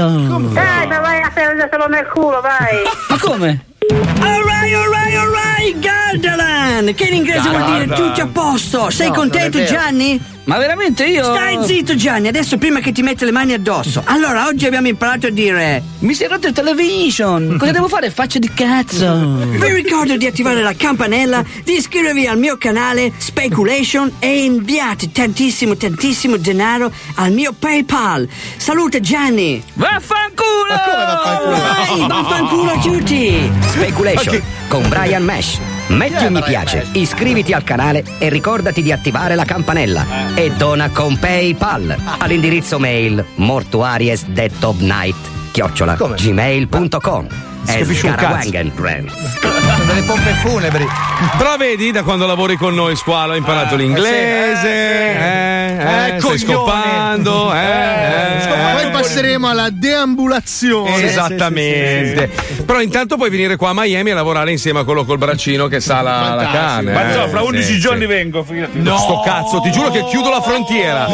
Speaker 24: Dai, ma vai a prenderselo nel culo, vai!
Speaker 27: Ma come?
Speaker 16: Alright, alright, alright, Gardaland! Che in inglese vuol dire
Speaker 27: Gardaland.
Speaker 16: tutto a posto. Sei
Speaker 27: No,
Speaker 16: contento,
Speaker 27: non è vero.
Speaker 16: Gianni?
Speaker 27: Ma veramente io.
Speaker 16: Stai zitto, Gianni, adesso prima che ti mette le mani addosso. Allora, oggi abbiamo imparato a dire.
Speaker 27: Mi si è rotto il television! Cosa devo fare? Faccia di cazzo!
Speaker 16: Vi ricordo di attivare la campanella, di iscrivervi al mio canale Speculation e inviate tantissimo, tantissimo denaro al mio PayPal. Salute Gianni!
Speaker 27: Vaffanculo! Ma come
Speaker 16: vaffanculo? Vai, vaffanculo a tutti!
Speaker 18: Speculation con Brian Mesh. Metti un mi Brian piace, iscriviti al canale e ricordati di attivare la campanella.
Speaker 5: Eh.
Speaker 18: E dona con PayPal
Speaker 5: Ah.
Speaker 18: all'indirizzo mail mortuaries chiocciola gmail.com.
Speaker 5: Si capisce un cazzo.
Speaker 7: delle pompe funebri.
Speaker 5: Però vedi, da quando lavori con noi, squalo, hai imparato
Speaker 4: eh,
Speaker 5: l'inglese. eh, eh, stai scopando. Eh, eh,
Speaker 4: Poi passeremo alla deambulazione.
Speaker 5: Esattamente. Però intanto puoi venire qua a Miami a lavorare insieme a quello col braccino che sa la, la carne.
Speaker 26: Ma so,
Speaker 5: eh.
Speaker 26: fra 11
Speaker 5: Sì,
Speaker 26: giorni
Speaker 5: sì.
Speaker 26: vengo. fidati.
Speaker 5: No, sto cazzo, ti giuro che chiudo la frontiera.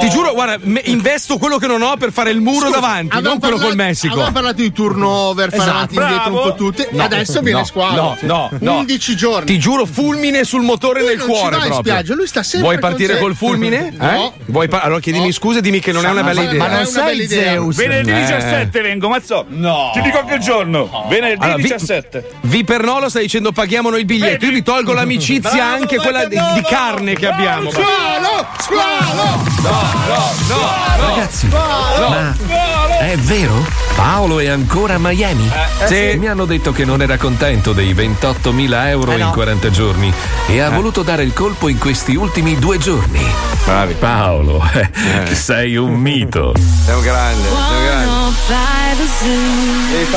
Speaker 5: Ti giuro, guarda, me- investo quello che non ho per fare il muro davanti,
Speaker 4: avevamo
Speaker 5: non quello
Speaker 4: parlato-
Speaker 5: col Messico.
Speaker 4: Avevamo parlato di turnover, fare avanti
Speaker 5: Esatto.
Speaker 4: e indietro un
Speaker 5: Bravo.
Speaker 4: po' tutte.
Speaker 5: No,
Speaker 4: Adesso viene
Speaker 5: no,
Speaker 4: squadra.
Speaker 5: no, no, no.
Speaker 4: 11 giorni.
Speaker 5: Ti giuro, fulmine sul motore
Speaker 4: Lui
Speaker 5: del
Speaker 4: non ci
Speaker 5: cuore.
Speaker 4: va in
Speaker 5: proprio.
Speaker 4: spiaggia, lui sta sempre
Speaker 5: Vuoi
Speaker 4: con
Speaker 5: partire
Speaker 4: sé.
Speaker 5: col fulmine?
Speaker 4: No.
Speaker 5: Eh? Vuoi par- allora chiedimi scusa e dimmi che non è una bella idea.
Speaker 26: Venerdì
Speaker 5: Eh.
Speaker 26: 17 vengo, mazzo. No. Ti dico che giorno. Venerdì
Speaker 5: Allora, vi-
Speaker 26: 17.
Speaker 5: Vi Pernolo sta dicendo paghiamo noi il biglietto. Io vi tolgo l'amicizia
Speaker 26: Bravo,
Speaker 5: anche
Speaker 26: vai,
Speaker 5: quella di,
Speaker 26: Pernolo!
Speaker 5: di carne che abbiamo.
Speaker 4: Squalo! Squalo!
Speaker 28: Ragazzi, ma è vero? Paolo è ancora a Miami?
Speaker 2: Sì. Mi hanno detto che non era contento dei 28.000 euro
Speaker 28: Eh no.
Speaker 2: in 40 giorni e ha voluto dare il colpo in questi ultimi due giorni. Paolo, eh, sei un mito.
Speaker 5: Sei un grande, sei un grande.
Speaker 6: Sì.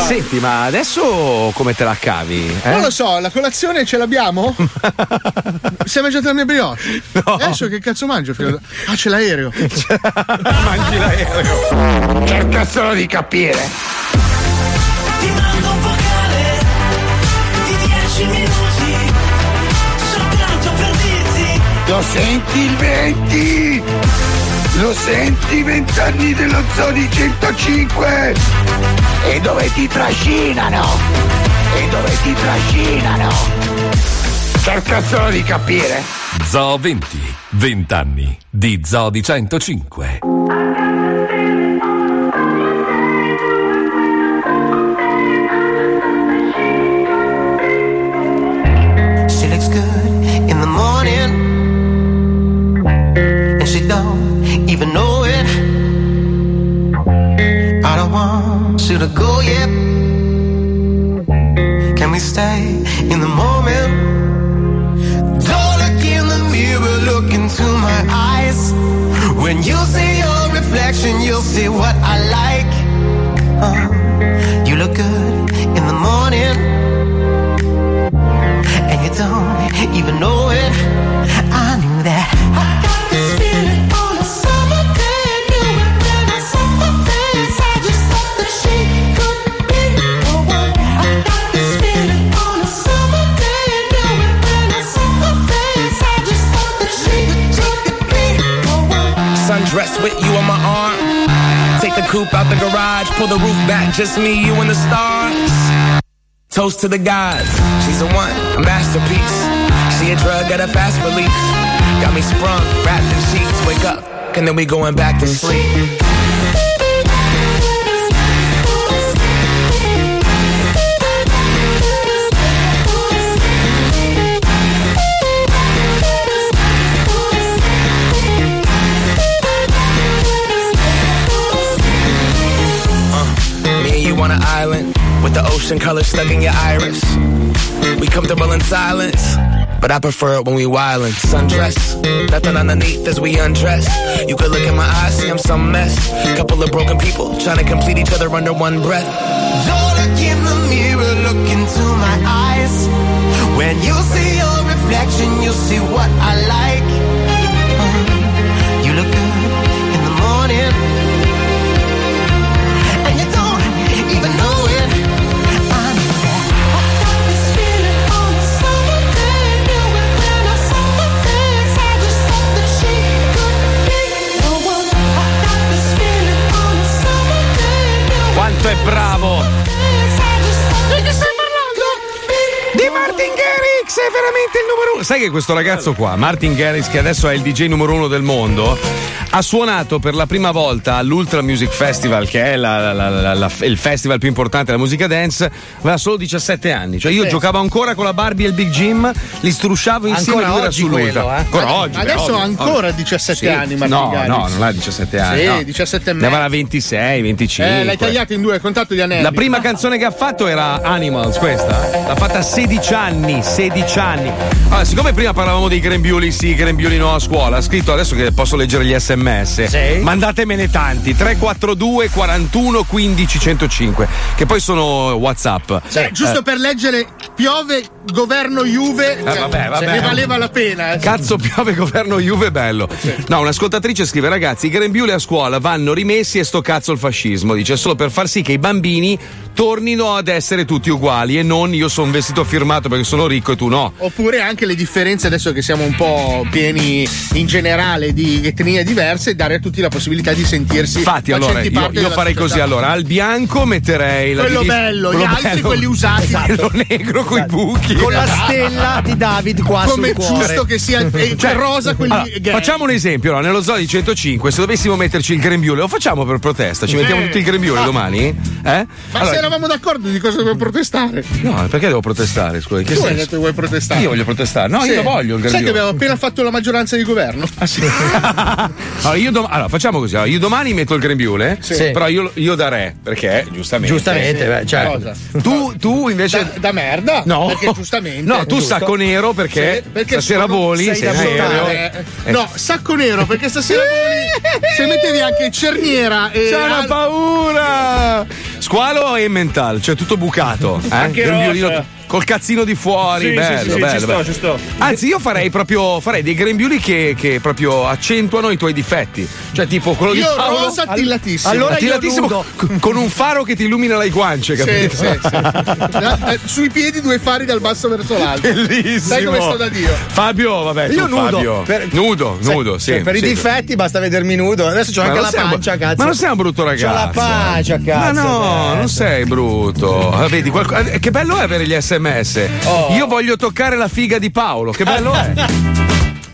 Speaker 5: Senti, ma adesso come te la cavi? eh?
Speaker 4: Non lo so, la colazione ce l'abbiamo? Si è mangiata la mia brioche? Adesso che cazzo mangio? figlio? Ah, c'è l'aereo.
Speaker 5: Mangi
Speaker 4: l'aereo. Cerca solo di capire.
Speaker 13: Di 10 minuti, soltanto per dirti.
Speaker 8: Lo senti il 20? Lo senti i vent'anni dello Zoni 105? E dove ti trascinano? E dove ti trascinano? Cerca solo di capire.
Speaker 2: Zoo 20, 20 anni di Zoo di 105.
Speaker 13: She looks good in the morning, and she don't even know it. I don't want you to go yet. Can we stay in the moment? Don't look in the mirror, look into my eyes. When you see your reflection, you'll see what I like. Uh, you look good in the morning and you don't even know it. I knew that. I got this feeling on a summer day. Knew it when I saw her face. I just thought that she could be the one. I got this feeling on a summer day. Knew it when I saw her face. I just thought that she could be the one.
Speaker 29: Sundress with you on my arm. Take the coupe out the garage, pull the roof back, just me, you and the stars. Toast to the gods. She's a one, a masterpiece. She a drug at a fast release. Got me sprung, wrapped in sheets. Wake up, and then we going back to sleep. Uh, me and you on an island with the ocean color stuck in your iris. We comfortable in silence. but I prefer it when we wildin'. Sundress, nothing underneath as we undress. You could look in my eyes, see I'm some mess. Couple of broken people trying to complete each other under one breath.
Speaker 13: Don't look in the mirror, look into my eyes. When you see your reflection, you'll see what I like. Mm-hmm. You look good in the morning. And you don't even know it. I know that. I got this feeling on a summer day. Knew it when I saw the face. I just thought that she could be the one. I got this feeling on a summer day. Knew it
Speaker 8: Quanto è bravo!
Speaker 13: Di Martin Garrix è veramente il numero
Speaker 5: Sai che questo ragazzo qua, Martin Garrix, che adesso è il DJ numero uno del mondo, ha suonato per la prima volta all'Ultra Music Festival, che è la- la- la- la- il festival più importante della musica dance, aveva solo 17 anni. Cioè io
Speaker 4: Sì.
Speaker 5: giocavo ancora con la Barbie e il Big Jim, li strusciavo insieme
Speaker 4: Ancora
Speaker 5: lui era
Speaker 4: oggi
Speaker 5: sull'Ultra.
Speaker 4: quello, eh?
Speaker 5: Ancora
Speaker 4: Ma-
Speaker 5: oggi. beh,
Speaker 4: adesso
Speaker 5: ovvio,
Speaker 4: ha ancora
Speaker 5: ovvio.
Speaker 4: 17
Speaker 5: Sì.
Speaker 4: anno, Martin
Speaker 5: No,
Speaker 4: Garrix.
Speaker 5: no, non ha 17 anni.
Speaker 4: Sì,
Speaker 5: no.
Speaker 4: 17 e
Speaker 5: Ne
Speaker 4: mezzo.
Speaker 5: aveva 26, 25.
Speaker 4: Eh, l'hai tagliato in due, hai contato gli anelli.
Speaker 5: La prima canzone che ha fatto era Animals, questa. eh. L'ha fatta a 16 anni, 16 anni. Allora, siccome prima parlavamo dei grembiuli sì, grembiuli no a scuola, ha scritto adesso che posso leggere gli sms. Mandatemene tanti, 342 41 15 105, che poi sono Whatsapp.
Speaker 4: Eh, giusto per leggere piove, governo Juve, cioè,
Speaker 5: Eh, vabbè, vabbè.
Speaker 4: ne valeva la pena. eh. certo.
Speaker 5: Cazzo piove governo Juve bello. No, un'ascoltatrice scrive ragazzi, i grembiuli a scuola vanno rimessi e sto cazzo il fascismo, dice solo per far sì che i bambini tornino ad essere tutti uguali e non io sono vestito firmato perché sono ricco e tu no.
Speaker 4: Oppure anche le differenze, adesso che siamo un po' pieni in generale di etnie diverse, dare a tutti la possibilità di sentirsi
Speaker 5: Infatti allora
Speaker 4: facenti
Speaker 5: io,
Speaker 4: parte
Speaker 5: io
Speaker 4: della
Speaker 5: farei
Speaker 4: società.
Speaker 5: così allora, al bianco metterei la
Speaker 4: Quello
Speaker 5: divisa-
Speaker 4: bello, gli
Speaker 5: quello
Speaker 4: altri
Speaker 5: bello.
Speaker 4: quelli Esatto. usati.
Speaker 5: Quello negro coi buchi.
Speaker 7: Con la stella di David qua
Speaker 4: Come
Speaker 7: sul cuore. ah,
Speaker 4: giusto che sia, eh,
Speaker 5: Cioè,
Speaker 4: rosa quelli
Speaker 5: allora,
Speaker 4: gay.
Speaker 5: Facciamo un esempio, allora, nello zoo di 105, se dovessimo metterci il grembiule, lo facciamo per protesta, ci mettiamo
Speaker 4: Eh.
Speaker 5: tutti il grembiule
Speaker 4: Ah.
Speaker 5: domani? Eh?
Speaker 4: Ma
Speaker 5: Allora-
Speaker 4: se eravamo d'accordo di cosa dobbiamo protestare?
Speaker 5: No, perché devo protestare? Scusa, in che
Speaker 4: tu hai
Speaker 5: senso?
Speaker 4: detto che vuoi protestare.
Speaker 5: Io voglio protestare. No, io lo voglio
Speaker 4: Sai
Speaker 5: il
Speaker 4: che
Speaker 5: grembiule.
Speaker 4: abbiamo appena fatto la maggioranza di governo?
Speaker 5: Ah, sì. Allora, io dom- allora, facciamo così. allora, io domani metto il grembiule,
Speaker 4: Sì.
Speaker 5: però io, io da re, perché giustamente.
Speaker 4: Giustamente, beh, certo.
Speaker 5: Cosa? Tu, tu invece.
Speaker 4: Da, da merda?
Speaker 5: No.
Speaker 4: Perché giustamente.
Speaker 5: No, tu sacco nero perché stasera
Speaker 4: sono-
Speaker 5: voli,
Speaker 4: sei da
Speaker 5: sei in aereo.
Speaker 4: votare.
Speaker 5: Eh.
Speaker 4: No, sacco nero perché stasera voli. Se mettevi anche cerniera e.
Speaker 5: C'è una
Speaker 4: al-
Speaker 5: paura! Squalo e mental, cioè tutto bucato. Eh?
Speaker 4: Anche
Speaker 5: Grembiulino
Speaker 4: rosa.
Speaker 5: Col cazzino di fuori,
Speaker 8: Sì, sì,
Speaker 5: bello,
Speaker 8: sì, sì, ci
Speaker 5: bello,
Speaker 8: sto,
Speaker 5: bello.
Speaker 8: ci sto.
Speaker 5: Anzi, io farei proprio farei dei grembiuli che, che proprio accentuano i tuoi difetti. Cioè, tipo quello di
Speaker 4: Io
Speaker 5: Paolo.
Speaker 4: rosa attillatissimo.
Speaker 5: Allora
Speaker 4: Attillatissimo
Speaker 5: attillatissimo con- con un faro che ti illumina le guance,
Speaker 4: Sì,
Speaker 5: capito?
Speaker 4: sì, sì. Da- eh, sui piedi due fari dal basso verso l'alto.
Speaker 5: Bellissimo.
Speaker 4: Sai come sto da Dio?
Speaker 5: Fabio, vabbè,
Speaker 7: Io
Speaker 5: tu,
Speaker 7: nudo,
Speaker 5: Fabio.
Speaker 7: per-
Speaker 5: Nudo,
Speaker 7: Sai,
Speaker 5: nudo, sì.
Speaker 7: cioè, per
Speaker 5: sì.
Speaker 7: i difetti basta vedermi nudo. Adesso c'ho
Speaker 5: Ma
Speaker 7: anche
Speaker 5: non
Speaker 7: la
Speaker 5: sei un bu-
Speaker 7: pancia, cazzo.
Speaker 5: Ma non sei un brutto ragazzo.
Speaker 7: C'ho la pancia, cazzo.
Speaker 5: Ma no,
Speaker 7: eh.
Speaker 5: non sei brutto. Ah, Vedi, qualco- eh, che bello è avere gli sms.
Speaker 4: Oh.
Speaker 5: Io voglio toccare la figa di Paolo, che bello è.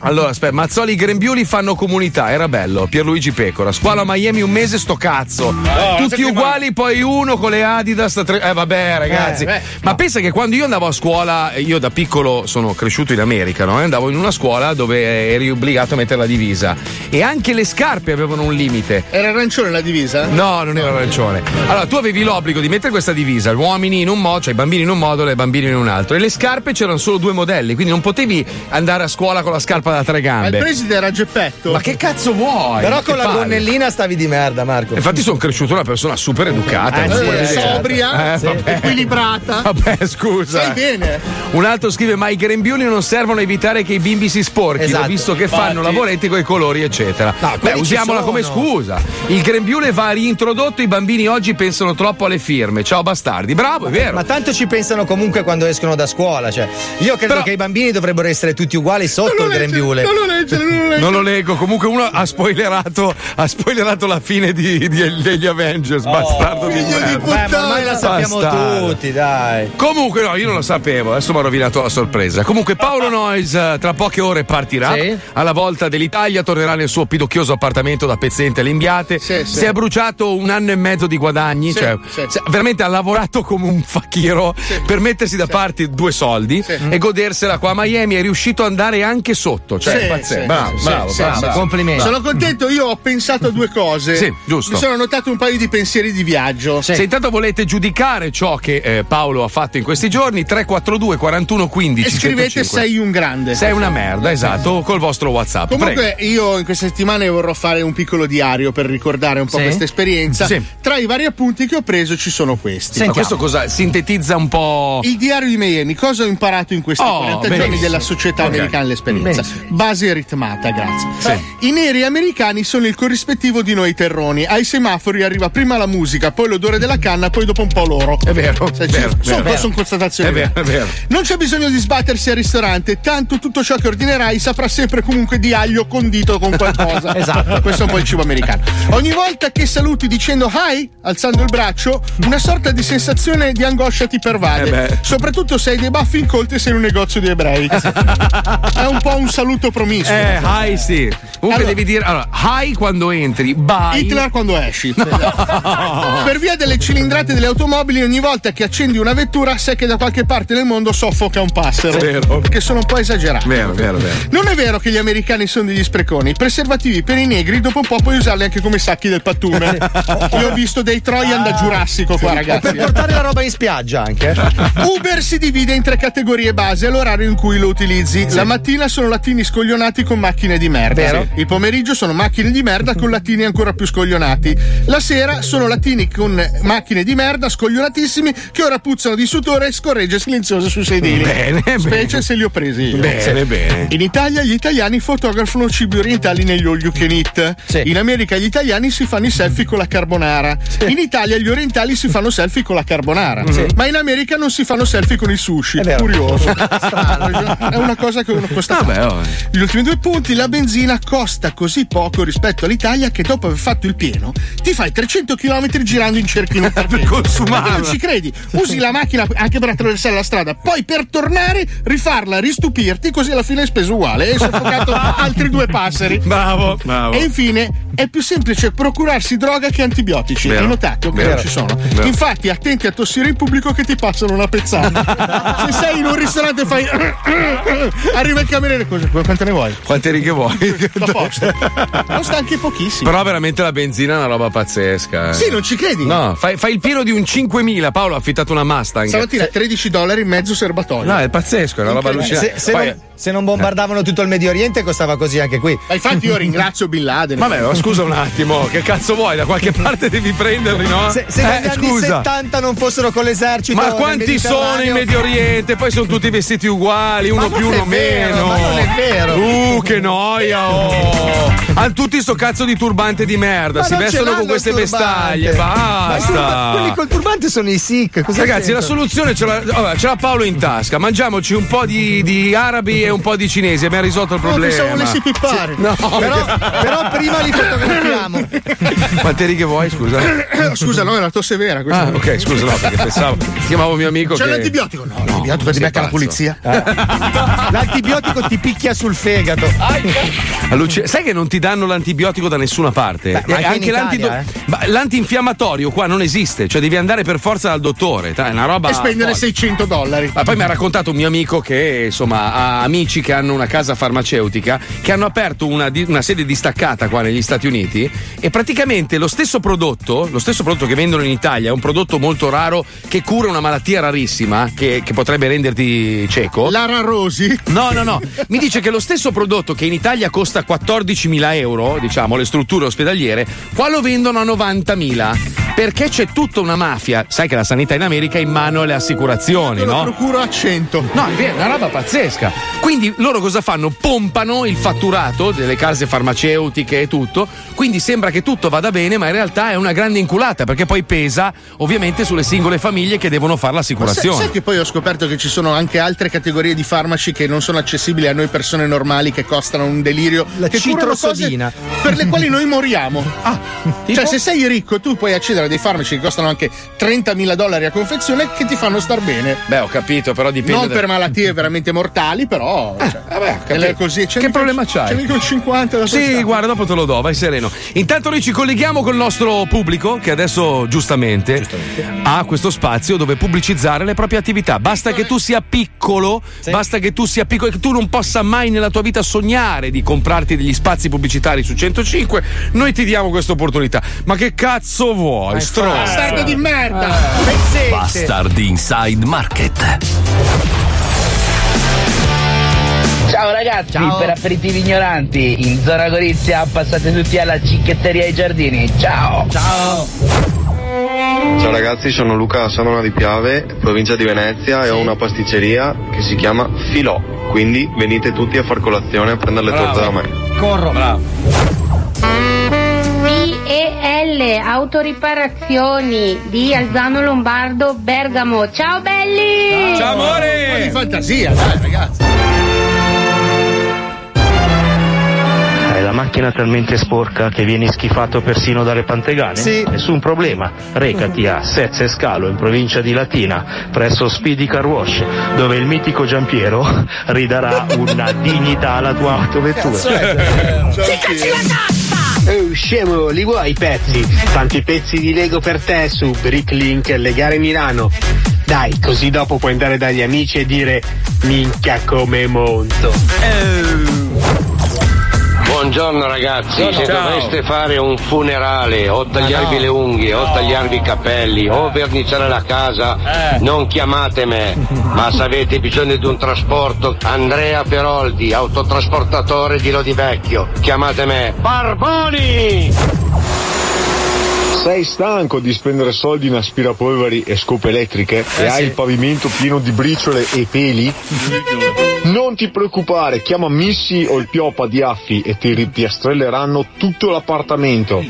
Speaker 5: Allora, aspetta, Mazzoli e Grembiuli fanno comunità, era bello. Pierluigi Pecora, squalo a Miami un mese, sto cazzo. Tutti uguali, poi uno con le Adidas. tre- Eh, vabbè, ragazzi.
Speaker 4: Eh, beh,
Speaker 5: Ma pensa che quando io andavo a scuola, eh, io da piccolo sono cresciuto in America, no? E Andavo in una scuola dove eri obbligato a mettere la divisa. E anche le scarpe avevano un limite.
Speaker 4: Era arancione la divisa?
Speaker 5: No, non era arancione. Allora, tu avevi l'obbligo di mettere questa divisa, gli uomini in un modo, cioè i bambini in un modo e i bambini in un altro. E le scarpe c'erano solo due modelli, quindi non potevi andare a scuola con la scarpa da tre
Speaker 4: Ma
Speaker 5: gambe.
Speaker 4: il preside era Geppetto. Ma
Speaker 5: che cazzo vuoi?
Speaker 7: Però
Speaker 5: che
Speaker 7: con la
Speaker 5: palle.
Speaker 7: gonnellina stavi di merda, Marco.
Speaker 5: Infatti sono cresciuto una persona super educata,
Speaker 7: Eh,
Speaker 5: non
Speaker 7: sì,
Speaker 5: puoi
Speaker 7: eh,
Speaker 5: vedere.
Speaker 4: sobria,
Speaker 5: Eh,
Speaker 4: sì,
Speaker 5: vabbè. Esatto.
Speaker 4: equilibrata.
Speaker 5: Vabbè, scusa.
Speaker 4: Sai bene.
Speaker 5: Un altro scrive: Ma i grembiuli non servono a evitare che i bimbi si sporchino,
Speaker 4: Esatto.
Speaker 5: visto che fanno
Speaker 4: Infatti. ah,
Speaker 5: lavoretti con i colori, eccetera. Beh,
Speaker 4: quelli ci
Speaker 5: usiamola come
Speaker 4: sono.
Speaker 5: scusa. Il grembiule va reintrodotto, i bambini oggi pensano troppo alle firme. Ciao bastardi. Bravo, è vero.
Speaker 7: Ma tanto ci pensano comunque quando escono da scuola. Cioè, io credo che i bambini dovrebbero essere tutti uguali sotto il grembiule.
Speaker 4: Non lo leggere, non lo leggere.
Speaker 5: Non lo leggo, comunque uno ha spoilerato, ha spoilerato la fine di- di- degli Avengers, bastardo di merda.
Speaker 7: Oh, Beh, ma ormai la sappiamo
Speaker 5: Bastardo.
Speaker 7: tutti, dai.
Speaker 5: Comunque, no, io non lo sapevo, adesso mi ha rovinato la sorpresa. Comunque, Paolo Noyes eh, tra poche ore partirà.
Speaker 7: Sì.
Speaker 5: Alla volta dell'Italia tornerà nel suo pidocchioso appartamento da Pezzente alle Imbiate. Si è bruciato un anno e mezzo di guadagni,
Speaker 4: Sì,
Speaker 5: cioè
Speaker 4: sì.
Speaker 5: se- veramente ha lavorato come un fakiro per mettersi da parte due soldi e godersela qua a Miami. È riuscito ad andare anche sotto. tutto. Cioè,
Speaker 4: Sì,
Speaker 5: pazzesco.
Speaker 4: sì,
Speaker 5: bravo,
Speaker 4: sì,
Speaker 5: bravo,
Speaker 4: sì,
Speaker 5: bravo,
Speaker 4: sì.
Speaker 5: Complimenti.
Speaker 4: Sono contento, io ho pensato a due cose.
Speaker 5: Sì, giusto.
Speaker 4: Mi sono annotato un paio di pensieri di viaggio.
Speaker 5: Cioè, Se intanto volete giudicare ciò che eh, Paolo ha fatto in questi giorni, 342 41 15
Speaker 4: E scrivete
Speaker 5: 105.
Speaker 4: sei un grande.
Speaker 5: Sei una merda, esatto, col vostro WhatsApp.
Speaker 4: Comunque,
Speaker 5: Prego.
Speaker 4: io in queste settimane vorrò fare un piccolo diario per ricordare un po'
Speaker 5: Sì.
Speaker 4: questa esperienza.
Speaker 5: Sì.
Speaker 4: Tra i vari appunti che ho preso ci sono questi.
Speaker 5: Ma questo cosa sintetizza un po'. Eh,
Speaker 4: Il diario di Miami, cosa ho imparato in questi
Speaker 5: Oh,
Speaker 4: 40 giorni
Speaker 5: benissimo.
Speaker 4: della società
Speaker 5: Ok.
Speaker 4: americana l'esperienza?
Speaker 5: Benissimo.
Speaker 4: Base ritmata, grazie.
Speaker 5: Sì.
Speaker 4: I neri americani sono il corrispettivo di noi terroni. Ai semafori arriva prima la musica, poi l'odore della canna, poi dopo un po' loro. È
Speaker 5: vero. vero,
Speaker 4: sono,
Speaker 5: vero.
Speaker 4: sono constatazioni.
Speaker 5: È vero, è vero.
Speaker 4: Non c'è bisogno di sbattersi al ristorante, tanto tutto ciò che ordinerai saprà sempre comunque di aglio condito con qualcosa.
Speaker 7: Esatto.
Speaker 4: Questo è un po' il cibo americano. Ogni volta che saluti dicendo hi, alzando il braccio, una sorta di sensazione di angoscia ti
Speaker 5: Eh
Speaker 4: pervade.
Speaker 5: beh.
Speaker 4: Soprattutto se hai dei baffi incolti e sei in un negozio di ebrei. è un po' un saluto promiscuo.
Speaker 5: Eh, hi, sì. Comunque devi dire. Allora, hi quando entri, bye. Ah.
Speaker 4: Hitler quando esci.
Speaker 5: No.
Speaker 4: Per via delle cilindrate delle automobili, ogni volta che accendi una vettura, sai che da qualche parte nel mondo soffoca un passero.
Speaker 5: Vero.
Speaker 4: Che sono un po' esagerati.
Speaker 5: Vero, vero, vero.
Speaker 4: Non è vero che gli americani sono degli spreconi. I preservativi per i negri, dopo un po' puoi usarli anche come sacchi del pattume. Io ho visto dei Trojan da Giurassico qua, ragazzi. eh.
Speaker 7: Per portare la roba in spiaggia anche.
Speaker 4: Uber si divide in tre categorie base all'orario in cui lo utilizzi. La mattina sono latini scoglionati con macchine di merda.
Speaker 7: Vero.
Speaker 4: Il pomeriggio sono macchine di merda con latini ancora più scoglionati. La sera sono latini con macchine di merda scoglionatissimi che ora puzzano di sudore e scorregge silenzioso sui sedili.
Speaker 5: Bene,
Speaker 4: Specie
Speaker 5: bene.
Speaker 4: se li ho presi io.
Speaker 5: Bene,
Speaker 8: Eh.
Speaker 5: bene.
Speaker 4: In Italia gli italiani fotografano cibi orientali negli all you can eat. In America gli italiani si fanno i selfie con la carbonara. In Italia gli orientali si fanno selfie con la carbonara.
Speaker 7: Sì.
Speaker 4: Ma in America non si fanno selfie con il sushi. Curioso. Strano. È una cosa che uno costa. Gli ultimi due punti, la benzina costa così poco rispetto all'Italia che dopo aver fatto il pieno ti fai 300 km girando in cerchino per
Speaker 5: consumarla.
Speaker 4: Non ci credi? Usi la macchina anche per attraversare la strada, poi per tornare rifarla, ristupirti, così alla fine hai speso uguale e hai soffocato altri due passeri.
Speaker 5: Bravo, bravo.
Speaker 4: E infine è più semplice procurarsi droga che antibiotici.
Speaker 5: Vero.
Speaker 4: Hai notato che
Speaker 5: Vero.
Speaker 4: non ci sono.
Speaker 5: Vero.
Speaker 4: Infatti, attenti a tossire in pubblico che ti passano una pezzata. Se sei in un ristorante e fai. Arriva il cameriere, cosa- quante ne vuoi?
Speaker 5: Quante righe vuoi?
Speaker 4: A posto. Costa anche pochissimo.
Speaker 5: Però veramente la benzina è una roba pazzesca. eh.
Speaker 4: Sì, non ci credi?
Speaker 5: No, fai, fai il pieno di un 5.000. Paolo ha affittato una Mustang.
Speaker 4: Stamattina 13 dollari in mezzo serbatoio.
Speaker 5: No, è pazzesco, è una roba allucinante.
Speaker 7: Se, se
Speaker 5: Poi- eh.
Speaker 7: non, se non bombardavano tutto il Medio Oriente costava così anche qui.
Speaker 4: Ma infatti io ringrazio Bin Laden.
Speaker 5: Vabbè, ma scusa un attimo, che cazzo vuoi? Da qualche parte devi prenderli, no?
Speaker 7: Se, se
Speaker 5: Eh,
Speaker 7: negli anni 70 non fossero con l'esercito.
Speaker 5: Ma
Speaker 7: nel
Speaker 5: quanti sono in
Speaker 7: Mediterraneo-
Speaker 5: Medio Oriente? Poi sono tutti vestiti uguali, uno
Speaker 7: non
Speaker 5: più,
Speaker 7: è
Speaker 5: uno
Speaker 7: vero,
Speaker 5: meno.
Speaker 7: ma non è vero.
Speaker 5: Uh, che noia, oh. Hanno tutti sto cazzo di turbante di merda.
Speaker 7: Ma
Speaker 5: si
Speaker 7: non ce
Speaker 5: vestono
Speaker 7: l'hanno
Speaker 5: con
Speaker 7: il
Speaker 5: queste
Speaker 7: turbante.
Speaker 5: vestaglie.
Speaker 7: Ma il turba- Quelli
Speaker 5: Basta.
Speaker 7: col turbante sono i Sikh. cosa
Speaker 5: Ragazzi, la
Speaker 7: c'entra?
Speaker 5: soluzione ce l'ha, allora, ce l'ha Paolo in tasca. Mangiamoci un po' di, di arabi e un po' di cinesi. Abbiamo risolto il problema.
Speaker 4: pensavo volessi pippare.
Speaker 5: No,
Speaker 4: Però-
Speaker 7: Però prima li fotografiamo.
Speaker 5: Quante righe vuoi, scusa?
Speaker 4: Scusa, no, è la tosse vera. questa.
Speaker 5: Ah, ok, scusa, no, perché pensavo. Chiamavo mio amico.
Speaker 4: C'è
Speaker 5: che-
Speaker 4: l'antibiotico? No, l'antibiotico ti
Speaker 5: sei
Speaker 4: becca la
Speaker 5: pazzo.
Speaker 4: pulizia.
Speaker 5: Eh.
Speaker 7: L'antibiotico ti picchia sul fegato.
Speaker 5: Ah. Allucin- Sai che non ti danno l'antibiotico da nessuna parte? Eh,
Speaker 7: Beh, ma anche in
Speaker 5: l'antido-
Speaker 7: Italia, eh.
Speaker 5: ma l'antinfiammatorio qua non esiste, cioè devi andare per forza dal dottore. tra- È una roba.
Speaker 4: E spendere
Speaker 5: forte.
Speaker 4: 600 dollari.
Speaker 5: Ma poi mi ha raccontato un mio amico che insomma ha amici che hanno una casa farmaceutica che hanno aperto una, di- una sede distaccata qua negli Stati Uniti e praticamente lo stesso prodotto, lo stesso prodotto che vendono in Italia, è un prodotto molto raro che cura una malattia rarissima che, che potrebbe renderti cieco.
Speaker 4: Lara Rosi?
Speaker 5: No, no, no. Mi dice che lo stesso prodotto che in Italia costa 14.000 euro, diciamo le strutture ospedaliere, qua lo vendono a 90.000. Perché c'è tutta una mafia, sai che la sanità in America è in mano alle assicurazioni,
Speaker 4: Lo
Speaker 5: no?
Speaker 4: procuro a 100.
Speaker 5: No, è vero, è una roba pazzesca. Quindi loro cosa fanno? Pompano il fatturato delle case farmaceutiche e tutto. Quindi sembra che tutto vada bene, ma in realtà è una grande inculata perché poi pesa ovviamente sulle singole famiglie che devono fare
Speaker 4: Ma sai,
Speaker 5: l'assicurazione.
Speaker 4: sai che poi ho scoperto che ci sono anche altre categorie di farmaci che non sono accessibili a noi persone normali che costano un delirio
Speaker 7: La
Speaker 4: che curano cose
Speaker 7: citrosodina.
Speaker 4: per le quali noi moriamo.
Speaker 5: Ah,
Speaker 4: cioè se sei ricco tu puoi accedere a comprare dei farmaci che costano anche 30.000 dollari a confezione che ti fanno star bene.
Speaker 5: Beh, ho capito, però dipende.
Speaker 4: Non
Speaker 5: da-
Speaker 4: per malattie veramente mortali, però. cioè, nelle così, che problema
Speaker 5: c'hai?
Speaker 4: C'è mica un 50 da
Speaker 5: Sì, guarda, dopo te lo do, vai sereno. Intanto noi ci colleghiamo col nostro pubblico che adesso giustamente, ha questo spazio dove pubblicizzare le proprie attività. Basta che tu sia piccolo, basta che tu sia piccolo e che tu non possa mai nella tua vita sognare di comprarti degli spazi pubblicitari su 105, noi ti diamo questa opportunità. Ma che cazzo vuoi, stronzo?
Speaker 4: Bastardo di merda!
Speaker 2: Bastardi Inside Market.
Speaker 7: Ciao ragazzi, per aperitivi ignoranti, in zona Gorizia passate tutti alla cicchetteria ai giardini. Ciao! Ciao!
Speaker 30: Ciao ragazzi, sono Luca Savona di Piave, provincia di Venezia e ho una pasticceria che si chiama Filò. Quindi venite tutti a far colazione a prendere le torte da me.
Speaker 7: Corro! Bravo!
Speaker 31: PEL Autoriparazioni di Alzano Lombardo Bergamo. Ciao belli!
Speaker 4: Un po' di fantasia, dai, ragazzi.
Speaker 6: Hai Eh, la macchina talmente sporca che vieni schifato persino dalle pantegane? Sì. Nessun problema. Recati a Sezze Scalo, in provincia di Latina, presso Speedy Car Wash, dove il mitico Giampiero ridarà una dignità alla tua
Speaker 32: eh.
Speaker 6: autovettura.
Speaker 33: Ficcacci la
Speaker 32: Oh scemo, li vuoi i pezzi? Tanti pezzi di Lego per te su Bricklink Le Gare Milano. Dai, così dopo puoi andare dagli amici e dire minchia come monto.
Speaker 8: Buongiorno ragazzi, se
Speaker 32: Buongiorno. Ciao.
Speaker 8: dovreste fare un funerale o tagliarvi le unghie o tagliarvi i capelli o verniciare la casa, non chiamate me, ma se avete bisogno di un trasporto, Andrea Peroldi, autotrasportatore di Lodivecchio, chiamate me. Barboni!
Speaker 17: Sei stanco di spendere soldi in aspirapolveri e scope elettriche e hai il pavimento pieno di briciole e peli? Non ti preoccupare, chiama Missy o il pioppa di Affi e ti ripiastrelleranno tutto l'appartamento.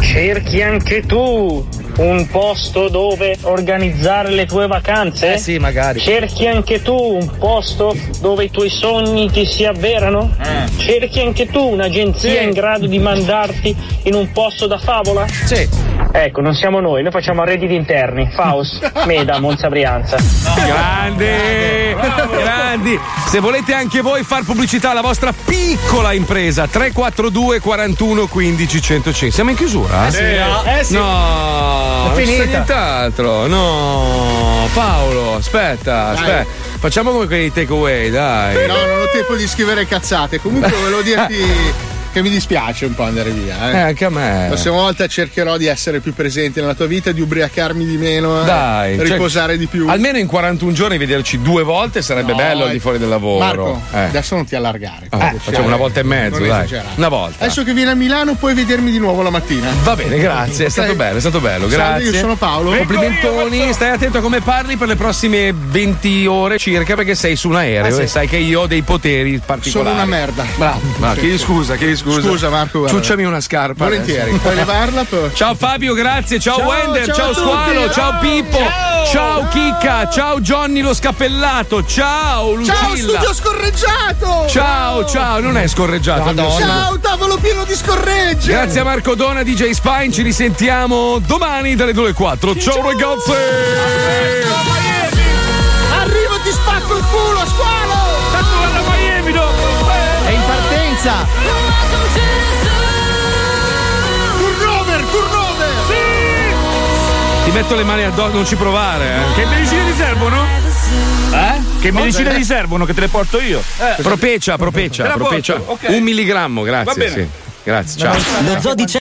Speaker 32: Cerchi anche tu un posto dove organizzare le tue vacanze?
Speaker 34: Eh sì, magari.
Speaker 32: Cerchi anche tu un posto dove i tuoi sogni ti si avverano?
Speaker 34: Eh.
Speaker 32: Cerchi anche tu un'agenzia in grado di mandarti in un posto da favola? Sì. Ecco, non siamo noi, noi facciamo arredi interni. Faust, Meda, Monza Brianza.
Speaker 5: Grande, grandi. Se volete anche voi far pubblicità alla vostra piccola impresa, 342 41 15 105. Siamo in chiusura?
Speaker 33: Eh sì. Eh sì.
Speaker 5: No,
Speaker 8: Ah,
Speaker 33: È
Speaker 5: non c'è
Speaker 33: finita.
Speaker 5: nient'altro. No, Paolo, aspetta,
Speaker 4: Dai.
Speaker 5: aspetta. Facciamo come quei takeaway, dai.
Speaker 4: No, non ho tempo di scrivere cazzate. Comunque volevo dirti che mi dispiace un po' andare via. Eh,
Speaker 5: Eh, anche a me.
Speaker 4: La prossima volta cercherò di essere più presente nella tua vita, di ubriacarmi di meno, eh,
Speaker 5: Dai, cioè,
Speaker 4: riposare di più.
Speaker 5: Almeno in 41 giorni vederci due volte sarebbe
Speaker 4: No,
Speaker 5: bello al
Speaker 4: eh.
Speaker 5: di fuori del lavoro.
Speaker 4: Marco,
Speaker 5: Eh.
Speaker 4: adesso non ti allargare.
Speaker 5: Ah, facciamo una volta e mezzo,
Speaker 4: Non
Speaker 5: dai.
Speaker 4: esagerare.
Speaker 5: Una volta.
Speaker 4: Adesso che vieni a Milano puoi vedermi di nuovo la mattina.
Speaker 5: Va bene, grazie, è stato bello, è stato bello,
Speaker 4: Salve,
Speaker 5: grazie.
Speaker 4: io sono Paolo.
Speaker 5: Complimentoni, stai attento a come parli per le prossime 20 ore circa perché sei su un aereo
Speaker 4: Eh sì.
Speaker 5: e sai che io ho dei poteri particolari.
Speaker 4: Sono una merda.
Speaker 5: Bravo. Ma
Speaker 4: Sì.
Speaker 5: chiedi scusa, chiedi scusa.
Speaker 4: Scusa, Marco, guarda.
Speaker 5: Ciucciami una scarpa.
Speaker 4: Volentieri,
Speaker 5: adesso.
Speaker 4: puoi levarla?
Speaker 5: Ciao Fabio, grazie. Ciao,
Speaker 4: Ciao,
Speaker 5: Wender,
Speaker 4: ciao
Speaker 5: ciao,
Speaker 4: a tutti.
Speaker 5: Squalo, ciao,
Speaker 4: Ciao.
Speaker 5: Pippo, ciao, Chicca, ciao Johnny lo scappellato,
Speaker 4: Ciao,
Speaker 5: ciao Lucilla.
Speaker 4: studio scorreggiato!
Speaker 5: Ciao, ciao, non è scorreggiato. il mio studio.
Speaker 4: Ciao, tavolo pieno di scorregge!
Speaker 5: Grazie a Marco Dona, DJ Spine, ci risentiamo domani dalle 2 alle 4. Ciao ragazzi!
Speaker 4: Arrivo, ti spacco il culo, squalo! Tanto vado a Miami, no?
Speaker 34: È in partenza!
Speaker 4: Turnover, turnover!
Speaker 5: Ti metto le mani addosso, non ci provare. Eh.
Speaker 9: Che medicine ti servono? Eh? Che
Speaker 5: Cosa? Eh.
Speaker 9: medicine ti servono? Che te le porto io?
Speaker 5: Propecia, propecia,
Speaker 9: Te la porto,
Speaker 5: propecia.
Speaker 9: ok.
Speaker 5: Un milligrammo,
Speaker 9: Va
Speaker 5: grazie.
Speaker 9: bene.
Speaker 5: sì. Grazie, ciao.
Speaker 9: Lo zoo di